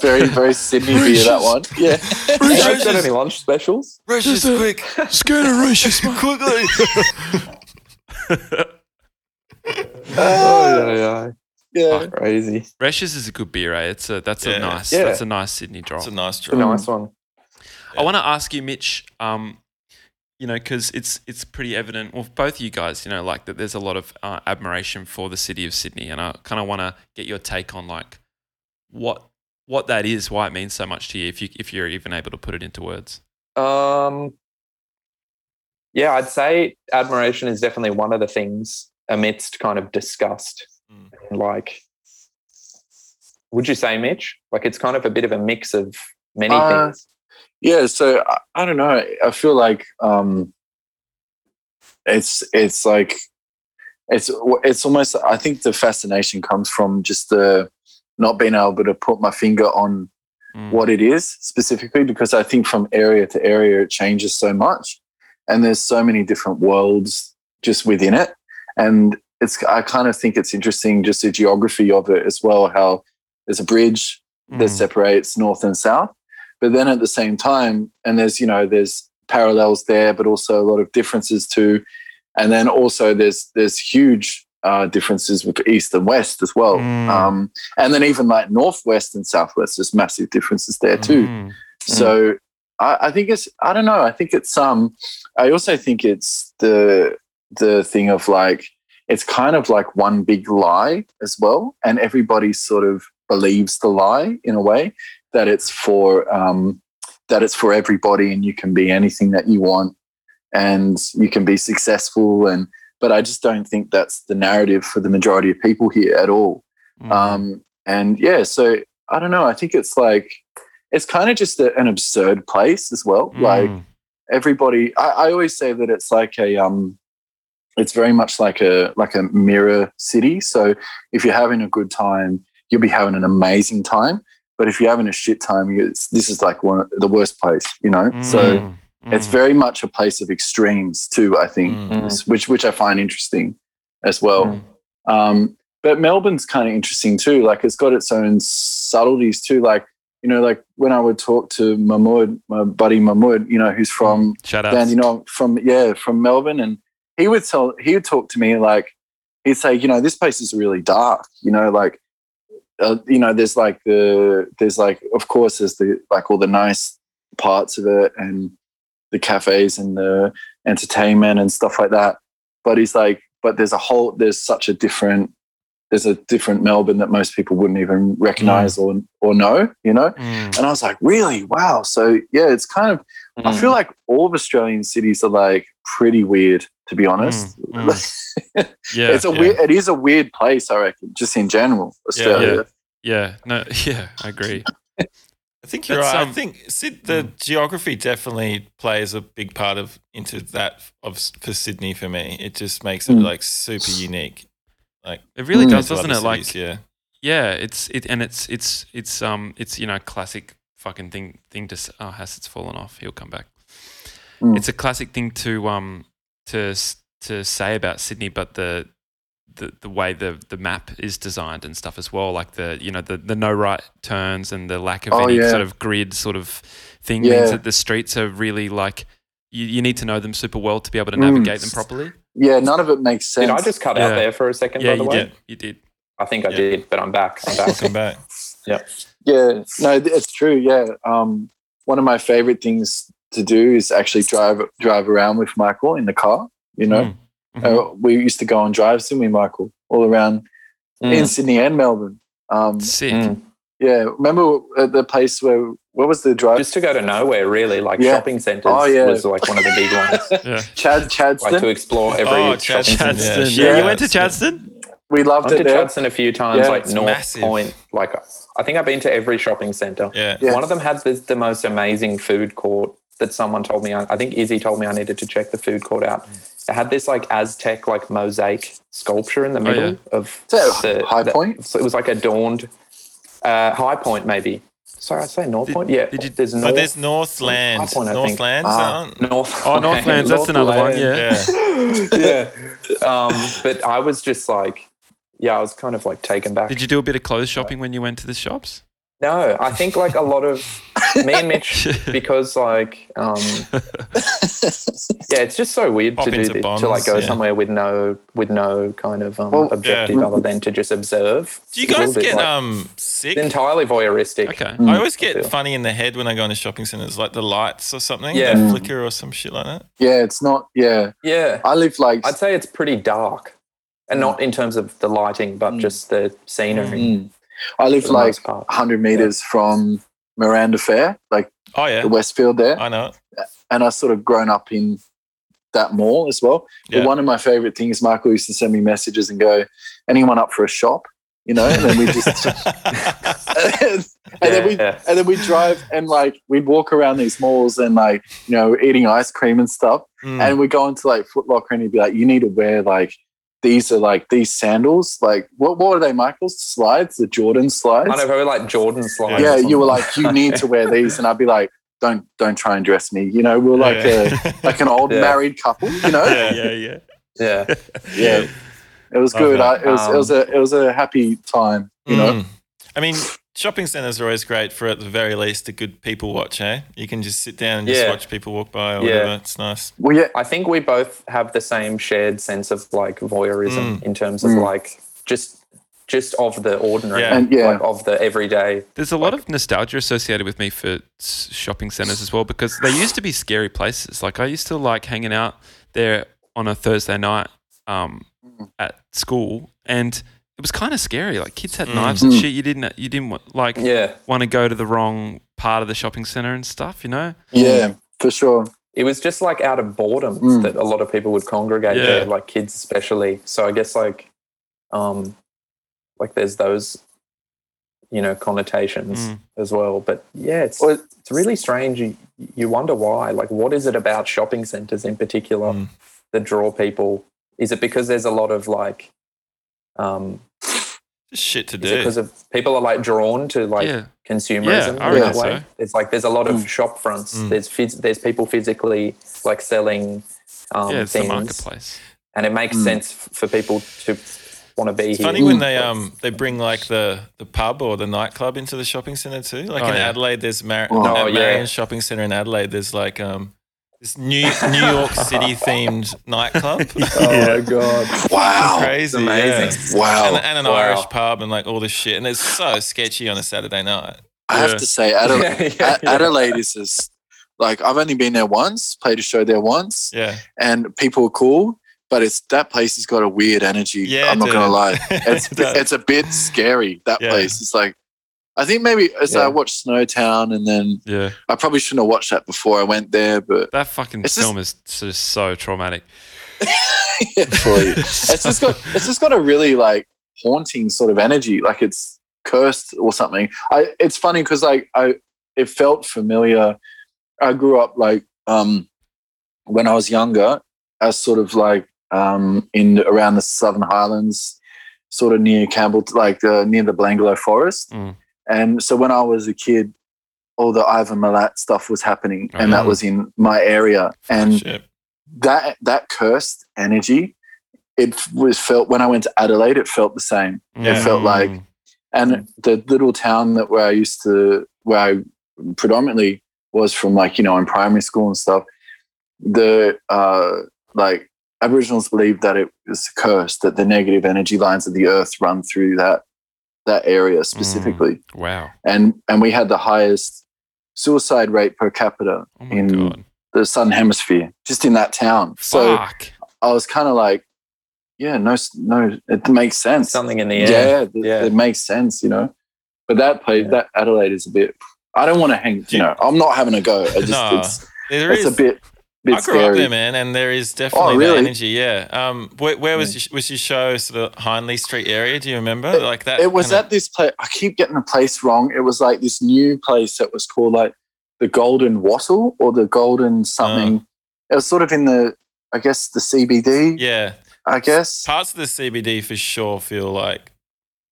Speaker 5: Very, very Sydney beer that one. Yeah.
Speaker 3: You guys got any lunch specials?
Speaker 4: Rashes,
Speaker 1: Just a-
Speaker 4: quick.
Speaker 1: Scatteratious,
Speaker 4: Quickly.
Speaker 5: Ah,
Speaker 3: yeah,
Speaker 5: yeah.
Speaker 3: Crazy.
Speaker 1: Reshes is a good beer, eh? It's a that's
Speaker 4: Yeah.
Speaker 1: a nice
Speaker 3: Yeah.
Speaker 1: that's a nice Sydney drop.
Speaker 4: That's a nice
Speaker 3: It's a
Speaker 4: drop.
Speaker 3: nice one.
Speaker 1: I want to ask you, Mitch. Um, you know, because it's it's pretty evident. Well, both you guys, you know, like that. There's a lot of uh, admiration for the city of Sydney, and I kind of want to get your take on like what what that is, why it means so much to you, if you if you're even able to put it into words.
Speaker 3: Um, yeah, I'd say admiration is definitely one of the things amidst kind of disgust.
Speaker 4: Mm.
Speaker 3: And like, would you say, Mitch? Like, it's kind of a bit of a mix of many
Speaker 5: Uh,
Speaker 3: things.
Speaker 5: yeah so I, I don't know i feel like um it's it's like it's it's almost i think the fascination comes from just the not being able to put my finger on
Speaker 4: Mm.
Speaker 5: what it is specifically because I think from area to area it changes so much, and there's so many different worlds just within it, and it's I kind of think it's interesting just the geography of it as well. How there's a bridge that
Speaker 4: Mm.
Speaker 5: separates north and south, but then at the same time, and there's you know there's parallels there, but also a lot of differences too, and then also there's there's huge. Uh, differences with east and west as well,
Speaker 4: Mm.
Speaker 5: um, and then even like northwest and southwest, there's massive differences there too.
Speaker 4: Mm.
Speaker 5: So I, I think it's I don't know. I think it's um I also think it's the the thing of like it's kind of like one big lie as well. And everybody sort of believes the lie in a way that it's for um that it's for everybody and you can be anything that you want and you can be successful and but I just don't think that's the narrative for the majority of people here at all.
Speaker 4: Mm.
Speaker 5: Um, and yeah, so I don't know. I think it's like it's kind of just a, an absurd place as well. Like
Speaker 4: Mm.
Speaker 5: everybody, I, I always say that it's like a um, it's very much like a like a mirror city. So if you're having a good time, you'll be having an amazing time. But if you're having a shit time, you, it's, this is like one of the worst place, you know. So
Speaker 4: Mm.
Speaker 5: it's
Speaker 4: Mm.
Speaker 5: very much a place of extremes too. I think,
Speaker 4: Mm.
Speaker 5: s- which which I find interesting as well. Um, but Melbourne's kind of interesting too. Like it's got its own subtleties too. Like, you know, like when I would talk to Mahmoud, my buddy Mahmoud, you know, who's from
Speaker 1: Shut up.
Speaker 5: down, you know, from yeah, from Melbourne, and he would tell he would talk to me like he'd say, you know, this place is really dark. You know, like uh, you know, there's like the there's like of course there's the like all the nice parts of it and the cafes and the entertainment and stuff like that. But he's like, but there's a whole there's such a different there's a different Melbourne that most people wouldn't even recognize or or know, you know?
Speaker 4: Mm.
Speaker 5: And I was like, really? Wow. So yeah, it's kind of
Speaker 3: Hmm.
Speaker 5: I
Speaker 4: Mm.
Speaker 5: feel like all of Australian cities are like pretty weird, to be honest.
Speaker 4: Mm, Yeah,
Speaker 5: it's a
Speaker 4: yeah,
Speaker 5: weird. It is a weird place, I reckon, just in general,
Speaker 4: Yeah, yeah.
Speaker 5: Australia.
Speaker 1: Yeah, no, yeah, I agree.
Speaker 4: I think you're
Speaker 1: That's,
Speaker 4: right. I
Speaker 1: um, mm.
Speaker 4: think Syd- the geography definitely plays a big part of into that of for Sydney for me. It just makes it
Speaker 5: Mm.
Speaker 4: like super unique.
Speaker 1: It really
Speaker 5: Mm.
Speaker 1: does,
Speaker 4: to
Speaker 1: doesn't
Speaker 4: other
Speaker 1: it? Like,
Speaker 4: cities, yeah,
Speaker 1: yeah, it's it, and it's it's it's um it's you know classic fucking thing thing to s- oh Hassett's fallen off. He'll come back.
Speaker 5: Mm.
Speaker 1: It's a classic thing to um to s- to say about Sydney, but the the, the way the, the map is designed and stuff as well, like the you know the, the no right turns and the lack of
Speaker 5: Oh,
Speaker 1: any
Speaker 5: yeah.
Speaker 1: sort of grid sort of thing
Speaker 5: Yeah.
Speaker 1: means that the streets are really like you, you need to know them super well to be able to
Speaker 5: Mm.
Speaker 1: navigate them properly.
Speaker 5: Yeah. none of it makes sense.
Speaker 3: Did I just cut out
Speaker 1: Yeah.
Speaker 3: there for a second?
Speaker 1: yeah,
Speaker 3: by the
Speaker 1: you
Speaker 3: way,
Speaker 1: did. You did.
Speaker 3: I think I
Speaker 4: Yeah.
Speaker 3: did, but I'm back. I'm back.
Speaker 4: welcome back.
Speaker 5: Yeah, no, th- it's true. Yeah, um, one of my favorite things to do is actually drive drive around with Michael in the car. You know,
Speaker 1: Mm.
Speaker 4: Mm-hmm.
Speaker 5: uh, we used to go on drives, didn't we, Michael, all around in
Speaker 3: Mm.
Speaker 5: Sydney and Melbourne. Um,
Speaker 1: Sick.
Speaker 3: Mm.
Speaker 5: yeah, remember at the place where what was the drive?
Speaker 3: Just to go to nowhere, really, like
Speaker 5: Yeah.
Speaker 3: shopping centers
Speaker 5: Oh, yeah.
Speaker 3: was like one of the big ones,
Speaker 1: Yeah.
Speaker 5: Chad Chadston.
Speaker 3: like to explore every
Speaker 4: Oh,
Speaker 3: shopping
Speaker 4: Chadstone,
Speaker 3: center.
Speaker 4: yeah.
Speaker 1: Chadston.
Speaker 5: Yeah,
Speaker 1: you went to
Speaker 4: it's- yeah.
Speaker 1: Chadston?
Speaker 5: we
Speaker 3: I've
Speaker 5: loved
Speaker 3: been to
Speaker 5: it there.
Speaker 3: Chadstone a few times,
Speaker 5: Yeah.
Speaker 3: like
Speaker 4: It's
Speaker 3: North
Speaker 4: massive.
Speaker 3: Point. Like I think I've been to every shopping center.
Speaker 4: Yeah.
Speaker 5: Yeah.
Speaker 3: One of them had this, the most amazing food court that someone told me. I I think Izzy told me I needed to check the food court out. It had this like Aztec like mosaic sculpture in the middle of
Speaker 5: Is that
Speaker 3: the
Speaker 5: High
Speaker 3: the-
Speaker 5: Point?
Speaker 3: So it was like adorned uh, High Point, maybe. Sorry, I say North
Speaker 1: Did-
Speaker 3: Point. Yeah,
Speaker 1: did you-
Speaker 3: there's
Speaker 4: But
Speaker 3: North.
Speaker 4: there's Northland.
Speaker 3: Northland, I think.
Speaker 4: Northland.
Speaker 5: Ah.
Speaker 4: something?
Speaker 3: North.
Speaker 1: Oh, Northlands. That's another one. Yeah.
Speaker 4: Yeah.
Speaker 3: yeah. Um, but I was just like, yeah, I was kind of like taken back.
Speaker 1: Did you do a bit of clothes shopping when you went to the shops?
Speaker 3: No, I think like a lot of me and Mitch because like um yeah, it's just so weird
Speaker 4: Pop
Speaker 3: to do
Speaker 4: into
Speaker 3: this,
Speaker 4: bonds,
Speaker 3: to like go
Speaker 4: yeah.
Speaker 3: somewhere with no with no kind of um,
Speaker 5: Well-
Speaker 3: objective
Speaker 5: Yeah.
Speaker 3: other than to just observe.
Speaker 4: Do you
Speaker 3: It's a
Speaker 4: guys
Speaker 3: little bit
Speaker 4: get
Speaker 3: like-
Speaker 4: um sick?
Speaker 3: it's entirely voyeuristic?
Speaker 1: Okay.
Speaker 5: Mm.
Speaker 4: I always
Speaker 3: I
Speaker 4: get
Speaker 3: feel.
Speaker 4: funny in the head when I go into shopping centers, like the lights or something.
Speaker 3: Yeah.
Speaker 4: They
Speaker 5: Mm.
Speaker 4: flicker or some shit like that.
Speaker 5: Yeah, it's not. Yeah,
Speaker 3: Yeah,
Speaker 5: I live like.
Speaker 3: I'd say it's pretty dark, and not in terms of the lighting, but
Speaker 5: Mm.
Speaker 3: just the scenery.
Speaker 5: Mm. I live
Speaker 3: For the
Speaker 5: like
Speaker 3: most part.
Speaker 5: 100 meters from Miranda Fair, like
Speaker 4: Oh yeah,
Speaker 5: the Westfield there,
Speaker 4: I know. it.
Speaker 5: and I sort of grown up in that mall as well.
Speaker 4: Yeah.
Speaker 5: But one of my favorite things, Michael used to send me messages and go, "Anyone up for a shop?" You know, and then we just. and then we
Speaker 3: Yeah.
Speaker 5: and then we drive and like we'd walk around these malls and like you know eating ice cream and stuff
Speaker 4: Mm.
Speaker 5: and we go into like Foot Locker and he'd be like, you need to wear like these are like these sandals. Like what? What are they, Michael? Slides? The Jordan slides?
Speaker 3: I know, probably like Jordan slides.
Speaker 5: yeah,
Speaker 3: or
Speaker 5: you were
Speaker 3: something.
Speaker 5: like, you need to wear these, and I'd be like, don't don't try and dress me. You know, we were like a,
Speaker 4: yeah.
Speaker 5: like an old
Speaker 3: Yeah.
Speaker 5: married couple. You know,
Speaker 4: yeah, yeah, yeah.
Speaker 3: yeah.
Speaker 5: Yeah. it was
Speaker 4: Love
Speaker 5: good. I,
Speaker 4: that.
Speaker 5: it was it was a it was a happy time. You know,
Speaker 4: Mm. I mean, shopping centers are always great for, at the very least, a good people watch. Eh, you can just sit down and just
Speaker 3: Yeah.
Speaker 4: watch people walk by or
Speaker 3: Yeah.
Speaker 4: whatever. It's nice.
Speaker 5: well, yeah,
Speaker 3: I think we both have the same shared sense of like voyeurism in terms of
Speaker 5: Mm.
Speaker 3: like just just of the ordinary,
Speaker 4: Yeah.
Speaker 5: And, yeah.
Speaker 3: like of the everyday.
Speaker 1: There's a lot of nostalgia associated with me for s- shopping centers as well because they used to be scary places. Like I used to like hanging out there on a Thursday night um,
Speaker 5: Mm.
Speaker 1: at school, and it was kind of scary. Like kids had knives and
Speaker 5: Mm.
Speaker 1: shit. You didn't you didn't wa- like
Speaker 3: Yeah,
Speaker 1: want to go to the wrong part of the shopping center and stuff. You know?
Speaker 5: yeah, for sure.
Speaker 3: it was just like out of boredom
Speaker 5: Mm.
Speaker 3: that a lot of people would congregate
Speaker 4: Yeah.
Speaker 3: there, like kids especially. So I guess like, um, like there's those, you know, connotations
Speaker 1: Mm.
Speaker 3: as well. But yeah, it's
Speaker 5: Well,
Speaker 3: it's really strange. You, you wonder why. Like, what is it about shopping centers in particular
Speaker 4: Mm.
Speaker 3: that draw people? Is it because there's a lot of like, um,
Speaker 4: Just shit to
Speaker 3: is it
Speaker 4: do.
Speaker 3: because of people are like drawn to like
Speaker 1: yeah.
Speaker 3: consumerism
Speaker 1: Yeah, I
Speaker 3: in
Speaker 5: reckon
Speaker 3: that way.
Speaker 1: so.
Speaker 3: It's like there's a lot of
Speaker 5: Mm.
Speaker 3: shop fronts.
Speaker 4: Mm.
Speaker 3: There's phys- there's people physically like selling um,
Speaker 1: yeah, it's the
Speaker 3: things,
Speaker 1: marketplace.
Speaker 3: and it makes
Speaker 5: Mm.
Speaker 3: sense f- for people to want to be
Speaker 4: It's
Speaker 3: here.
Speaker 4: funny when they um they bring like the, the pub or the nightclub into the shopping center too. Like
Speaker 1: Oh,
Speaker 4: in
Speaker 1: yeah.
Speaker 4: Adelaide, there's Mar-
Speaker 5: Oh,
Speaker 4: at
Speaker 3: yeah.
Speaker 4: Marion Shopping Center in Adelaide. There's like um this new New York City themed nightclub.
Speaker 5: Oh,
Speaker 3: my god!
Speaker 5: Wow,
Speaker 4: crazy,
Speaker 3: amazing.
Speaker 4: yeah.
Speaker 5: Oh, wow.
Speaker 4: And, and an
Speaker 3: Wow.
Speaker 4: Irish pub and like all this shit, and it's so sketchy on a Saturday night.
Speaker 5: I have
Speaker 4: Yeah.
Speaker 5: to say, Adelaide,
Speaker 3: Yeah, yeah, yeah.
Speaker 5: Adelaide is just like I've only been there once, played a show there once,
Speaker 4: Yeah,
Speaker 5: and people are cool. But it's that place has got a weird energy.
Speaker 4: yeah.
Speaker 5: I'm not
Speaker 4: dude.
Speaker 5: gonna lie. It's
Speaker 4: It does.
Speaker 5: it's a bit scary that
Speaker 4: Yeah.
Speaker 5: place. It's like I think maybe as
Speaker 3: Yeah.
Speaker 5: I watched Snowtown, and then
Speaker 1: Yeah,
Speaker 5: I probably shouldn't have watched that before I went there, but
Speaker 1: that fucking
Speaker 5: It's just-
Speaker 1: film is just so traumatic.
Speaker 5: it's just got it's just got a really like haunting sort of energy, like it's cursed or something. I it's funny because like I it felt familiar. I grew up like um when I was younger, as sort of like um in around the Southern Highlands, sort of near Campbell, like uh, near the Blangolo Forest.
Speaker 1: Mm.
Speaker 5: And so when I was a kid, all the Ivan Milat stuff was happening,
Speaker 1: Oh,
Speaker 5: and that
Speaker 1: yeah.
Speaker 5: was in my area. And
Speaker 4: Shit.
Speaker 5: that that cursed energy, it was felt when I went to Adelaide, it felt the same.
Speaker 4: Yeah.
Speaker 5: felt like-
Speaker 1: Mm.
Speaker 5: And the little town that where I used to where I predominantly was from, like you know, in primary school and stuff, the uh, like Aboriginals believed that it was cursed that the negative energy lines of the earth run through that that area specifically,
Speaker 1: wow.
Speaker 5: and and we had the highest suicide rate per capita
Speaker 1: Oh my
Speaker 5: in
Speaker 1: god.
Speaker 5: the southern hemisphere just in that town. So.
Speaker 1: Fuck.
Speaker 5: I was kind of like, yeah, no, s- no, it makes sense.
Speaker 3: Something in the
Speaker 5: yeah,
Speaker 3: air.
Speaker 5: yeah, th-
Speaker 3: Yeah.
Speaker 5: it makes sense, you know. But that place,
Speaker 3: Yeah.
Speaker 5: that Adelaide is a bit. I don't want to hang. You know, I'm not having a go. I just,
Speaker 4: No,
Speaker 5: it's,
Speaker 4: There
Speaker 5: it's a
Speaker 4: is-
Speaker 5: bit, bit
Speaker 4: I grew up there,
Speaker 5: scary. Oh,
Speaker 4: man, and there is definitely
Speaker 5: really?
Speaker 4: that energy. Yeah. Um, where, where was your, was your show? Sort of Hindley Street area? Do you remember? like that.
Speaker 5: It was
Speaker 4: kinda-
Speaker 5: at this place. I keep getting the place wrong. It was like this new place that was called like the Golden Wattle or the Golden something. It was sort of in the, I guess, the CBD.
Speaker 4: Uh. Yeah.
Speaker 5: I guess.
Speaker 4: Parts of the CBD for sure feel like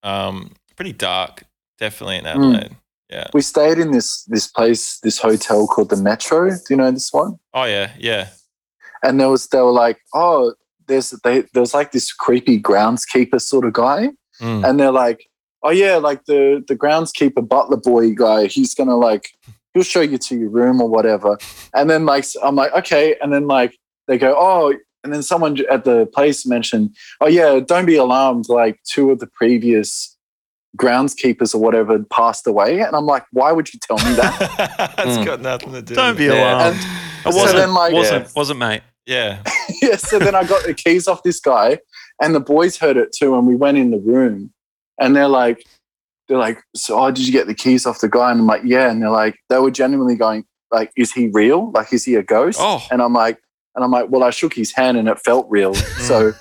Speaker 4: um pretty dark. Definitely in Adelaide. Yeah.
Speaker 5: We stayed in this this place, this hotel called the Metro. Do you know this one?
Speaker 4: Oh yeah. Yeah.
Speaker 5: and there was they were like, oh, there's they there was like this creepy groundskeeper sort of guy,
Speaker 1: Hmm.
Speaker 4: Mm.
Speaker 5: and they're like, oh yeah, like the the groundskeeper butler boy guy, he's gonna like he'll show you to your room or whatever, and then like s- I'm like okay, and then like they go oh. And then someone j- at the place mentioned, "Oh yeah, don't be alarmed. Like two of the previous groundskeepers or whatever passed away." And I'm like, "Why would you tell me that?"
Speaker 4: That's
Speaker 3: Mm.
Speaker 4: got nothing to do.
Speaker 1: Don't be
Speaker 4: with it.
Speaker 3: Yeah.
Speaker 1: alarmed. It
Speaker 5: so
Speaker 1: wasn't,
Speaker 5: then, like-
Speaker 1: wasn't, wasn't, mate.
Speaker 4: Yeah.
Speaker 5: yeah, so then I got the keys off this guy, and the boys heard it too. And we went in the room, and they're like, they're like, so oh, did you get the keys off the guy? And I'm like, yeah. And they're like, they were genuinely going, like, is he real? Like, is he a ghost?
Speaker 1: Oh,
Speaker 5: And I'm like, and I'm like, well, I shook his hand and it felt real, so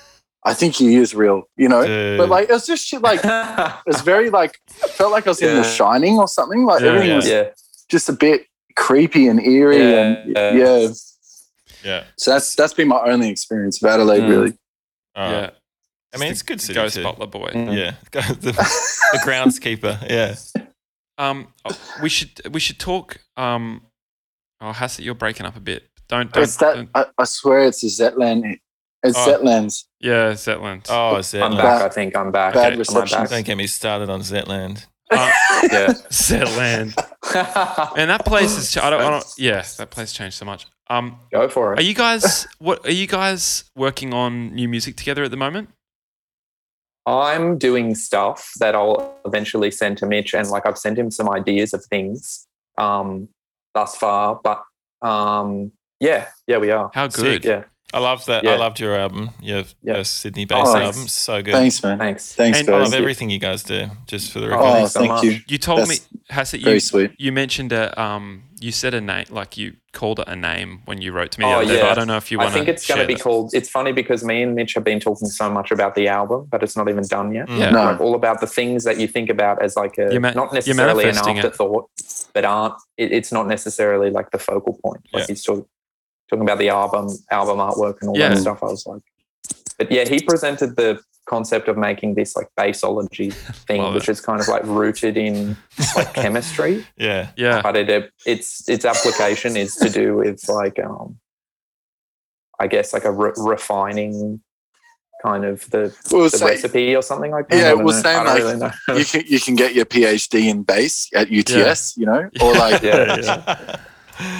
Speaker 5: I think he is real, you know.
Speaker 4: Dude.
Speaker 5: But like, it was just shit. Like, it was very like, it felt like I was in The
Speaker 3: Yeah.
Speaker 5: Shining or something. Like
Speaker 4: Yeah,
Speaker 5: everything
Speaker 4: yeah.
Speaker 5: was
Speaker 3: yeah,
Speaker 5: just a bit creepy and eerie, and
Speaker 3: Yeah.
Speaker 5: yeah.
Speaker 4: yeah.
Speaker 5: So that's that's been my only experience of Adelaide,
Speaker 3: Mm.
Speaker 5: really.
Speaker 4: All right.
Speaker 1: yeah.
Speaker 4: I mean, it's a good city
Speaker 1: Ghost
Speaker 4: too.
Speaker 1: Butler boy.
Speaker 3: Mm.
Speaker 4: Yeah, the, the groundskeeper. Yeah,
Speaker 1: Um, we should we should talk. Um, oh, Hassett, you're breaking up a bit. Don't don't.
Speaker 5: it's that
Speaker 1: don't-
Speaker 5: I, I swear it's the Zetland. It's
Speaker 4: Oh.
Speaker 5: Zetlands.
Speaker 1: yeah, Zetland.
Speaker 4: Oh,
Speaker 3: I'm
Speaker 4: Zetland.
Speaker 3: back. I think I'm back.
Speaker 5: Bad
Speaker 3: Am I
Speaker 5: reception.
Speaker 3: back?
Speaker 4: Don't get me started on Zetland.
Speaker 3: Yeah.
Speaker 1: Zetland. And that place is. I don't, I don't. Yeah, that place changed so much. Um,
Speaker 3: Go for it.
Speaker 1: are you guys? What are you guys working on new music together at the moment?
Speaker 3: I'm doing stuff that I'll eventually send to Mitch, and like I've sent him some ideas of things um, thus far. But um, yeah, yeah, we are.
Speaker 1: How
Speaker 4: Sick.
Speaker 1: good.
Speaker 3: Yeah,
Speaker 4: I love that. I
Speaker 3: Yeah.
Speaker 4: loved your album. Your,
Speaker 3: Yeah.
Speaker 4: your Sydney-based
Speaker 5: Oh,
Speaker 4: album.
Speaker 5: thanks.
Speaker 4: So good.
Speaker 5: Thanks, man.
Speaker 3: thanks.
Speaker 5: Thanks,
Speaker 1: And
Speaker 4: I
Speaker 5: guys.
Speaker 4: love everything you guys do. Just for the record.
Speaker 5: Oh,
Speaker 3: Thanks so
Speaker 5: thank
Speaker 3: much.
Speaker 5: you.
Speaker 1: You told
Speaker 5: That's
Speaker 1: me, Hassett. You
Speaker 5: Very sweet.
Speaker 1: you mentioned a um. You said a name, like you called it a name when you wrote to me.
Speaker 3: Oh,
Speaker 1: the other day, but
Speaker 3: yeah.
Speaker 1: I don't know if you
Speaker 3: I
Speaker 1: want.
Speaker 3: think it's going to be
Speaker 1: that.
Speaker 3: called. It's funny because me and Mitch have been talking so much about the album, but it's not even done yet.
Speaker 4: Mm.
Speaker 1: Yeah.
Speaker 5: No.
Speaker 3: Like all about the things that you think about as like a
Speaker 1: You're ma-
Speaker 3: not
Speaker 1: you're
Speaker 3: necessarily an
Speaker 1: manifesting it.
Speaker 3: afterthought, but aren't it, it's not necessarily like the focal point. Like
Speaker 4: Yeah.
Speaker 3: he's talk, talking about the album, album artwork, and all
Speaker 1: Yeah.
Speaker 3: that stuff. I was like, but yeah, he presented the concept of making this like baseology
Speaker 1: Love
Speaker 3: thing, which
Speaker 1: it.
Speaker 3: is kind of like rooted in like chemistry,
Speaker 4: Mm. yeah.
Speaker 1: Yeah.
Speaker 3: but it its its application is to do with like um, I guess like a re- refining kind of the
Speaker 5: We'll
Speaker 3: the
Speaker 5: say,
Speaker 3: recipe or something like that.
Speaker 5: Yeah,
Speaker 3: I don't
Speaker 5: we'll
Speaker 3: know.
Speaker 5: say,
Speaker 3: I don't
Speaker 5: like,
Speaker 3: really know.
Speaker 5: you can you can get your PhD in bass at UTS, you know, or like.
Speaker 3: yeah,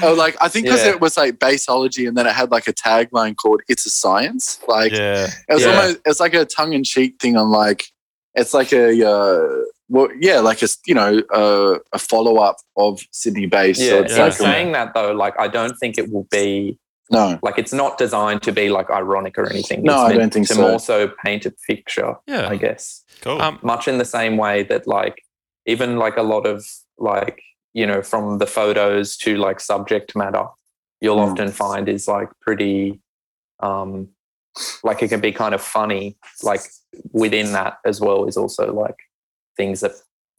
Speaker 5: Oh, like I think because
Speaker 3: Yeah.
Speaker 5: it was like baseology, and then it had like a tagline called "It's a Science." Like
Speaker 4: yeah.
Speaker 5: it was
Speaker 3: Yeah.
Speaker 5: almost it's like a tongue in cheek thing on like it's like a uh, well yeah like a s- you know uh, a follow up of Sydney based.
Speaker 3: yeah.
Speaker 5: so it's
Speaker 3: in
Speaker 5: like a-
Speaker 3: saying that though, like I don't think it will be
Speaker 5: no
Speaker 3: like it's not designed to be like ironic or anything.
Speaker 5: No,
Speaker 3: It's
Speaker 5: I
Speaker 3: meant
Speaker 5: don't think
Speaker 3: to
Speaker 5: so.
Speaker 3: more so paint a picture,
Speaker 1: Yeah.
Speaker 3: I guess.
Speaker 4: Cool.
Speaker 1: Um,
Speaker 3: Much in the same way that like even like a lot of like you know from the photos to like subject matter, you'll
Speaker 5: Mm.
Speaker 3: often find is like pretty, um, like it can be kind of funny. Like within that as well is also like things that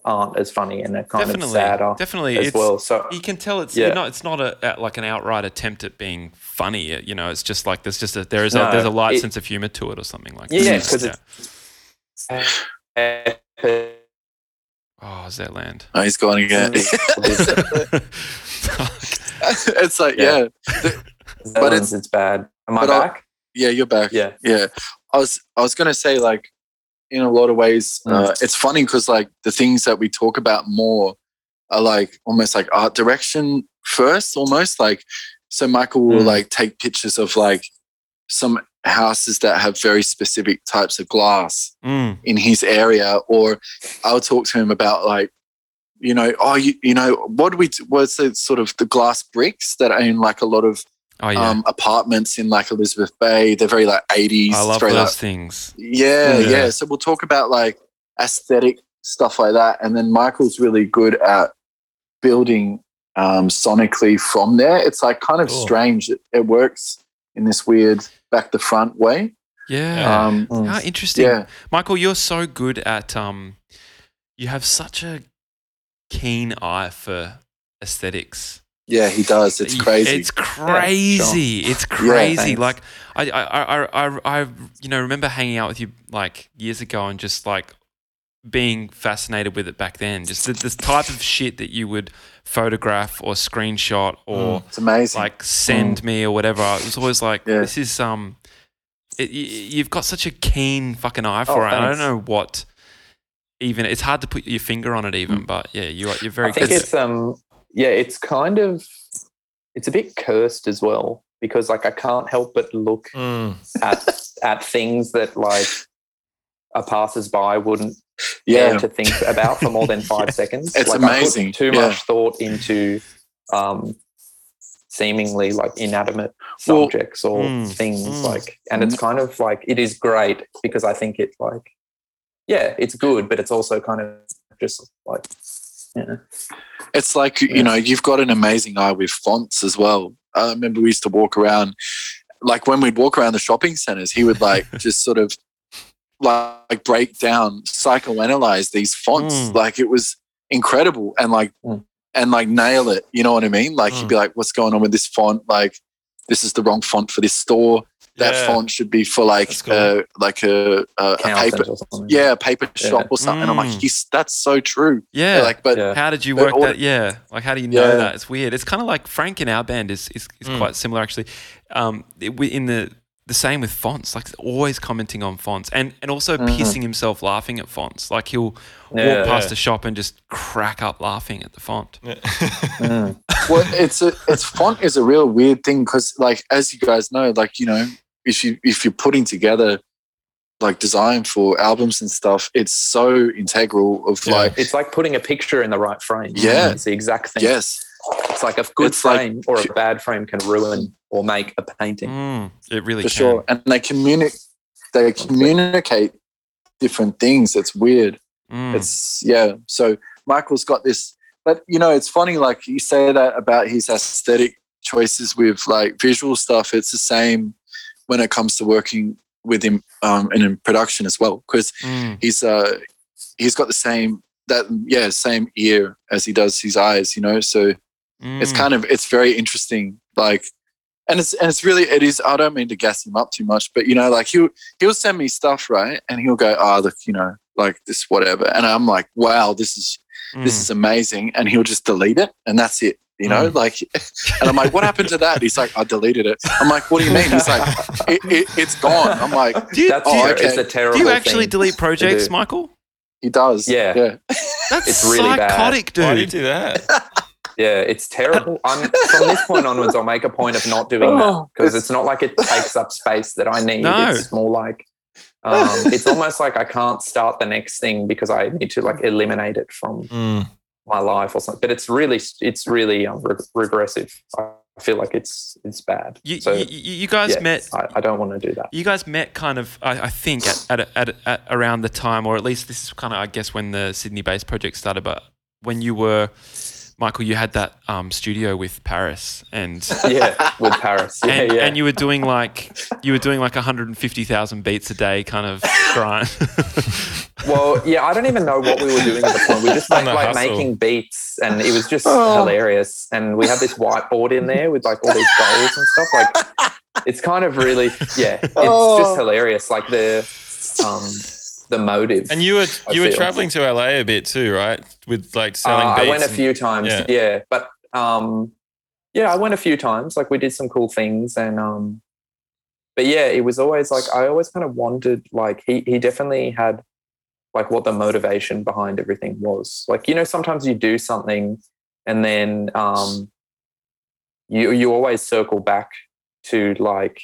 Speaker 3: aren't as funny and are kind
Speaker 1: definitely.
Speaker 3: of sadder.
Speaker 1: Definitely.
Speaker 3: uh, as
Speaker 1: it's, e-,
Speaker 3: well. So
Speaker 1: You can tell it's
Speaker 3: Yeah.
Speaker 1: you're not it's not a, at like an outright attempt at being funny. uh, You know, it's just like there's just a there is a
Speaker 3: No,
Speaker 1: there's a light
Speaker 3: it-
Speaker 1: sense of humor to it or something like
Speaker 3: Yeah,
Speaker 1: that.
Speaker 3: yeah, 'cause it's- yeah,
Speaker 1: oh, is that land?
Speaker 5: no he's gone again.
Speaker 3: Mm.
Speaker 5: it's like
Speaker 3: Yeah.
Speaker 5: yeah But
Speaker 3: but it's, it's bad. Am I
Speaker 5: but I-
Speaker 3: back?
Speaker 5: yeah you're back
Speaker 3: yeah.
Speaker 5: yeah i was i was going to say like in a lot of ways uh, it's funny because like the things that we talk about more are like almost like art direction first almost like so michael will
Speaker 1: Mm.
Speaker 5: like take pictures of like some houses that have very specific types of glass
Speaker 1: Mm,
Speaker 5: in his area or i'll talk to him about like you know oh you, you know what do we what's the sort of the glass bricks that own like a lot of
Speaker 1: Oh yeah,
Speaker 5: um, apartments in like elizabeth bay they're very like 80s
Speaker 1: I love
Speaker 5: very,
Speaker 1: those
Speaker 5: like,
Speaker 1: things.
Speaker 5: yeah,
Speaker 1: Yeah.
Speaker 5: yeah, So we'll talk about like aesthetic stuff like that, and then Michael's really good at building um, sonically from there. It's like kind of
Speaker 4: Cool.
Speaker 5: strange. It, it works in this weird back the front way.
Speaker 1: Yeah,
Speaker 5: Um,
Speaker 1: how interesting.
Speaker 5: yeah,
Speaker 1: Michael, you're so good at um, you have such a keen eye for aesthetics.
Speaker 5: yeah, he does. It's
Speaker 1: Y-
Speaker 5: crazy.
Speaker 1: It's crazy. It's crazy.
Speaker 5: thanks.
Speaker 1: like I, I, I, I, I, you know, remember hanging out with you like years ago and just like being fascinated with it back then. Just the, the type of shit that you would photograph or screenshot
Speaker 5: Mm.
Speaker 1: or
Speaker 5: it's amazing.
Speaker 1: like send me or whatever. It was always like
Speaker 5: Mm. Yeah.
Speaker 1: this is um, it, y- you've got such a keen fucking eye
Speaker 5: Oh,
Speaker 1: for it. and I don't
Speaker 3: thanks.
Speaker 1: know what. Even it's hard to put your finger on it,
Speaker 5: Mm.
Speaker 1: even. But yeah, you are, you're very
Speaker 3: I think
Speaker 1: good. at it.
Speaker 3: it's um yeah, it's kind of it's a bit cursed as well because like I can't help but look
Speaker 4: mm.
Speaker 3: at at things that like a passersby wouldn't dare
Speaker 5: yeah,
Speaker 3: to think about for more than five seconds.
Speaker 5: It's
Speaker 3: like, I put
Speaker 5: amazing.
Speaker 3: too
Speaker 5: Yeah.
Speaker 3: much thought into um, seemingly like inanimate
Speaker 5: Well-
Speaker 3: subjects or
Speaker 1: Mm,
Speaker 3: things
Speaker 1: mm.
Speaker 3: like, and it's kind of like it is great because I think it like, yeah, it's good, but it's also kind of just like, yeah,
Speaker 5: it's like
Speaker 3: Yeah.
Speaker 5: you know you've got an amazing eye with fonts as well. I remember we used to walk around, like when we'd walk around the shopping centers, he would like just sort of like break down, psychoanalyze these fonts.
Speaker 1: Mm.
Speaker 5: Like it was incredible and like
Speaker 3: Mm.
Speaker 5: and like nail it. You know what I mean? Like he'd be like, "What's going on with this font? Like this is the wrong font for this store." that
Speaker 4: Yeah.
Speaker 5: font should be for like
Speaker 4: That's cool.
Speaker 5: a, like a, a, a
Speaker 3: Accountant
Speaker 5: paper
Speaker 3: or something.
Speaker 5: yeah a paper
Speaker 3: Yeah.
Speaker 5: shop or something. I'm
Speaker 1: Mm.
Speaker 5: like, he's, that's so true.
Speaker 1: Yeah.
Speaker 5: Like, but
Speaker 3: Yeah.
Speaker 1: How did you
Speaker 5: They're
Speaker 1: work
Speaker 5: all-
Speaker 1: that? Yeah, like how do you know
Speaker 5: Yeah.
Speaker 1: that? It's weird. It's kind of like Frank in our band is is, is
Speaker 4: Mm.
Speaker 1: quite similar actually. Um, it- we- in the the same with fonts, like always commenting on fonts, and and also
Speaker 3: Mhm.
Speaker 1: piercing himself laughing at fonts. Like he'll
Speaker 3: Yeah.
Speaker 1: walk past
Speaker 4: Yeah.
Speaker 1: a shop and just crack up laughing at the font.
Speaker 4: Yeah.
Speaker 3: Mm.
Speaker 5: well, it's a, it's font is a real weird thing because like as you guys know, like you know, if you if you're putting together like design for albums and stuff, it's so integral of
Speaker 4: Yeah.
Speaker 5: like
Speaker 3: It's like putting a picture in the right frame.
Speaker 5: Yeah.
Speaker 3: It's the exact thing.
Speaker 5: yes,
Speaker 3: It's like a good
Speaker 5: It's like-
Speaker 3: frame or a bad frame can ruin or make a painting.
Speaker 1: Mm, it really
Speaker 5: for
Speaker 1: can.
Speaker 5: sure, and they communicate they communicate different things. It's weird.
Speaker 1: Mm.
Speaker 5: It's yeah. So Michael's got this, but you know, it's funny. Like you say that about his aesthetic choices with like visual stuff. It's the same when it comes to working with him um, and in production as well, because
Speaker 1: Mm.
Speaker 5: he's uh, he's got the same that yeah same ear as he does his eyes. You know, so it's
Speaker 1: Mm.
Speaker 5: kind of it's very interesting. Like. And it's and it's really it is. I don't mean to gas him up too much, but you know, like he'll he'll send me stuff, right? And he'll go, "Ah, look, you know, like this, whatever." And I'm like, "Wow, this is
Speaker 1: Mm.
Speaker 5: this is amazing and he'll just delete it and that's it you know like and i'm like what happened to that he's like i deleted it i'm like what do you mean he's like it, it, it's gone i'm like
Speaker 1: Do you,
Speaker 3: That's
Speaker 1: do you-
Speaker 5: oh,
Speaker 3: ter-
Speaker 5: okay.
Speaker 3: it's a terrible
Speaker 1: do you actually
Speaker 3: thing.
Speaker 1: delete projects,
Speaker 3: do.
Speaker 1: Michael?
Speaker 5: he does
Speaker 3: Yeah.
Speaker 5: yeah
Speaker 1: That's
Speaker 3: It's really bad.
Speaker 1: psychotic,
Speaker 4: Why do you
Speaker 1: dude.
Speaker 4: do that?
Speaker 3: Yeah, it's terrible. I'm from this point onwards. I'll make a point of not doing that
Speaker 5: Oh,
Speaker 3: because
Speaker 5: it's-
Speaker 3: it's not like it takes up space that I need.
Speaker 1: No.
Speaker 3: It's more like um, it's almost like I can't start the next thing because I need to like eliminate it from
Speaker 4: Mm.
Speaker 3: my life or something. But it's really it's really um, re- regressive. I feel like it's it's bad.
Speaker 1: You,
Speaker 3: so
Speaker 1: you, you you guys
Speaker 3: yeah,
Speaker 1: met
Speaker 3: I, I don't want to do that.
Speaker 1: You guys met kind of, I, I think, at, at, at, at around the time, or at least this is kind of, I guess, when the Sydney-based project started. But when you were, Michael, you had that um, studio with Paris, and
Speaker 3: Yeah, with Paris. Yeah,
Speaker 1: and,
Speaker 3: yeah.
Speaker 1: and you were doing like you were doing like 150,000 beats a day, kind of grind.
Speaker 3: Well, yeah, I don't even know what we were doing at the point. We just like,
Speaker 4: On the
Speaker 3: like
Speaker 4: hustle.
Speaker 3: making beats, and it was just
Speaker 5: Oh.
Speaker 3: hilarious. And we had this whiteboard in there with like all these goals and stuff. Like, it's kind of really, yeah, it's
Speaker 5: Oh.
Speaker 3: just hilarious. Like the um, the motive.
Speaker 4: And you were
Speaker 3: I
Speaker 4: you were
Speaker 3: feel.
Speaker 4: traveling to LA a bit too, right? With like selling
Speaker 3: Uh,
Speaker 4: beats.
Speaker 3: I went a
Speaker 4: and-
Speaker 3: few times.
Speaker 4: yeah.
Speaker 3: Yeah, but um, yeah, I went a few times. Like we did some cool things, and um, but yeah, it was always like I always kind of wondered. Like he he definitely had like what the motivation behind everything was. Like you know, sometimes you do something, and then um, you you always circle back to like.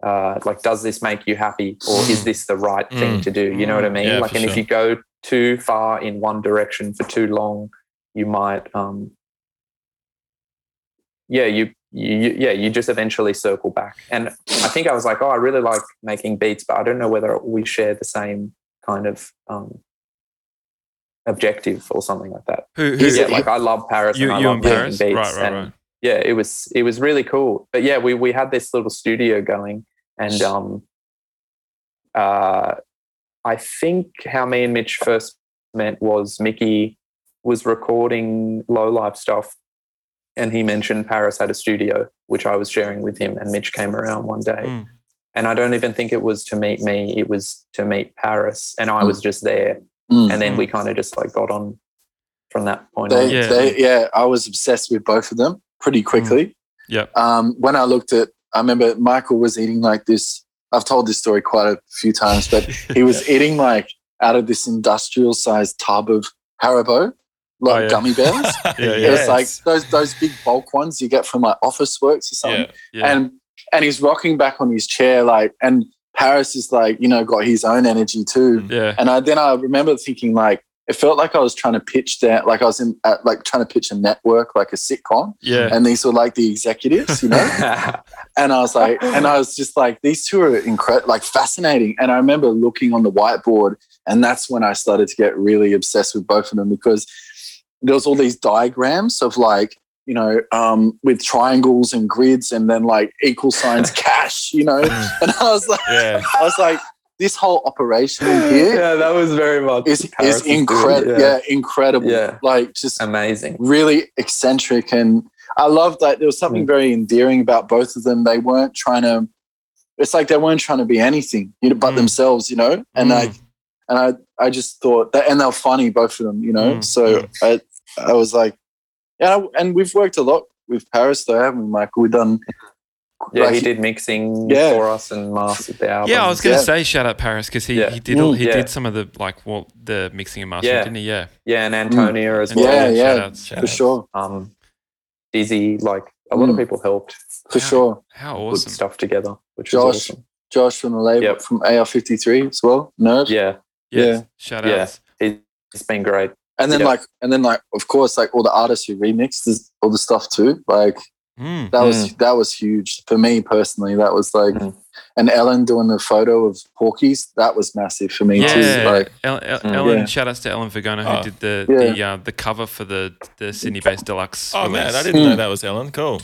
Speaker 3: Uh, like, does this make you happy, or is this the right thing
Speaker 4: Mm.
Speaker 3: to do? You know what I mean?
Speaker 4: Yeah,
Speaker 3: like,
Speaker 4: for
Speaker 3: and
Speaker 4: sure.
Speaker 3: if you go too far in one direction for too long, you might, um, yeah, you, you, you- yeah, you just eventually circle back. And I think I was like, oh, I really like making beats, but I don't know whether we share the same kind of um, objective or something like that.
Speaker 1: who, who
Speaker 3: Yeah, like I love Paris.
Speaker 1: you,
Speaker 3: and I
Speaker 1: you
Speaker 3: love
Speaker 1: and
Speaker 3: making
Speaker 1: Paris?
Speaker 3: beats
Speaker 1: right, right,
Speaker 3: and
Speaker 1: right.
Speaker 3: yeah, it was it was really cool. But yeah, we we had this little studio going, and um, uh, I think how me and Mitch first met was Mickey was recording low life stuff, and he mentioned Paris had a studio, which I was sharing with him, and Mitch came around one day.
Speaker 1: Mm.
Speaker 3: And I don't even think it was to meet me; it was to meet Paris, and I was just there.
Speaker 5: Mm.
Speaker 3: And then we kind of just like got on from that point
Speaker 5: they,
Speaker 3: on.
Speaker 1: Yeah.
Speaker 5: yeah. They, yeah i was obsessed with both of them pretty quickly
Speaker 1: Mm. Yep.
Speaker 5: um, when i looked at i remember michael was eating like this i've told this story quite a few times but he was eating like out of this industrial sized tub of haribo like
Speaker 1: Oh, yeah.
Speaker 5: gummy bears
Speaker 4: yeah,
Speaker 5: It was
Speaker 4: yeah.
Speaker 5: like those those big bulk ones you get from like Office Works or something.
Speaker 4: yeah.
Speaker 1: Yeah.
Speaker 5: And and he's rocking back on his chair like, and Paris is like, you know, got his own energy too.
Speaker 1: yeah.
Speaker 5: And I, then I remember thinking like, it felt like I was trying to pitch that, like I was in at, like trying to pitch a network, like a sitcom,
Speaker 1: Yeah.
Speaker 5: and these were like the executives, you know. and I was like, and I was just like, these two are incredible, like fascinating. And I remember looking on the whiteboard, and that's when I started to get really obsessed with both of them because there was all these diagrams of like, you know, um, with triangles and grids, and then like equal signs, cash, you know.
Speaker 4: Mm.
Speaker 5: And I was like,
Speaker 4: yeah.
Speaker 5: I was like, this whole operation in here
Speaker 3: yeah, that was very much
Speaker 5: is
Speaker 3: Paris
Speaker 5: is
Speaker 3: doing,
Speaker 5: incredible, yeah. incredible,
Speaker 3: Yeah.
Speaker 5: like just
Speaker 3: amazing.
Speaker 5: really eccentric and I loved that there was something very endearing about both of them. They weren't trying to. It's like they weren't trying to be anything, you know, but
Speaker 4: Mm.
Speaker 5: themselves, you know. And
Speaker 4: Mm.
Speaker 5: like, and I, I just thought that, and they're funny, both of them, you know.
Speaker 4: Mm.
Speaker 5: So
Speaker 4: Mm.
Speaker 5: I, I was like, yeah, and we've worked a lot with Paris, though, haven't we, Michael? We've done.
Speaker 3: Yeah,
Speaker 5: like,
Speaker 3: he did mixing
Speaker 5: Yeah.
Speaker 3: for us and mastered the album.
Speaker 1: Yeah, I was going to
Speaker 5: Yeah.
Speaker 1: say shout out Paris because he,
Speaker 3: Yeah.
Speaker 1: he did all,
Speaker 5: Mm,
Speaker 1: he
Speaker 3: yeah.
Speaker 1: did some of the like what the mixing and mastering,
Speaker 3: Yeah.
Speaker 1: didn't he? Yeah,
Speaker 3: Yeah, and Antonia as
Speaker 1: And
Speaker 5: Mm. Yeah,
Speaker 3: well.
Speaker 1: shout
Speaker 5: yeah.
Speaker 1: outs.
Speaker 5: for sure,
Speaker 3: Um, Dizzy, like a lot of
Speaker 5: Mm.
Speaker 3: people helped
Speaker 5: for
Speaker 1: Yeah.
Speaker 5: sure.
Speaker 1: How
Speaker 3: put
Speaker 1: awesome!
Speaker 3: stuff together, which
Speaker 5: Josh.
Speaker 3: was awesome.
Speaker 5: Josh from the label,
Speaker 3: Yep.
Speaker 5: from AR53 as well, Nerve.
Speaker 3: Yeah,
Speaker 5: yeah.
Speaker 1: shout
Speaker 3: Yeah.
Speaker 1: outs.
Speaker 3: it's been great.
Speaker 5: And then
Speaker 3: Yeah.
Speaker 5: like, and then like, of course, like all the artists who remixed this, all the stuff too. Like
Speaker 1: Mm.
Speaker 5: that was that was huge for me personally. That was like,
Speaker 3: Mm.
Speaker 5: and Ellen doing the photo of Porky's. That was massive for me
Speaker 1: Yeah,
Speaker 5: too. Like,
Speaker 1: El- El-
Speaker 3: Mm.
Speaker 1: Ellen.
Speaker 5: Yeah.
Speaker 1: Shout outs to Ellen Vergona who
Speaker 4: Oh.
Speaker 1: did the
Speaker 5: Yeah.
Speaker 1: the, uh, the cover for the the Sydney based deluxe.
Speaker 4: Oh
Speaker 1: release.
Speaker 4: man, I didn't
Speaker 5: Mm.
Speaker 4: know that was Ellen. Cool.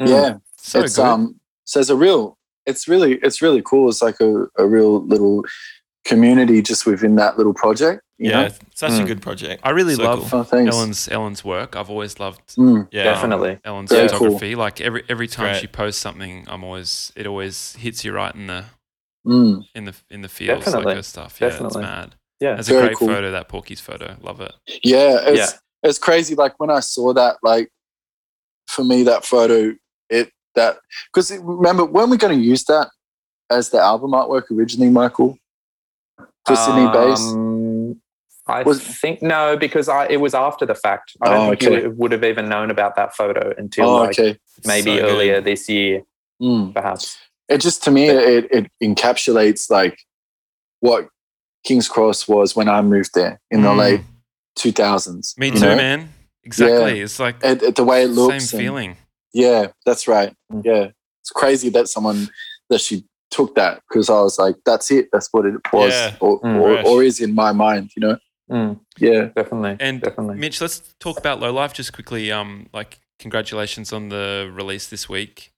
Speaker 3: Mm.
Speaker 5: yeah,
Speaker 1: So
Speaker 5: it's
Speaker 1: good.
Speaker 5: um, so it's a real. It's really it's really cool. It's like a, a real little community just within that little project. You
Speaker 4: Yeah,
Speaker 5: Know?
Speaker 4: such a
Speaker 3: Mm.
Speaker 4: good project.
Speaker 1: I really
Speaker 4: So
Speaker 1: love
Speaker 5: Oh, thanks.
Speaker 1: Ellen's Ellen's work. I've always loved
Speaker 5: Mm,
Speaker 4: Yeah,
Speaker 3: definitely.
Speaker 1: Ellen's
Speaker 5: Very cool.
Speaker 1: photography. Like every every time
Speaker 4: Great.
Speaker 1: she posts something, I'm always it always hits you right in the
Speaker 5: mm.
Speaker 1: in the in the feels
Speaker 3: Definitely.
Speaker 1: like her stuff. Yeah, it's
Speaker 3: Definitely.
Speaker 1: mad.
Speaker 3: Yeah.
Speaker 1: That's a
Speaker 5: Very
Speaker 1: great
Speaker 5: cool.
Speaker 1: photo. That Porky's photo. Love it.
Speaker 5: Yeah, it's
Speaker 3: Yeah.
Speaker 5: it's crazy. Like when I saw that, like for me, that photo, it that because remember, weren't we going to use that as the album artwork originally, Michael? For Sydney Bass.
Speaker 3: Um, I
Speaker 5: Was-
Speaker 3: think no, because I it was after the fact. I don't
Speaker 5: Oh,
Speaker 3: think
Speaker 5: okay.
Speaker 3: you would have even known about that photo until
Speaker 5: Oh,
Speaker 3: like
Speaker 5: okay.
Speaker 4: It's
Speaker 3: maybe
Speaker 4: so good.
Speaker 3: earlier this year,
Speaker 5: Mm.
Speaker 3: perhaps.
Speaker 5: It just to me, it it encapsulates like what King's Cross was when I moved there in the
Speaker 1: Mm.
Speaker 5: late two thousands.
Speaker 1: Me too, man. Exactly. It's like
Speaker 5: It, it, the way it
Speaker 1: same
Speaker 5: looks, and-
Speaker 1: feeling.
Speaker 5: Yeah, that's right.
Speaker 3: Mm.
Speaker 5: Yeah, it's crazy that someone that she took that because I was like, that's it. That's what it was,
Speaker 4: Yeah.
Speaker 5: or,
Speaker 3: Mm.
Speaker 5: or,
Speaker 4: Fresh.
Speaker 5: or is in my mind. You know?
Speaker 3: Mm,
Speaker 5: Yeah.
Speaker 3: definitely.
Speaker 1: And
Speaker 3: definitely.
Speaker 1: Mitch, let's talk about Low Life just quickly. Um, like congratulations on the release this week.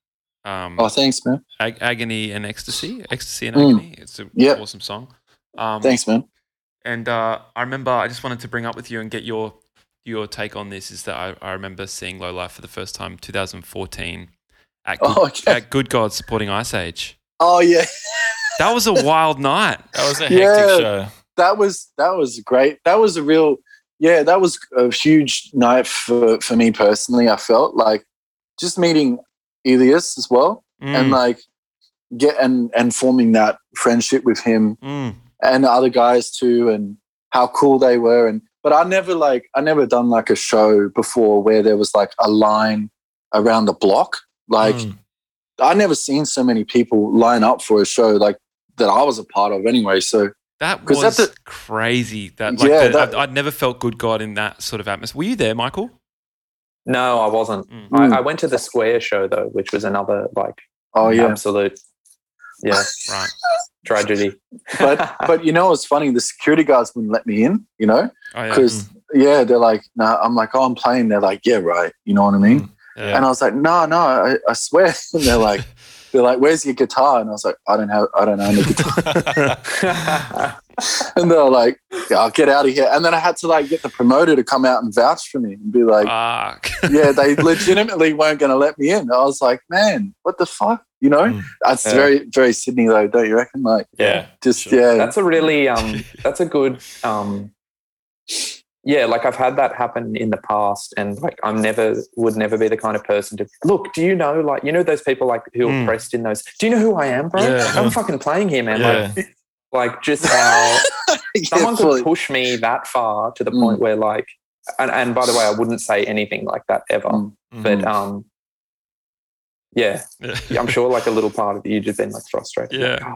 Speaker 1: Um,
Speaker 5: Oh, thanks, man.
Speaker 1: Ag- agony and ecstasy, ecstasy and
Speaker 5: Mm.
Speaker 1: agony. It's an
Speaker 5: Yep.
Speaker 1: awesome song. Um,
Speaker 5: Thanks, man.
Speaker 1: And uh, I remember I just wanted to bring up with you and get your your take on this is that I, I remember seeing Low Life for the first time 2014 at Good,
Speaker 5: Oh, okay.
Speaker 1: at Good God supporting Ice Age.
Speaker 5: oh, yeah.
Speaker 1: That was a wild night.
Speaker 4: That was a hectic
Speaker 5: Yeah.
Speaker 4: show.
Speaker 5: That was that was great. That was a real. Yeah, that was a huge night for for me personally. I felt like just meeting Elias as well, and
Speaker 1: Mm,
Speaker 5: like get and and forming that friendship with him
Speaker 1: mm.
Speaker 5: and the other guys too and how cool they were and but i never like i never done like a show before where there was like a line around the block like
Speaker 4: Mm.
Speaker 5: i never seen so many people line up for a show like that i was a part of anyway so
Speaker 1: That
Speaker 5: 'Cause
Speaker 1: was
Speaker 5: that's
Speaker 1: crazy. That like
Speaker 5: Yeah,
Speaker 1: the,
Speaker 5: that-
Speaker 1: I'd, I'd never felt good God in that sort of atmosphere. Were you there, Michael?
Speaker 3: No, I wasn't.
Speaker 1: Mm.
Speaker 5: Mm.
Speaker 3: I, I went to the Square show though, which was another like
Speaker 5: oh yeah
Speaker 3: absolute yeah
Speaker 1: Right.
Speaker 3: tragedy.
Speaker 5: but but you know it's funny the security guards wouldn't let me in you know
Speaker 1: Oh, yeah.
Speaker 5: because yeah they're like nah i'm like oh i'm playing they're like yeah right you know what i mean
Speaker 1: Yeah.
Speaker 5: and i was like no no i, I swear and they're like they're like where's your guitar and i was like i don't have i don't own a guitar and they were like, yeah, I'll get out of here. And then I had to like get the promoter to come out and vouch for me and be like,
Speaker 1: Fuck.
Speaker 4: Ah.
Speaker 5: yeah, they legitimately weren't going to let me in. I was like, man, what the fuck? You know,
Speaker 4: Mm.
Speaker 5: that's
Speaker 3: Yeah.
Speaker 5: very, very Sydney though, don't you reckon? Like,
Speaker 4: yeah.
Speaker 5: just,
Speaker 4: Sure.
Speaker 5: yeah.
Speaker 3: that's a really um that's a good um yeah like i've had that happen in the past and like i'm never would never be the kind of person to look do you know like you know those people like who are
Speaker 1: Mm.
Speaker 3: pressed in those do you know who i am bro
Speaker 4: Hmm. Yeah.
Speaker 3: i'm fucking playing here man
Speaker 4: Yeah.
Speaker 3: like like just how
Speaker 5: Yeah,
Speaker 3: someone
Speaker 5: fully.
Speaker 3: could push me that far to the
Speaker 5: Mm.
Speaker 3: point where like and, and by the way i wouldn't say anything like that ever
Speaker 5: Mm.
Speaker 3: but um yeah i'm sure like a little part of you just been like frustrated
Speaker 1: Yeah.
Speaker 3: Like, "Oh,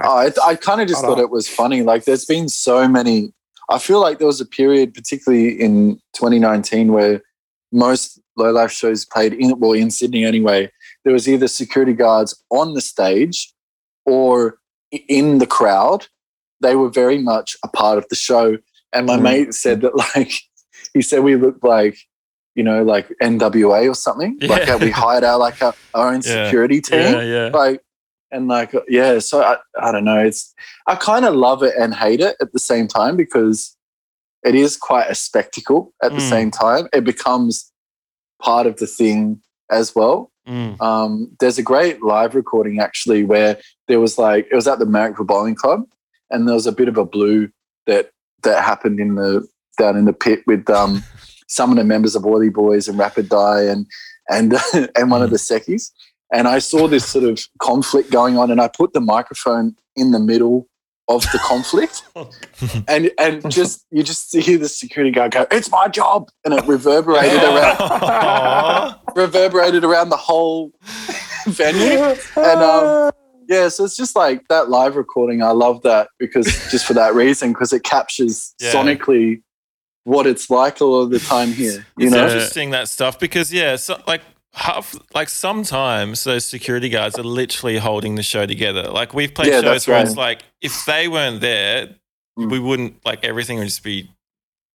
Speaker 5: Oh, I, I kind of just
Speaker 3: Hold
Speaker 5: thought
Speaker 3: on.
Speaker 5: it was funny. Like, there's been so many. I feel like there was a period, particularly in 2019, where most low life shows played in well in Sydney anyway. There was either security guards on the stage or i- in the crowd. They were very much a part of the show. And my
Speaker 3: Mm.
Speaker 5: mate said that, like, he said we looked like, you know, like NWA or something. Like,
Speaker 1: Yeah.
Speaker 5: how we hired our like our, our own
Speaker 4: Yeah.
Speaker 5: security team
Speaker 1: yeah, yeah.
Speaker 5: like and like uh, yeah so i, I don't know it's i kind of love it and hate it at the same time because it is quite a spectacle at the
Speaker 1: Mm.
Speaker 5: same time it becomes part of the thing as well.
Speaker 4: Mm.
Speaker 5: Um, there's a great live recording actually where there was like it was at the Merrickville Bowling Club, and there was a bit of a blue that that happened in the down in the pit with um, some of the members of Oily Boys and Rapid Die and and and one of the Sekis. And I saw this sort of conflict going on, and I put the microphone in the middle of the conflict, and and just you just hear the security guard go, "It's my job," and it reverberated around
Speaker 4: Aw.
Speaker 5: reverberated around the whole venue. And um, yeah, so it's just like that live recording. I love that because just for that reason, because it captures
Speaker 4: Yeah.
Speaker 5: sonically what it's like a lot of the time here. You
Speaker 4: it's
Speaker 5: know,
Speaker 4: interesting that stuff because yeah, so like half like sometimes those security guards are literally holding the show together. Like we've played
Speaker 5: Yeah,
Speaker 4: shows
Speaker 5: that's
Speaker 4: where
Speaker 5: right.
Speaker 4: it's like if they weren't there,
Speaker 5: Mm.
Speaker 4: we wouldn't like everything would just be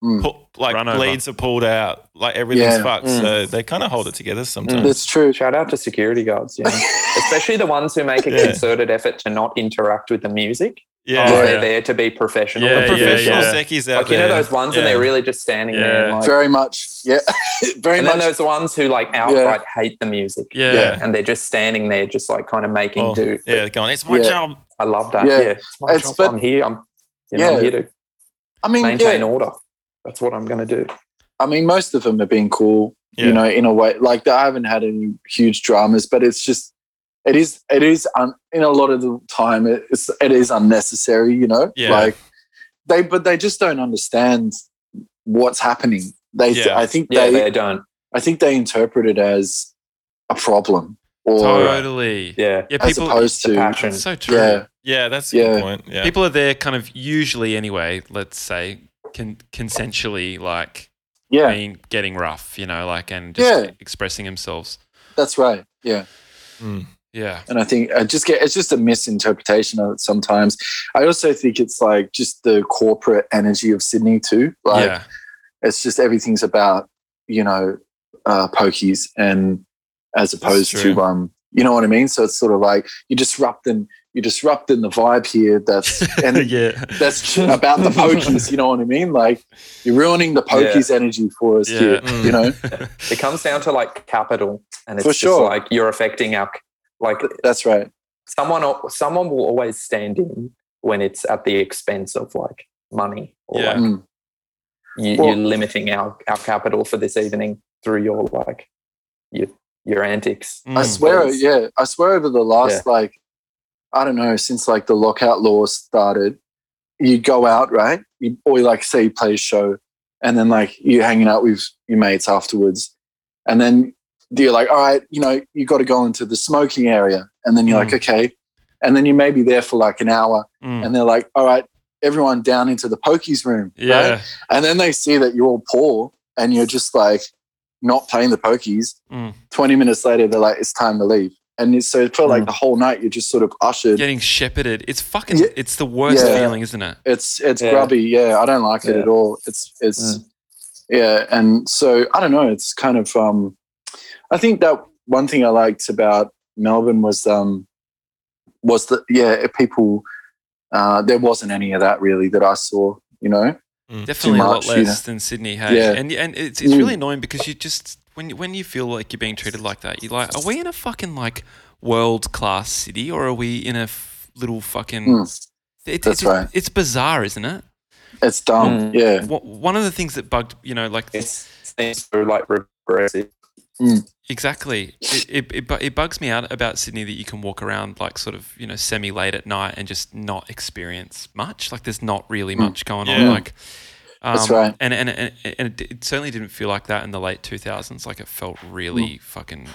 Speaker 5: Mm.
Speaker 4: pu- like
Speaker 1: Run over.
Speaker 4: leads are pulled out, like everything's
Speaker 5: Yeah. Mm.
Speaker 4: fucked.
Speaker 3: Mm.
Speaker 4: So they kind of hold it together sometimes.
Speaker 5: that's true.
Speaker 3: Shout out to security guards, yeah. especially the ones who make a
Speaker 4: Yeah.
Speaker 3: concerted effort to not interact with the music.
Speaker 4: Yeah,
Speaker 3: Like,
Speaker 5: Oh,
Speaker 3: they're
Speaker 4: yeah.
Speaker 3: there to be professional.
Speaker 4: The
Speaker 1: Yeah,
Speaker 4: professional
Speaker 1: yeah.
Speaker 4: seckies out
Speaker 3: Like you
Speaker 4: there.
Speaker 3: know those ones,
Speaker 4: yeah.
Speaker 3: and they're really just standing there. And,
Speaker 1: Yeah.
Speaker 3: like,
Speaker 5: Very much, yeah. Very
Speaker 3: and
Speaker 5: much.
Speaker 3: then those ones who like outright hate the music,
Speaker 1: Yeah.
Speaker 4: Yeah.
Speaker 3: and they're just standing there, just like kind of making
Speaker 4: Oh,
Speaker 3: do.
Speaker 4: yeah, they're going. It's my
Speaker 5: Yeah.
Speaker 4: job.
Speaker 3: I love that.
Speaker 5: Yeah.
Speaker 3: Yeah, It's my
Speaker 5: It's
Speaker 3: job.
Speaker 5: but-
Speaker 3: I'm here. I'm, you know, I'm
Speaker 5: Yeah.
Speaker 3: here to
Speaker 5: I mean,
Speaker 3: maintain
Speaker 5: yeah.
Speaker 3: order. That's what I'm going to do.
Speaker 5: I mean, most of them have been cool,
Speaker 4: Yeah.
Speaker 5: you know, in a way. Like I haven't had any huge dramas, but it's just, it is, it is, un, in a lot of the time, it- it's, it is unnecessary, you know.
Speaker 4: Yeah.
Speaker 5: Like they, but they just don't understand what's happening. They,
Speaker 4: Yeah.
Speaker 5: I think
Speaker 3: Yeah,
Speaker 5: they,
Speaker 3: they don't.
Speaker 5: I think they interpret it as a problem or
Speaker 1: Totally.
Speaker 3: Yeah,
Speaker 1: Yeah,
Speaker 5: as
Speaker 1: people.
Speaker 5: opposed
Speaker 3: the
Speaker 5: to,
Speaker 3: passion.
Speaker 1: It's so true.
Speaker 5: yeah,
Speaker 4: Yeah, that's a
Speaker 5: Yeah.
Speaker 4: good point. Yeah,
Speaker 1: People are there kind of usually anyway, let's say, con- consensually, like
Speaker 5: yeah,
Speaker 1: being getting rough, you know, like and just
Speaker 5: Yeah.
Speaker 1: expressing themselves.
Speaker 5: that's right, yeah.
Speaker 4: Mm.
Speaker 1: Yeah.
Speaker 5: and I think I just get it's just a misinterpretation of it sometimes. I also think it's like just the corporate energy of Sydney too. Like
Speaker 1: yeah.
Speaker 5: it's just everything's about you know uh, pokies and as opposed
Speaker 4: true.
Speaker 5: to um you know what I mean. So it's sort of like you're disrupting you're disrupting the vibe here. That's and
Speaker 1: yeah.
Speaker 5: that's about the pokies. You know what I mean? Like you're ruining the pokies energy for us
Speaker 1: Yeah.
Speaker 5: here.
Speaker 4: Mm.
Speaker 5: You know
Speaker 3: it comes down to like capital, and it's
Speaker 5: For
Speaker 3: just
Speaker 5: sure.
Speaker 3: like you're affecting our like
Speaker 1: Mm.
Speaker 5: that's right.
Speaker 3: someone. al- Someone will always stand in when it's at the expense of like money or
Speaker 4: Yeah.
Speaker 3: like
Speaker 5: Mm.
Speaker 3: you,
Speaker 5: Well-
Speaker 3: you're limiting our, our capital for this evening through your like your your antics.
Speaker 5: I
Speaker 4: Mm.
Speaker 5: swear,
Speaker 3: Please.
Speaker 5: yeah, I swear over the last like I don't know since like the lockout law started, you go out right, you, or like say you play a show, and then like you're hanging out with your mates afterwards, and then you're like, all right, you know, you got to go into the smoking area, and then you're like, okay, and then you may be there for like an hour,
Speaker 1: Mm.
Speaker 5: and they're like, all right, everyone down into the pokies room,
Speaker 1: yeah.
Speaker 5: right? and then they see that you're all poor and you're just like not playing the pokies.
Speaker 1: Mm.
Speaker 5: 20 minutes later, they're like, it's time to leave. And it's, so it felt
Speaker 3: Mm.
Speaker 5: like the whole night you're just sort of ushered.
Speaker 1: Getting shepherded. It's fucking,
Speaker 5: Yeah.
Speaker 1: it's the worst
Speaker 5: Yeah.
Speaker 1: feeling, isn't it?
Speaker 5: It's it's
Speaker 3: Yeah.
Speaker 5: grubby, yeah. I don't like it
Speaker 3: Yeah. Mm.
Speaker 5: at all. It's it's yeah, and so I don't know. It's kind of um, I think that one thing I liked about Melbourne was um, was that yeah, people uh, there wasn't any of that really that I saw. You know,
Speaker 1: Definitely a lot
Speaker 5: much, you
Speaker 1: less than Sydney. Hey,
Speaker 5: Yeah.
Speaker 1: and and it's it's
Speaker 5: Mm.
Speaker 1: really annoying because you just when you- when you feel like you're being treated like that, you're like, are we in a fucking like world class city or are we in a f- little fucking?
Speaker 5: Mm.
Speaker 1: It-
Speaker 5: That's
Speaker 1: it's,
Speaker 5: right.
Speaker 1: It's bizarre, isn't it?
Speaker 5: it's dumb.
Speaker 3: Mm.
Speaker 5: Yeah,
Speaker 1: Wha- One of the things that bugged, you know, like
Speaker 3: It seems so like regressive.
Speaker 1: Exactly. It, it, it, bu- it bugs me out about Sydney that you can walk around like sort of, you know, semi late at night and just not experience much. Like there's not really
Speaker 5: Mm.
Speaker 1: much going on.
Speaker 4: Yeah.
Speaker 1: Like, um,
Speaker 5: That's right.
Speaker 1: And, and, and, and it, it certainly didn't feel like that in the late 2000s. Like it felt
Speaker 5: Hmm.
Speaker 1: really fucking,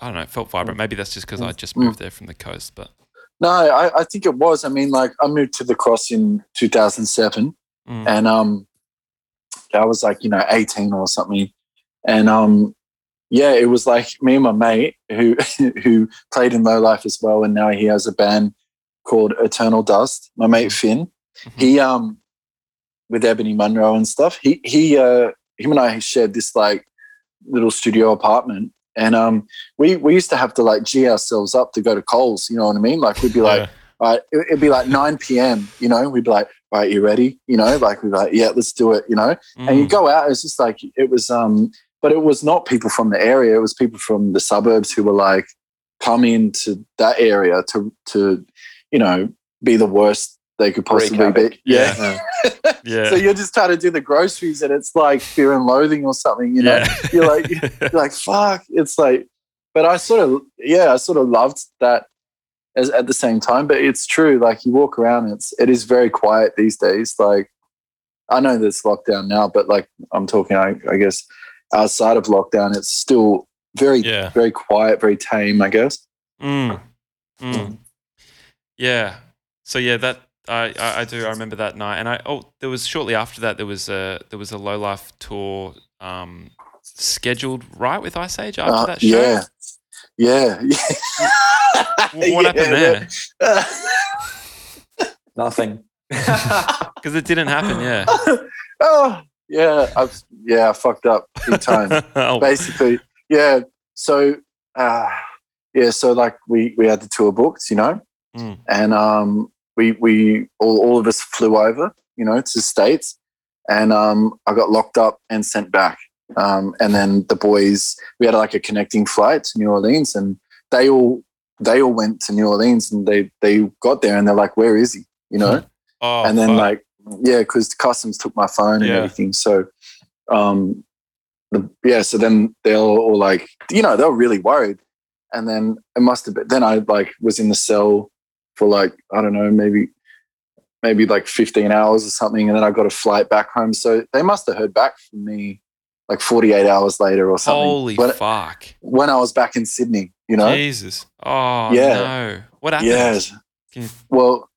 Speaker 1: I don't know, it felt vibrant. Maybe that's just because I just
Speaker 5: Mm.
Speaker 1: moved there from the coast, but
Speaker 5: no, I, I think it was. I mean, like I moved to the cross in 2007,
Speaker 1: Mm.
Speaker 5: and um i was like you know 18 or something and um yeah it was like me and my mate who who played in low life as well and now he has a band called eternal dust my mate finn he um with ebony munro and stuff he he uh him and i shared this like little studio apartment and um we we used to have to like g ourselves up to go to coles you know what i mean like we'd be like
Speaker 4: Yeah.
Speaker 5: all right, it, it'd be like 9 p.m., you know, we'd be like, all right, you ready? You know, like we'd be like, yeah, let's do it, you know? And you
Speaker 1: Mm.
Speaker 5: go out, it's just like, it was, um, But it was not people from the area. It was people from the suburbs who were like, come into that area to, to you know, be the worst they could possibly
Speaker 3: Wreak havoc.
Speaker 5: be. Yeah.
Speaker 4: Yeah.
Speaker 5: So you're just trying to do the groceries and it's like fear and loathing or something, you know?
Speaker 4: yeah.
Speaker 5: You're like, you're like fuck it's like but i sort of yeah i sort of loved that as, at the same time but it's true like you walk around it's it is very quiet these days like i know there's lockdown now but like i'm talking i, I guess outside of lockdown it's still very
Speaker 4: Yeah.
Speaker 5: very quiet very tame i guess
Speaker 4: Mm. Mm. Yeah. So yeah, that I, I I do I remember that night, and I oh there was shortly after that there was a there was a low life tour um scheduled right with Ice Age after
Speaker 5: Uh,
Speaker 4: that show.
Speaker 5: yeah yeah
Speaker 4: W- What
Speaker 5: Yeah,
Speaker 4: happened
Speaker 5: that-
Speaker 4: there?
Speaker 3: Nothing.
Speaker 4: Because it didn't happen. Yeah.
Speaker 5: oh yeah i've yeah i fucked up big time
Speaker 4: Oh,
Speaker 5: basically yeah so uh yeah so like we we had the tour booked you know
Speaker 4: Mm.
Speaker 5: and um we we all, all of us flew over you know to the states and um i got locked up and sent back um and then the boys we had like a connecting flight to new orleans and they all they all went to new orleans and they they got there and they're like where is he you know
Speaker 4: oh,
Speaker 5: and then
Speaker 4: fuck.
Speaker 5: like yeah because customs took my phone and
Speaker 4: Yeah.
Speaker 5: everything so um the, yeah so then they're all, all like you know they're really worried and then it must have been then i like was in the cell for like i don't know maybe maybe like 15 hours or something and then i got a flight back home so they must have heard back from me like 48 hours later or something
Speaker 4: holy
Speaker 5: when,
Speaker 4: fuck,
Speaker 5: when i was back in sydney you know
Speaker 4: Jesus. Oh
Speaker 5: Yeah.
Speaker 4: no, what happened?
Speaker 5: yes
Speaker 4: Can you-
Speaker 5: well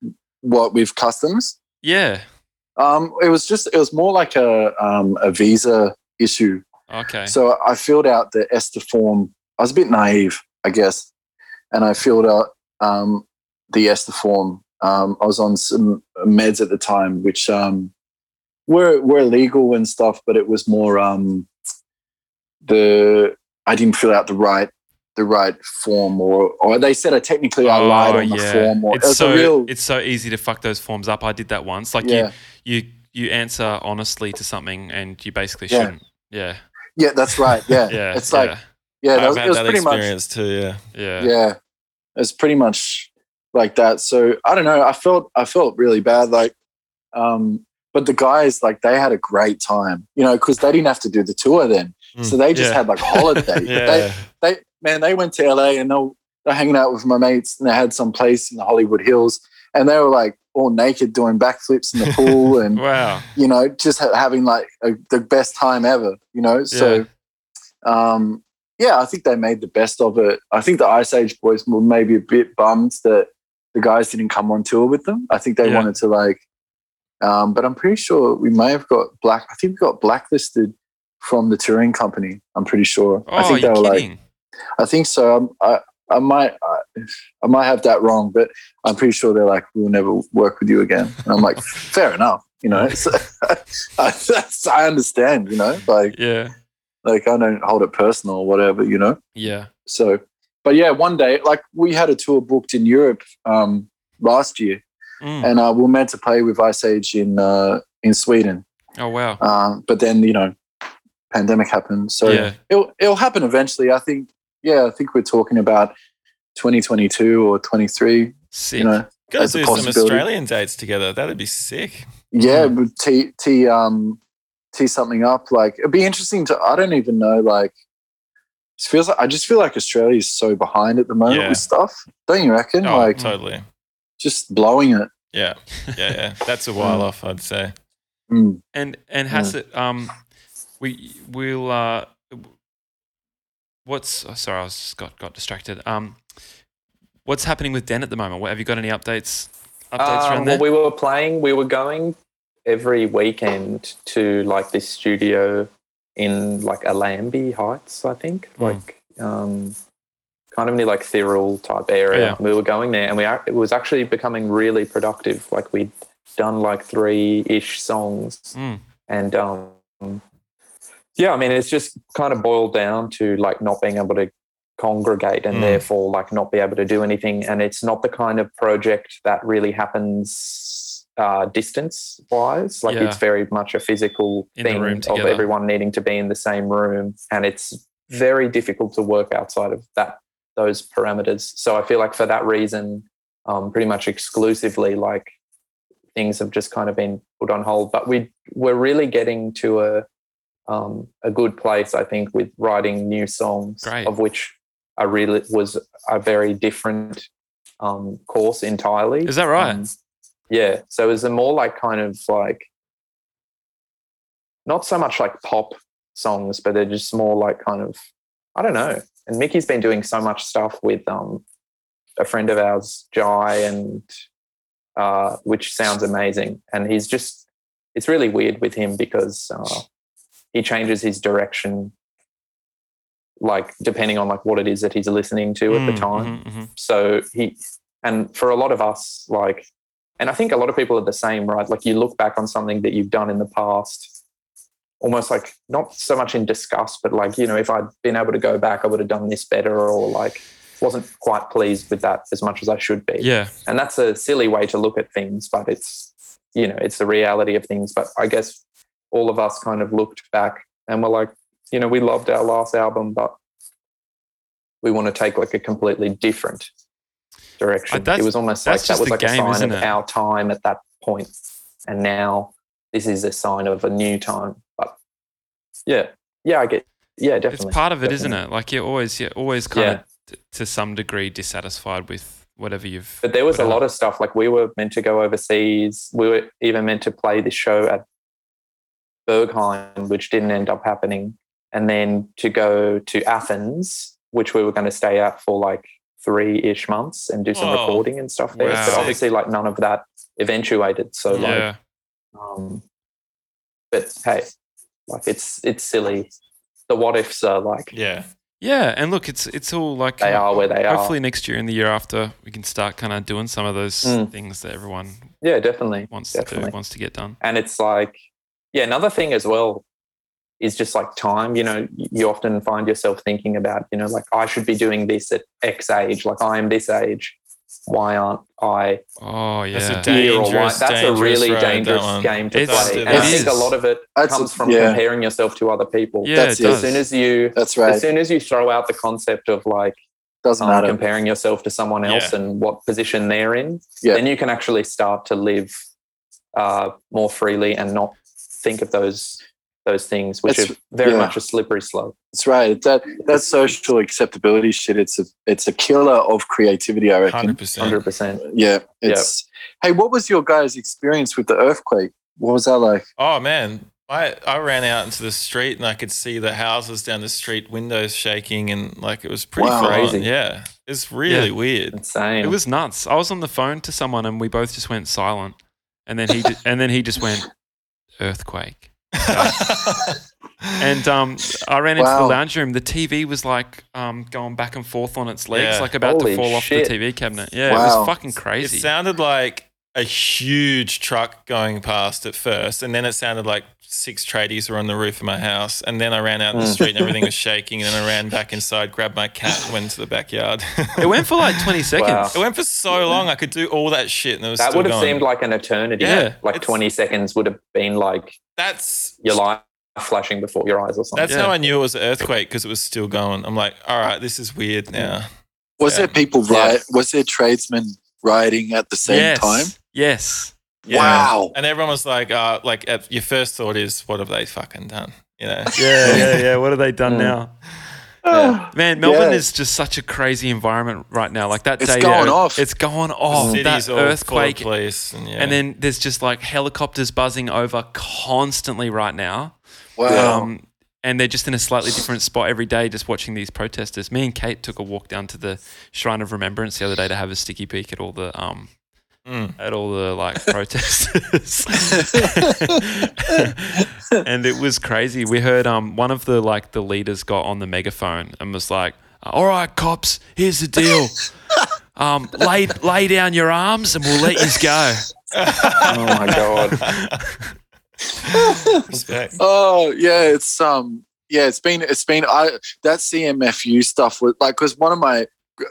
Speaker 5: what with customs
Speaker 4: Yeah.
Speaker 5: Um, it was just it was more like a um, a visa issue.
Speaker 4: Okay.
Speaker 5: So I filled out the ESTA form. I was a bit naive, I guess, and I filled out um, the ESTA form. Um, I was on some meds at the time, which um, were were illegal and stuff, but it was more um, the I didn't fill out the right the right form, or or they said I technically I lied on the form, or
Speaker 4: Oh, it's
Speaker 5: it was
Speaker 4: so
Speaker 5: a real
Speaker 4: it's so easy to fuck those forms up. I did that once. Like
Speaker 5: yeah
Speaker 4: you you you answer honestly to something and you basically
Speaker 5: Yeah.
Speaker 4: shouldn't. Yeah.
Speaker 5: yeah that's right yeah
Speaker 4: Yeah.
Speaker 5: it's like
Speaker 4: yeah,
Speaker 5: yeah, that
Speaker 4: I've
Speaker 5: was,
Speaker 4: had
Speaker 5: it was
Speaker 4: that
Speaker 5: pretty much
Speaker 4: experience too. Yeah. Yeah.
Speaker 5: yeah it's pretty much like that so i don't know i felt i felt really bad like um but the guys like they had a great time you know because they didn't have to do the tour then
Speaker 4: Mm,
Speaker 5: so they just
Speaker 4: yeah.
Speaker 5: had like holiday they,
Speaker 4: yeah.
Speaker 5: they man they went to la and they're, they're hanging out with my mates and they had some place in the hollywood hills and they were like all naked doing backflips in the pool and
Speaker 4: Wow.
Speaker 5: you know just ha- having like a, the best time ever you know so
Speaker 4: Yeah.
Speaker 5: um, yeah, I think they made the best of it. I think the Ice Age boys were maybe a bit bummed that the guys didn't come on tour with them. I think they
Speaker 4: Yeah.
Speaker 5: wanted to like, um, but I'm pretty sure we may have got black. I think we got blacklisted from the touring company. I'm pretty sure.
Speaker 4: Oh,
Speaker 5: I think
Speaker 4: you're
Speaker 5: like,
Speaker 4: kidding.
Speaker 5: I think so. Um, I, I might, I, I might have that wrong, but I'm pretty sure they're like, we'll never work with you again. And I'm like, fair enough. You know, so, I, I understand. You know, like
Speaker 4: yeah.
Speaker 5: like I don't hold it personal or whatever, you know.
Speaker 4: Yeah.
Speaker 5: So, but yeah, one day, like we had a tour booked in Europe um, last year,
Speaker 4: Mm.
Speaker 5: and uh, we were meant to play with Ice Age in uh, in Sweden,
Speaker 4: Oh wow.
Speaker 5: um, but then you know, pandemic happened. So
Speaker 4: yeah.
Speaker 5: it'll it'll happen eventually. I think. Yeah, I think we're talking about 2022 or 23.
Speaker 4: Sick.
Speaker 5: You know,
Speaker 4: Gotta
Speaker 5: that's a
Speaker 4: do some
Speaker 5: possibility.
Speaker 4: Australian dates together. That'd be sick.
Speaker 5: yeah,
Speaker 4: Mm-hmm.
Speaker 5: but tee tee um tee something up. Like it'd be interesting to. I don't even know. Like it feels. Like, I just feel like Australia's so behind at the moment
Speaker 4: Yeah.
Speaker 5: with stuff. Don't you reckon?
Speaker 4: Oh,
Speaker 5: like
Speaker 4: totally.
Speaker 5: just blowing it.
Speaker 4: Yeah. Yeah. Yeah. That's a while off, I'd say.
Speaker 5: Mm.
Speaker 4: And and has it um we will uh what's oh, sorry, I was just got, got distracted. Um what's happening with Den at the moment? What, have you got any updates updates
Speaker 3: Um,
Speaker 4: around
Speaker 3: well,
Speaker 4: there?
Speaker 3: we were playing. We were going every weekend to like this studio in like Alambie Heights, I think,
Speaker 4: Mm.
Speaker 3: like um, kind of near like Thirroul type area.
Speaker 4: Yeah.
Speaker 3: We were going there, and we ac- it was actually becoming really productive. Like we'd done like three ish songs,
Speaker 4: Mm.
Speaker 3: and um, yeah, I mean, it's just kind of boiled down to like not being able to congregate and
Speaker 1: Hmm.
Speaker 4: Mm.
Speaker 3: therefore like not be able to do anything. And it's not the kind of project that really happens uh, distance wise. Like
Speaker 1: Yeah.
Speaker 3: it's very much a physical
Speaker 1: In the
Speaker 3: thing
Speaker 1: room
Speaker 3: of
Speaker 1: together.
Speaker 3: everyone needing to be in the same room, and it's very difficult to work outside of that those parameters. So I feel like for that reason, um, pretty much exclusively, like things have just kind of been put on hold. But we we're really getting to a um, a good place, I think, with writing new songs,
Speaker 1: Great.
Speaker 3: of which I really was a very different um, course entirely.
Speaker 1: Is that right?
Speaker 5: Mm,
Speaker 3: Um, yeah. So it was a more like kind of like not so much like pop songs, but they're just more like kind of I don't know. And Mickey's been doing so much stuff with um a friend of ours, Jai, and uh, which sounds amazing. And he's just it's really weird with him because uh, he changes his direction like depending on like what it is that he's listening to at
Speaker 4: Mm,
Speaker 3: the time
Speaker 1: Mhm, mhm.
Speaker 3: so he and for a lot of us like and i think a lot of people are the same right like you look back on something that you've done in the past almost like not so much in disgust but like you know if i'd been able to go back i would have done this better or like wasn't quite pleased with that as much as i should be
Speaker 1: Yeah.
Speaker 3: and that's a silly way to look at things but it's you know it's the reality of things but i guess all of us kind of looked back and were like you know we loved our last album but we want to take like a completely different
Speaker 1: Uh,
Speaker 3: direction
Speaker 1: that's-
Speaker 3: it was almost
Speaker 1: that's
Speaker 3: like
Speaker 1: just
Speaker 3: that was
Speaker 1: the
Speaker 3: like
Speaker 1: game,
Speaker 3: a sign
Speaker 1: isn't
Speaker 3: of
Speaker 1: it?
Speaker 3: our time at that point and now this is a sign of a new time but yeah yeah i get yeah definitely
Speaker 1: It's part of it,
Speaker 3: definitely.
Speaker 1: not it? Like you're always you're always kind of t- to some degree dissatisfied with whatever you've.
Speaker 3: But there was a
Speaker 1: Whatever.
Speaker 3: lot of stuff. Like we were meant to go overseas. We were even meant to play this show at Bergheim, which didn't end up happening. And then to go to Athens, which we were going to stay at for like three ish months and do some
Speaker 4: Whoa.
Speaker 3: recording and stuff there.
Speaker 1: Wow.
Speaker 3: But obviously, like none of that eventuated. So like,
Speaker 1: yeah.
Speaker 3: um, but hey, like it's it's silly. The what ifs are like
Speaker 4: Yeah.
Speaker 1: Yeah, and look, it's it's all like
Speaker 3: they are where they
Speaker 1: hopefully next year and the year after we can start kind of doing some of those
Speaker 3: Mm.
Speaker 1: things that everyone
Speaker 3: are. Yeah, definitely.
Speaker 1: wants to
Speaker 3: Definitely.
Speaker 1: do, wants to get done.
Speaker 3: and it's like yeah another thing as well is just like time you know you often find yourself thinking about you know like i should be doing this at x age like i am this age why aren't i
Speaker 1: Oh yeah.
Speaker 4: That's a da-
Speaker 3: here or why
Speaker 4: Dangerous,
Speaker 3: that's a
Speaker 4: dangerous
Speaker 3: really
Speaker 4: road, that one.
Speaker 3: dangerous game to
Speaker 1: It's-
Speaker 3: play
Speaker 4: it
Speaker 3: and i
Speaker 1: is.
Speaker 3: think a lot of it
Speaker 5: That's-
Speaker 3: comes from
Speaker 5: yeah.
Speaker 3: comparing yourself to other people
Speaker 1: yeah,
Speaker 5: That's
Speaker 1: it
Speaker 5: it.
Speaker 1: does.
Speaker 3: as soon as you
Speaker 5: That's right.
Speaker 3: as soon as you throw out the concept of like
Speaker 5: Doesn't
Speaker 3: um,
Speaker 5: matter.
Speaker 3: comparing yourself to someone else and what position they're in,
Speaker 5: Yeah.
Speaker 3: then you can actually start to live uh, more freely and not think of those those things, which
Speaker 5: That's-
Speaker 3: are very
Speaker 5: yeah.
Speaker 3: much a slippery slope.
Speaker 5: That's right. That that social acceptability shit. It's a it's a killer of creativity. I reckon.
Speaker 4: Hundred percent.
Speaker 3: Hundred percent.
Speaker 5: Yeah. It's. Hey, what was your guys' experience with the earthquake? What was that like?
Speaker 4: Oh man, I I ran out into the street and I could see the houses down the street, windows shaking, and like it was pretty
Speaker 5: Wow.
Speaker 4: full on.
Speaker 3: Crazy.
Speaker 4: Yeah, it's really
Speaker 1: Yeah.
Speaker 4: weird.
Speaker 3: Insane.
Speaker 1: It was nuts. I was on the phone to someone and we both just went silent, and then he ju- and then he just went earthquake. And um, I ran into the
Speaker 5: Wow.
Speaker 1: lounge room. The TV was like um, going back and forth on its legs,
Speaker 4: Yeah.
Speaker 1: like about
Speaker 3: Holy
Speaker 1: to fall
Speaker 3: shit.
Speaker 1: off the TV cabinet. Yeah, it
Speaker 5: Wow.
Speaker 1: was fucking crazy.
Speaker 4: It sounded like a huge truck going past at first, and then it sounded like six tradies were on the roof of my house. And then I ran out in the
Speaker 3: Mm.
Speaker 4: street and everything was shaking. And then I ran back inside, grabbed my cat, and went to the backyard.
Speaker 1: It went for like 20 seconds.
Speaker 3: Wow.
Speaker 4: It went for so long. I could do all that shit, and it was
Speaker 3: that
Speaker 4: still
Speaker 3: would have
Speaker 4: going.
Speaker 3: seemed like an eternity.
Speaker 4: Yeah,
Speaker 3: like
Speaker 4: it's-
Speaker 3: twenty seconds would have been like
Speaker 4: that's
Speaker 3: your life flashing before your eyes or something.
Speaker 4: that's
Speaker 1: Yeah.
Speaker 4: how I knew it was an earthquake because it was still going. I'm like, all right, this is weird now.
Speaker 5: Was
Speaker 4: Yeah.
Speaker 5: there people riot? Was there tradesmen rioting at the same
Speaker 1: yes.
Speaker 5: time?
Speaker 1: Yes.
Speaker 4: Yeah.
Speaker 5: Wow.
Speaker 4: And everyone was like, uh, like at, your first thought is, what have they fucking done? You know.
Speaker 1: Yeah, yeah, yeah. What have they done
Speaker 3: Mm.
Speaker 5: Hmm.
Speaker 1: now?
Speaker 5: Yeah.
Speaker 1: Man, Melbourne
Speaker 5: Yeah.
Speaker 1: is just such a crazy environment right now. Like that
Speaker 5: It's
Speaker 1: day.
Speaker 5: going
Speaker 1: there,
Speaker 5: off.
Speaker 1: It's going off.
Speaker 4: Cities all
Speaker 1: Oh, That
Speaker 4: full of
Speaker 1: Mm. earthquake.
Speaker 4: police, and, yeah.
Speaker 1: And then there's just like helicopters buzzing over constantly right now.
Speaker 5: Wow.
Speaker 1: Um, and they're just in a slightly different spot every day, just watching these protesters. Me and Kate took a walk down to the Shrine of Remembrance the other day to have a sticky peek at all the um,
Speaker 4: Mm.
Speaker 1: at all the like protesters. and it was crazy. We heard um one of the like the leaders got on the megaphone and was like, "All right, cops, here's the deal. Um, lay lay down your arms and we'll let you go."
Speaker 3: oh my god.
Speaker 4: Respect.
Speaker 5: Oh yeah, it's um yeah, it's been it's been I that CMFU stuff was like because one of my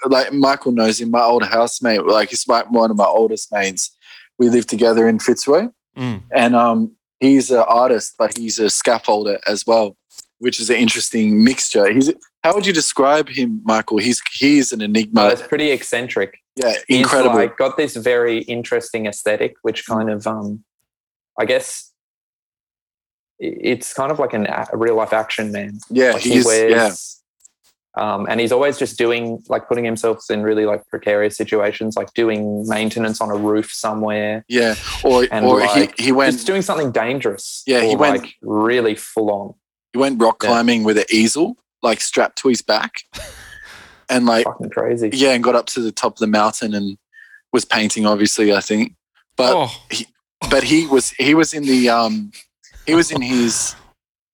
Speaker 5: like Michael knows him, my old housemate, like he's like one of my oldest mates. we live together in Fitzroy,
Speaker 4: Mm.
Speaker 5: and um, he's an artist, but he's a scaffolder as well, which is an interesting mixture. He's how would you describe him, Michael? He's he is an
Speaker 3: Uh,
Speaker 5: enigma.
Speaker 3: it's pretty eccentric.
Speaker 5: Yeah,
Speaker 3: He's,
Speaker 5: incredible.
Speaker 3: like, got this very interesting aesthetic, which kind of, um, I guess, i- it's kind of like an a real life action man.
Speaker 5: yeah,
Speaker 3: Like,
Speaker 5: he's yeah.
Speaker 3: um, and he's always just doing like putting himself in really like precarious situations, like doing maintenance on a roof somewhere.
Speaker 5: Yeah, or
Speaker 3: And
Speaker 5: or
Speaker 3: like,
Speaker 5: he, he went
Speaker 3: just doing something dangerous.
Speaker 5: Yeah, he
Speaker 3: or,
Speaker 5: went-
Speaker 3: like really full on.
Speaker 5: he went rock
Speaker 3: Yeah.
Speaker 5: climbing with an easel like strapped to his back, and like
Speaker 3: Fucking crazy.
Speaker 5: yeah, and got up to the top of the mountain and was painting. Obviously, I think, but
Speaker 1: oh,
Speaker 5: but he was he was in the um he was in his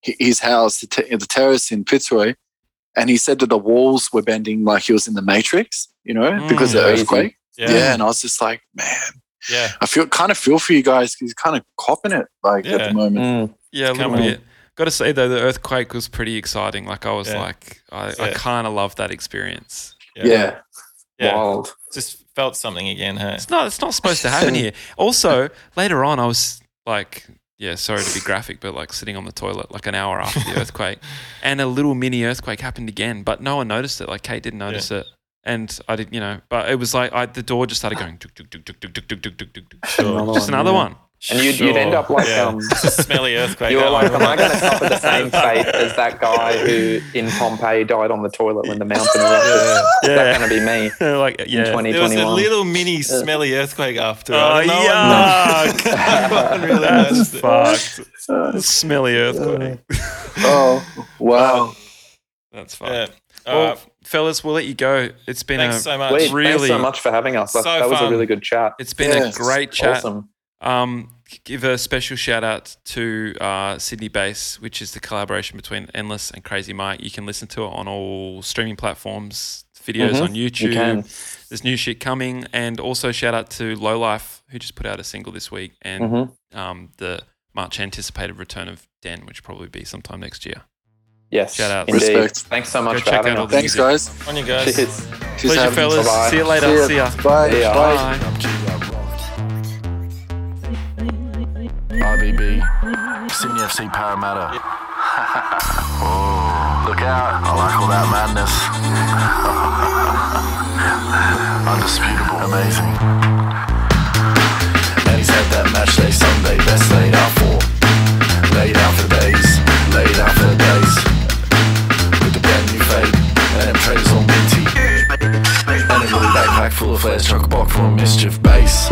Speaker 5: his house the, te- the terrace in Fitzroy, and he said that the walls were bending like he was in the Matrix, you know,
Speaker 4: Mm.
Speaker 5: because of the
Speaker 3: Crazy.
Speaker 5: earthquake.
Speaker 4: Yeah.
Speaker 5: Yeah.
Speaker 4: Yeah.
Speaker 5: and I was just like, man,
Speaker 4: Yeah.
Speaker 5: I feel kind of feel for you guys because you're kind of copping it like at
Speaker 4: Yeah.
Speaker 5: the moment.
Speaker 3: Mm.
Speaker 1: yeah, a little
Speaker 4: Cameron.
Speaker 1: bit. Got to say though, the earthquake was pretty exciting. Like I was
Speaker 4: Yeah.
Speaker 1: like, I, I
Speaker 4: Yeah.
Speaker 1: kind of love that experience.
Speaker 5: Yeah, yeah,
Speaker 4: Yeah.
Speaker 3: Wild.
Speaker 4: Just felt something again, hey?
Speaker 1: It's not. It's not supposed to happen here. Also, later on, I was like, yeah, sorry to be graphic, but like sitting on the toilet like an hour after the earthquake, and a little mini earthquake happened again, but no one noticed it. Like Kate didn't notice it. And I did, you know, but it was like I, the door just started going, tuk, tuk, tuk, tuk, tuk, tuk, tuk, tuk, tuk, tuk, tuk.
Speaker 4: Sure.
Speaker 1: just another
Speaker 3: yeah.
Speaker 1: one.
Speaker 3: And you'd- you'd end up like, um,
Speaker 4: It's a smelly earthquake.
Speaker 3: You were
Speaker 4: that
Speaker 3: like,
Speaker 4: one.
Speaker 3: am I going to suffer the same fate as that guy who in Pompeii died on the toilet when the mountain erupted? Is that going to be me?
Speaker 1: like yeah,
Speaker 4: There was a
Speaker 3: 2021.
Speaker 4: little mini smelly earthquake after. it.
Speaker 1: Oh,
Speaker 4: no
Speaker 1: yuck.
Speaker 4: One, no one really
Speaker 1: That's
Speaker 4: noticed it.
Speaker 1: fucked.
Speaker 3: Oh,
Speaker 5: Uh,
Speaker 1: Smelly earthquake.
Speaker 5: oh wow,
Speaker 1: That's fucked.
Speaker 4: Yeah. All
Speaker 1: Well,
Speaker 4: right.
Speaker 1: fellas, we'll let you go. It's been
Speaker 4: Uh, Thanks
Speaker 1: a
Speaker 4: so much.
Speaker 3: Wait, thanks
Speaker 1: Really-
Speaker 3: so much for having us. That,
Speaker 4: So
Speaker 3: that was a
Speaker 4: fun.
Speaker 3: really good chat.
Speaker 1: it's been
Speaker 5: Yes.
Speaker 1: a great chat.
Speaker 3: Awesome.
Speaker 1: Um, give a special shout out to uh, Sydney Base, which is the collaboration between Endless and Crazy Mike. You can listen to it on all streaming platforms, videos
Speaker 3: Mhm.
Speaker 1: on
Speaker 3: You
Speaker 1: YouTube.
Speaker 3: can.
Speaker 1: There's new shit coming, and also shout out to Low Life, who just put out a single this week, and
Speaker 3: hmm
Speaker 1: um, the much anticipated return of Den, which will probably be sometime next year.
Speaker 3: Yes.
Speaker 1: Shout out.
Speaker 3: Indeed.
Speaker 5: Respect.
Speaker 3: Thanks so
Speaker 1: Go
Speaker 3: much for
Speaker 1: check
Speaker 3: having
Speaker 1: out all
Speaker 3: us.
Speaker 1: the
Speaker 5: thanks
Speaker 1: music.
Speaker 5: guys.
Speaker 4: On you
Speaker 3: Cheers.
Speaker 4: guys.
Speaker 5: Cheers
Speaker 1: Pleasure,
Speaker 5: having me.
Speaker 1: fellas.
Speaker 3: Bye-bye.
Speaker 1: See you later.
Speaker 5: ya.
Speaker 1: See ya.
Speaker 5: Bye.
Speaker 3: See ya.
Speaker 5: Bye.
Speaker 1: Bye.
Speaker 6: IBB, Sydney FC Parramatta. Whoa, look out. I like all that madness. Undisputable. Amazing. And he's had that match day Sunday, best laid out for. Laid out for days, laid out for days. With the brand new fade, and them traders all minty. And a little backpack full of flares, chocolate box full of mischief base.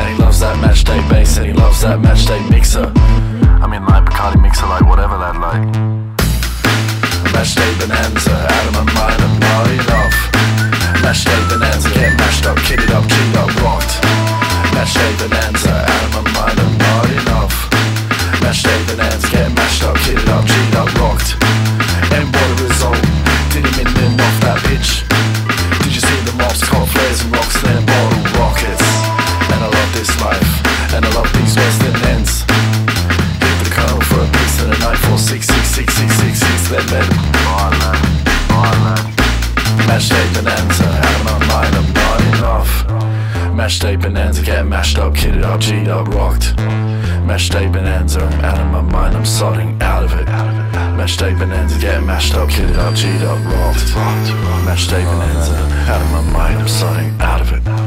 Speaker 6: And he loves that match day bass and he loves that match day mixer. I mean like Bacardi mixer, like whatever that like. Match day bonanza, Adam and mine and not enough. Match day bonanza, get mashed up, kitted up, cheat up, rocked. Match day bonanza, Adam and mine and not enough. Match day bonanza, get mashed up, kitted up, cheat up, rocked. And what a result, did him in and off that pitch. Did you see the mobs caught flares and rocks and bottle rockets? And I love this life, and I love these western ends. Hit the colonel for a piece and a nine four six six six six six six. Let them. Bye lad, bye lad. Match day bonanza, out of my mind, I'm not enough. Match day bonanza, get mashed up, kitted up, G'd up, rocked. Match day bonanza, I'm out of my mind, I'm sodding out of it. Match day bonanza, get mashed up, kitted up, G'd up, rocked. Match day bonanza, out of my mind, I'm sodding out of it.